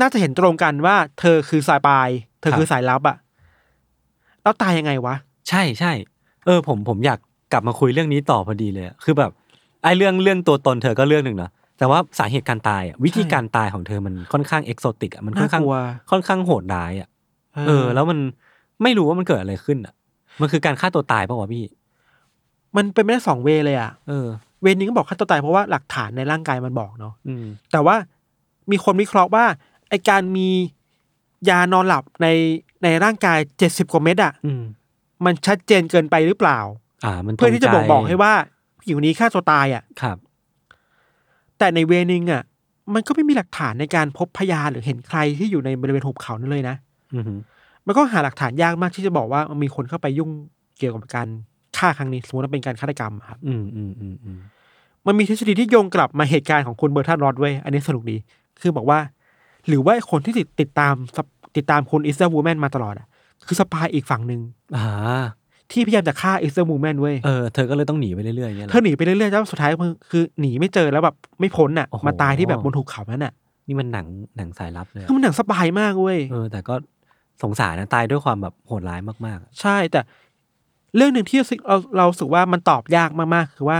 [SPEAKER 2] น่าจะเห็นตรงกันว่า เธอคือสายปาย เธอคือสายลับอ่ะ แล้วตายยังไงวะ
[SPEAKER 1] ใช่ใช่เออ ผมผมอยากกลับมาคุยเรื่องนี้ต่อพอดีเลยอะคือแบบไอ้เรื่องเรื่องตัวตนเธอก็เรื่องหนึ่งเนาะแต่ว่าสาเหตุการตายอะวิธีการตายของเธอมันค่อนข้างเอกโซติกอะมันค่อ
[SPEAKER 2] น่าน
[SPEAKER 1] ข้าง
[SPEAKER 2] กลัว
[SPEAKER 1] ค่อนข้างโหดร้ายอะเออ แล้วมันไม่รู้ว่ามันเกิดอะไรขึ้นอะมันคือการฆ่าตัวตายเปล่าวะพี่
[SPEAKER 2] มันเป็นไม่ได้สองเวย์เลยอ่ะ
[SPEAKER 1] เออ
[SPEAKER 2] เวรนี้ก็บอกฆ่าตัวตายเพราะว่าหลักฐานในร่างกายมันบอกเนาะ
[SPEAKER 1] อืม
[SPEAKER 2] แต่ว่ามีคนวิเคราะห์ว่าไอการมียานอนหลับในในร่างกายเจ็ดสิบกว่าเม็ดอะ
[SPEAKER 1] อืม
[SPEAKER 2] มันชัดเจนเกินไปหรือเปล่า
[SPEAKER 1] อ่า มัน
[SPEAKER 2] เพื่อที่จะ
[SPEAKER 1] จง
[SPEAKER 2] บอกบอกให้ว่าผู้หญิงคนนี้ฆ่าตัวตายอะ
[SPEAKER 1] ครับ
[SPEAKER 2] แต่ในเวนึงอะมันก็ไม่มีหลักฐานในการพบพยานหรือเห็นใครที่อยู่ในบริเวณหุบเขานั่นเลยนะ
[SPEAKER 1] อือหือ
[SPEAKER 2] มันก็หาหลักฐานยากมากที่จะบอกว่ามีคนเข้าไปยุ่งเกี่ยวกับการฆ่าครั้งนี้สมมติว่าเป็นการฆาตกรรมอะครับ
[SPEAKER 1] อืมอืมอืมอืม
[SPEAKER 2] มันมีทฤษฎีที่โยงกลับมาเหตุการณ์ของคุณเบอร์ทันรอดเว้ยอันนี้สนุกดี คือบอกว่า หรือว่าไอ้คนที่ติดติดตามสปติดตามคุณอิสราวูแมนมาตลอดอ่ะ คือสปายอีกฝั่งหนึ่ง
[SPEAKER 1] อ่า
[SPEAKER 2] ที่พยายามจะฆ่าอิสราวูแมนเว้ย
[SPEAKER 1] เออ เธอก็เลยต้องหนีไปเรื่อยๆอย่างเงี้ยหร
[SPEAKER 2] เธอหนีไปเรื่อยๆแล้วสุดท้ายคือคือหนีไม่เจอแล้วแบบไม่พ้นอ่ะ
[SPEAKER 1] โอ้โห
[SPEAKER 2] มาตายที่แบบบนหุบเขานั้นอ่ะ
[SPEAKER 1] นี่มันหนังหนังสายลับเลยอะ
[SPEAKER 2] คือมันหนังสปายมากเว้ย
[SPEAKER 1] เออ แต่ก็สงสารนะตายด้วยความแบบโหดร้ายมากๆอะ
[SPEAKER 2] ใช่แต่ เรื่องหนึ่งที่เราเราเรารู้สึกว่ามันตอบยากมากๆคือว่า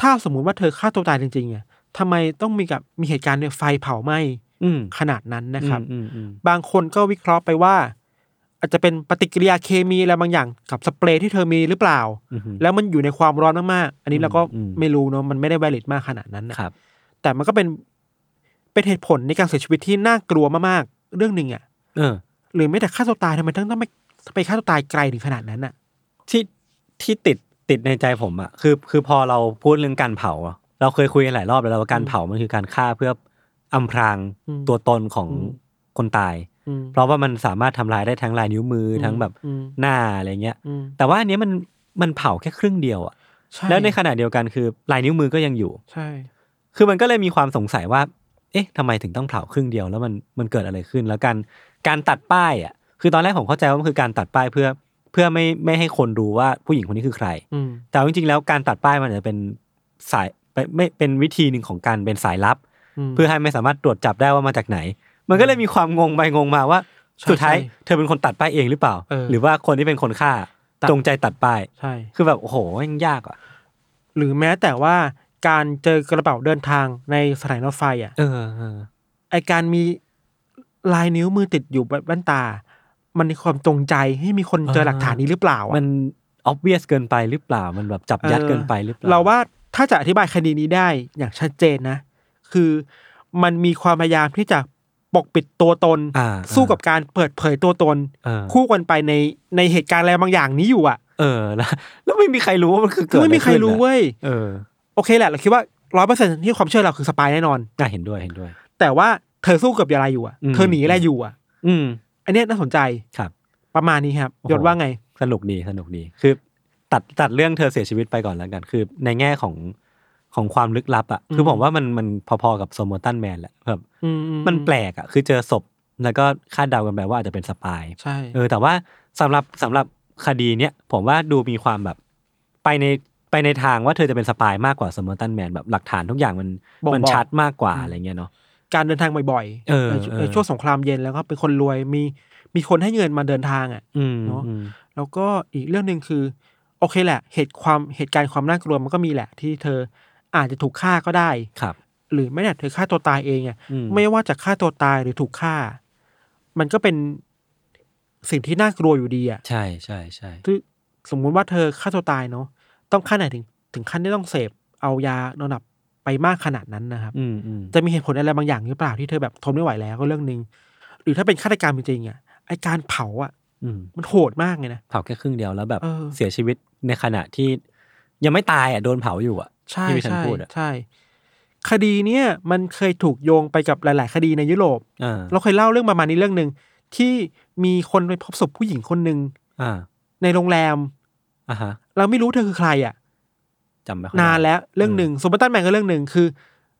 [SPEAKER 2] ถ้าสมมุติว่าเธอฆ่าตัวตายจริงๆอ่ะทำไมต้องมีกับมีเหตุการณ์เนี่ยไฟเผาไหม้
[SPEAKER 1] อืม
[SPEAKER 2] ขนาดนั้นนะครับ
[SPEAKER 1] อืมอืม
[SPEAKER 2] บางคนก็วิเคราะห์ไปว่า อาจจะเป็นปฏิกิริยาเคมีอะไรบางอย่างกับสเปรย์ที่เธอมีหรือเปล่า
[SPEAKER 1] อืมอืม
[SPEAKER 2] แล้วมันอยู่ในความร้อนมากๆอันนี้เราก็
[SPEAKER 1] อืม
[SPEAKER 2] ไม่รู้เนาะมันไม่ได้แวลิดมากขนาดนั้นนะครับ แต่มันก็เป็นเป็นเหตุผลในการเสียชีวิตที่น่ากลัวมากๆเรื่องหนึ่งอะ่ะ
[SPEAKER 1] เอ เออ
[SPEAKER 2] หรือไม่แต่ฆ่าตัวตายทำไมต้องต้องไปไปฆ่าตัวตายไกลถึงขนาดนั้นอ่ะ
[SPEAKER 1] ที่ที่ติดติดในใจผมอะคือคือพอเราพูดเรื่องการเผาอะเราเคยคุยกันหลายรอบแล้วว่าการเผามันคือการฆ่าเพื่ออำพราง
[SPEAKER 2] อืม
[SPEAKER 1] ตัวตนของ
[SPEAKER 2] อืม
[SPEAKER 1] คนตาย
[SPEAKER 2] อืม
[SPEAKER 1] เพราะว่ามันสามารถทำลายได้ทั้งลายนิ้วมืออ
[SPEAKER 2] ม
[SPEAKER 1] ทั้งแบบ
[SPEAKER 2] อืม
[SPEAKER 1] หน้าอะไรเงี้ย
[SPEAKER 2] อืม
[SPEAKER 1] แต่ว่าอันเนี้ยมันมันเผาแค่ครึ่งเดียวอะ
[SPEAKER 2] ช่
[SPEAKER 1] แล้วในขณะเดียวกันคือลายนิ้วมือก็ยังอยู่
[SPEAKER 2] ใช่
[SPEAKER 1] คือมันก็เลยมีความสงสัยว่า เอ๊ะทำไมถึงต้องเผาครึ่งเดียวแล้วมันมันเกิดอะไรขึ้น แล้วการการตัดป้ายอ่ะ คือตอนแรกผมเข้าใจว่ามันคือการตัดป้ายเพื่อ เพื่อไม่ไม่ให้คนรู้ว่าผู้หญิงคนนี้คือใคร
[SPEAKER 2] อืม
[SPEAKER 1] แต่เอาจริงๆแล้วการตัดป้ายมันอาจจะเป็นสายไปไม่เป็นวิธีหนึ่งของการเป็นสายลับ
[SPEAKER 2] ม
[SPEAKER 1] เพื่อให้ไม่สามารถตรวจจับได้ว่ามาจากไหน มันก็เลยมีความงงไปงงมาว่า
[SPEAKER 2] ใช่
[SPEAKER 1] สุดท้าย
[SPEAKER 2] ใช่
[SPEAKER 1] เธอเป็นคนตัดป้ายเองหรือเปล่า
[SPEAKER 2] เออ
[SPEAKER 1] หรือว่าคนที่เป็นคนฆ่า
[SPEAKER 2] ตัด
[SPEAKER 1] จงใจตัดป้าย
[SPEAKER 2] ใช่
[SPEAKER 1] คือแบบโอ้โหยังยากอ่ะ
[SPEAKER 2] หรือแม้แต่ว่าการเจอกระเป๋าเดินทางในสถานีรถไฟอ่ะ
[SPEAKER 1] เออเออ
[SPEAKER 2] ไอการมีลายนิ้วมือติดอยู่บนแว่นตา มันมีความจงใจให้มีคนเจอหลักฐานนี้หรือเปล่า
[SPEAKER 1] มั
[SPEAKER 2] อ่ะ
[SPEAKER 1] น obvious เกินไปหรือเปล่า มันแบบจับยัดเกินไปหรือเปล่า
[SPEAKER 2] เราว่าถ้าจะอธิบายคดีนี้ได้อย่างชัดเจนนะ คือมันมีความพยายามที่จะปกปิดตัวตน
[SPEAKER 1] อ่า
[SPEAKER 2] สู้กับการเปิดเผยตัวตน
[SPEAKER 1] เออ
[SPEAKER 2] คู่กันไปในในเหตุการณ์อะไรบางอย่างนี้อยู่อ่ะ
[SPEAKER 1] เออแล้วแล้วไม่มีใครรู้ว่ามันคือ
[SPEAKER 2] คื
[SPEAKER 1] เกิด
[SPEAKER 2] อ
[SPEAKER 1] อะ
[SPEAKER 2] ไม่
[SPEAKER 1] ขึ้น
[SPEAKER 2] มีใครรู้เว้ย
[SPEAKER 1] เออ
[SPEAKER 2] โอเคแหละเราคิดว่าร้อยเปอร์เซ็นต์ที่ความเชื่อเราคือสปายแน่นอน
[SPEAKER 1] น่าเห็นด้วยเห็นด้วย
[SPEAKER 2] แต่ว่าเธอสู้กับอะไรอยู่อ่ะ
[SPEAKER 1] อืม
[SPEAKER 2] เธอหนีอะไรอยู่อ่ะ
[SPEAKER 1] อืม
[SPEAKER 2] อันเนี้ยน่าสนใจ
[SPEAKER 1] ครับ
[SPEAKER 2] ประมาณนี้ครับ
[SPEAKER 1] โอ้โห
[SPEAKER 2] ยศว่าไง
[SPEAKER 1] สนุกดีสนุกดีคือ ตัดตัดเรื่องเธอเสียชีวิตไปก่อนแล้วกัน คือ ในแง่ของของความลึกลับอ่ะคือ
[SPEAKER 2] ม
[SPEAKER 1] ผมว่ามันมันพอๆกับโซมอตันแมนแหละแบบ
[SPEAKER 2] อืๆ
[SPEAKER 1] มันแปลกอ่ะคือเจอศพแล้วก็คาดเดากันไปว่าอาจจะเป็นสปาย
[SPEAKER 2] ใช่
[SPEAKER 1] เออแต่ว่าสำหรับสำหรับคดีเนี้ยผมว่าดูมีความแบบไปในไปในทางว่าเธอจะเป็นสปายมากกว่าสมอตันแมนแบบหลักฐานทุกอย่างมัน
[SPEAKER 2] บ่ง
[SPEAKER 1] มัน
[SPEAKER 2] บอก
[SPEAKER 1] ชัดมากกว่าอะไรเงี้ยเนาะ
[SPEAKER 2] การเดินทางบ่อย
[SPEAKER 1] เออ
[SPEAKER 2] ใน
[SPEAKER 1] เออ
[SPEAKER 2] ในช่วงสงครามเย็นแล้วก็เป็นคนรวยมีมีคนให้เงินมาเดินทางอ่ะ
[SPEAKER 1] อืม
[SPEAKER 2] เนอะ
[SPEAKER 1] อืม
[SPEAKER 2] แล้วก็อีกเรื่องหนึ่งคือ โอเคแหละ เหตุความเหตุการณ์ความน่ากลัวมันก็มีแหละ ที่เธออาจจะถูกฆ่าก็ได้
[SPEAKER 1] ครับ
[SPEAKER 2] หรือไม่แน่เธอฆ่าตัวตายเองอ่ะ
[SPEAKER 1] อืม
[SPEAKER 2] ไม่ว่าจะฆ่าตัวตายหรือถูกฆ่า มันก็เป็นสิ่งที่น่ากลัวอยู่ดีอ่ะ
[SPEAKER 1] ใช่ใช่ใช่
[SPEAKER 2] ซึ่งสมมุติว่าเธอฆ่าตัวตายเนาะต้องขั้นไหนถึงถึงขั้นที่ต้องเสพเอายานอนหลับไปมากขนาดนั้นนะครับ
[SPEAKER 1] อืมอืม
[SPEAKER 2] จะมีเหตุผลอะไรบางอย่างหรือเปล่าที่เธอแบบทนไม่ไหวแล้วก็เรื่องหนึ่งหรือถ้าเป็นฆาตกรรมจริงๆอ่ะไอการเผาอ่ะ
[SPEAKER 1] อืม
[SPEAKER 2] มันโหดมากเลยนะ
[SPEAKER 1] เผาแค่ครึ่งเดียวแล้วแบบ
[SPEAKER 2] เออ
[SPEAKER 1] เสียชีวิตในขณะที่ ยังไม่ตายอ่ะโดนเผาอยู่อ่ะ
[SPEAKER 2] ใช่
[SPEAKER 1] ที่พี่ธัน
[SPEAKER 2] ใช่
[SPEAKER 1] พูดอะ
[SPEAKER 2] ใช่ คดีเนี้ยมันเคยถูกโยงไปกับหลาย ๆ คดีในยุโรป
[SPEAKER 1] อ่า
[SPEAKER 2] เราเคยเล่าเรื่องประมาณนี้เรื่องหนึ่งที่มีคนไปพบศพผู้หญิงคนหนึ่ง
[SPEAKER 1] อ่า
[SPEAKER 2] ในโรงแรม
[SPEAKER 1] อ่าฮะ
[SPEAKER 2] เราไม่รู้เธอคือใครอ่ะ
[SPEAKER 1] จำไม่ค่อย
[SPEAKER 2] นานแล้วเรื่องหนึ่งสมบัติแมนก็เรื่องหนึ่งคือ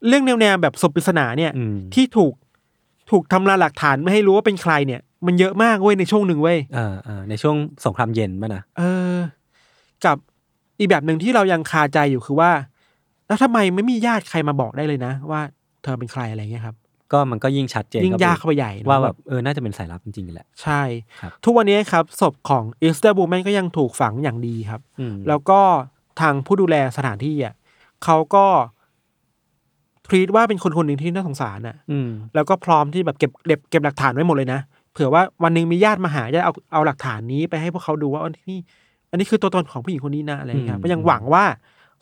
[SPEAKER 2] เรื่องแนวแนวแบบศพปริศนาเนี่ย
[SPEAKER 1] อืม
[SPEAKER 2] ที่ถูกถูกทำลายหลักฐานไม่ให้รู้ว่าเป็นใครเนี่ย มันเยอะมากเว้ยในช่วงหนึ่งเว้ย
[SPEAKER 1] อ่าอ่าในช่วงสงครามเย็นป่ะนะ
[SPEAKER 2] เออ กับอีกแบบหนึ่งที่เรายังคาใจอยู่คือว่า แล้วทำไมไม่มีญาติใครมาบอกได้เลยนะ ว่าเธอเป็นใครอะไรเงี้ยครับ
[SPEAKER 1] ก็มันก็ยิ่งชัดเจน
[SPEAKER 2] ยิ่งยาก
[SPEAKER 1] เข้า
[SPEAKER 2] เข้า
[SPEAKER 1] ไป
[SPEAKER 2] ไปใหญ่นะ
[SPEAKER 1] ว่าแบบเออน่าจะเป็นสายลับจริงๆแหละ
[SPEAKER 2] ใช่
[SPEAKER 1] ครับ
[SPEAKER 2] ทุกวันนี้ครับศพของอิสเตอร์บูแมนก็ยังถูกฝังอย่างดีครับ
[SPEAKER 1] อืม
[SPEAKER 2] แล้วก็ทางผู้ดูแลสถานที่อ่ะเขาก็ทรีตว่าเป็นคนคนหนึ่งที่น่าสงสารอ่ะ
[SPEAKER 1] อืม
[SPEAKER 2] แล้วก็พร้อมที่แบบเก็บเก็บเก็บหลักฐานไว้หมดเลยนะ เผื่อว่าวันหนึ่งมีญาติมาหาจะเอาเอาหลักฐานนี้ไปให้พวกเขาดูว่าอันนี้ อันนี้คือตัวตนของผู้หญิงคนนี้นะอะไรอย่างเงี้ยครับก็ยังหวังว่า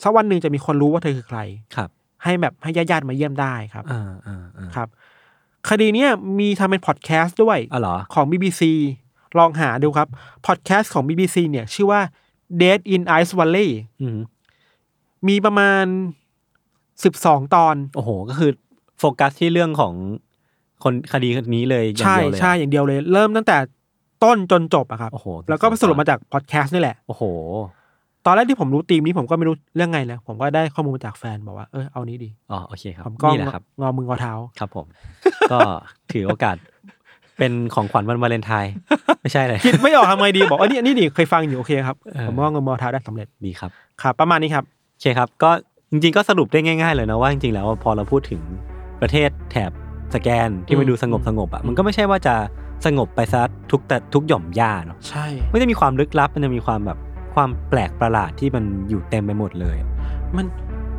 [SPEAKER 2] สักวันหนึ่งจะมีคนรู้ว่าเธอคือใคร
[SPEAKER 1] ครับ
[SPEAKER 2] ให้แบบให้ญาติญาติๆมาเยี่ยมได้ครับ
[SPEAKER 1] อ่าอ่าอ่า
[SPEAKER 2] ครับ คดีเนี้ยมีทำเป็นพอดแคสต์ด้วย
[SPEAKER 1] อ๋อเหรอ
[SPEAKER 2] ของ BBC ลองหาดูครับพอดแคสต์ของ BBC เนี่ย ชื่อว่า Dead in Ice Valley
[SPEAKER 1] อืม
[SPEAKER 2] มีประมาณสิบสองตอน
[SPEAKER 1] โอ้โห ก็คือโฟกัสที่เรื่องของคนคดีนี้เลยอย่าง
[SPEAKER 2] ใช่
[SPEAKER 1] เดียวเลยอะ
[SPEAKER 2] ใช่อย่างเดียวเลย เริ่มตั้งแต่ต้นจนจบอะครับ
[SPEAKER 1] โอ้โห
[SPEAKER 2] แล้วก็ไปสรุปมาจากพอดแคสต์นี่แหละ
[SPEAKER 1] โอ้โห
[SPEAKER 2] ตอนแรกที่ผมรู้ธีมนี้ผมก็ไม่รู้เรื่องไงเลยผมก็ได้ข้อมูลมาจากแฟนบอกว่า เออเอานี้ดี
[SPEAKER 1] อ๋อโอเคครับ
[SPEAKER 2] ผมก็
[SPEAKER 1] นี่แหละครับ
[SPEAKER 2] งอมืองอเท้า <laughs>
[SPEAKER 1] ครับผม ก็ถือโอกาส <laughs> เป็นของขวัญวันวาเลนไทน์ไม่ใช่เลย
[SPEAKER 2] คิดไม่ออกทำไงดี บอกเออนี่อันนี้ดีเคยฟังอยู่โอเคครับ
[SPEAKER 1] เออ
[SPEAKER 2] ผมว่างอมือเท้าได้สำเร็จ
[SPEAKER 1] ดีครับ
[SPEAKER 2] ครับ ประมาณนี้ครับ
[SPEAKER 1] โอเคครับ ก็จริงๆก็สรุปได้ง่าย ๆ เลยนะว่าจริงๆแล้วพอเราพูดถึงประเทศแถบสแกนที่มันดูสงบสงบๆอ่ะมันก็ไม่ใช่ว่าจะสงบไปซะทุกแต่ทุกหย่อมหญ้าเนาะ
[SPEAKER 2] ใช่
[SPEAKER 1] มันจะมีความลึกลับมันจะมีความแบบความแปลกประหลาดที่มันอยู่เต็มไปหมดเลย
[SPEAKER 2] มัน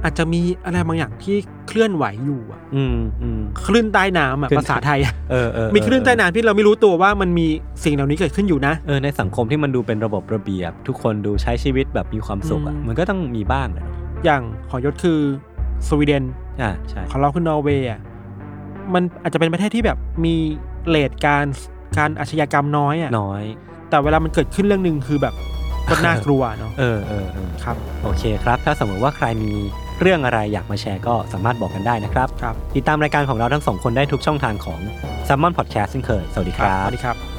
[SPEAKER 2] อาจจะมีอะไรบางอย่างที่เคลื่อนไหวอยู่อะ
[SPEAKER 1] อืมอืม
[SPEAKER 2] คลื่นใต้น้ำอะ
[SPEAKER 1] คลื่น
[SPEAKER 2] ภาษาไทยอะ
[SPEAKER 1] เออเออเออ
[SPEAKER 2] มีคลื่นใต้น้ำที่เราไม่รู้ตัวว่ามันมีสิ่งเหล่านี้เกิดขึ้นอยู่นะ
[SPEAKER 1] เออในสังคมที่มันดูเป็นระบบระเบียบ ทุกคนดูใช้ชีวิตแบบมีความสุขอ่ะ
[SPEAKER 2] อืม
[SPEAKER 1] มันก็ต้องมีบ้างแหละเนอะ
[SPEAKER 2] อย่างของยศคือสวีเดน
[SPEAKER 1] อ่าใช่
[SPEAKER 2] ของเราคือนอร์เวย์อ่ะมันอาจจะเป็นประเทศที่แบบมีเลทการ การอาชญากรรมน้อยอะ
[SPEAKER 1] น้อย
[SPEAKER 2] แต่เวลามันเกิดขึ้นเรื่องหนึ่งคือแบบก็น่ากลัวเนาะ
[SPEAKER 1] เออเออเออ
[SPEAKER 2] ครับ
[SPEAKER 1] โอเคครับ ถ้าสมมติว่าใครมีเรื่องอะไรอยากมาแชร์ก็สามารถบอกกันได้นะครับ
[SPEAKER 2] ครับ
[SPEAKER 1] ติดตามรายการของเราทั้งสองคนได้ทุกช่องทางของ s ซ m มอนพอดแคสต์เช่นเคย สวัสดีครั
[SPEAKER 2] ส
[SPEAKER 1] บ
[SPEAKER 2] วัสดีครับ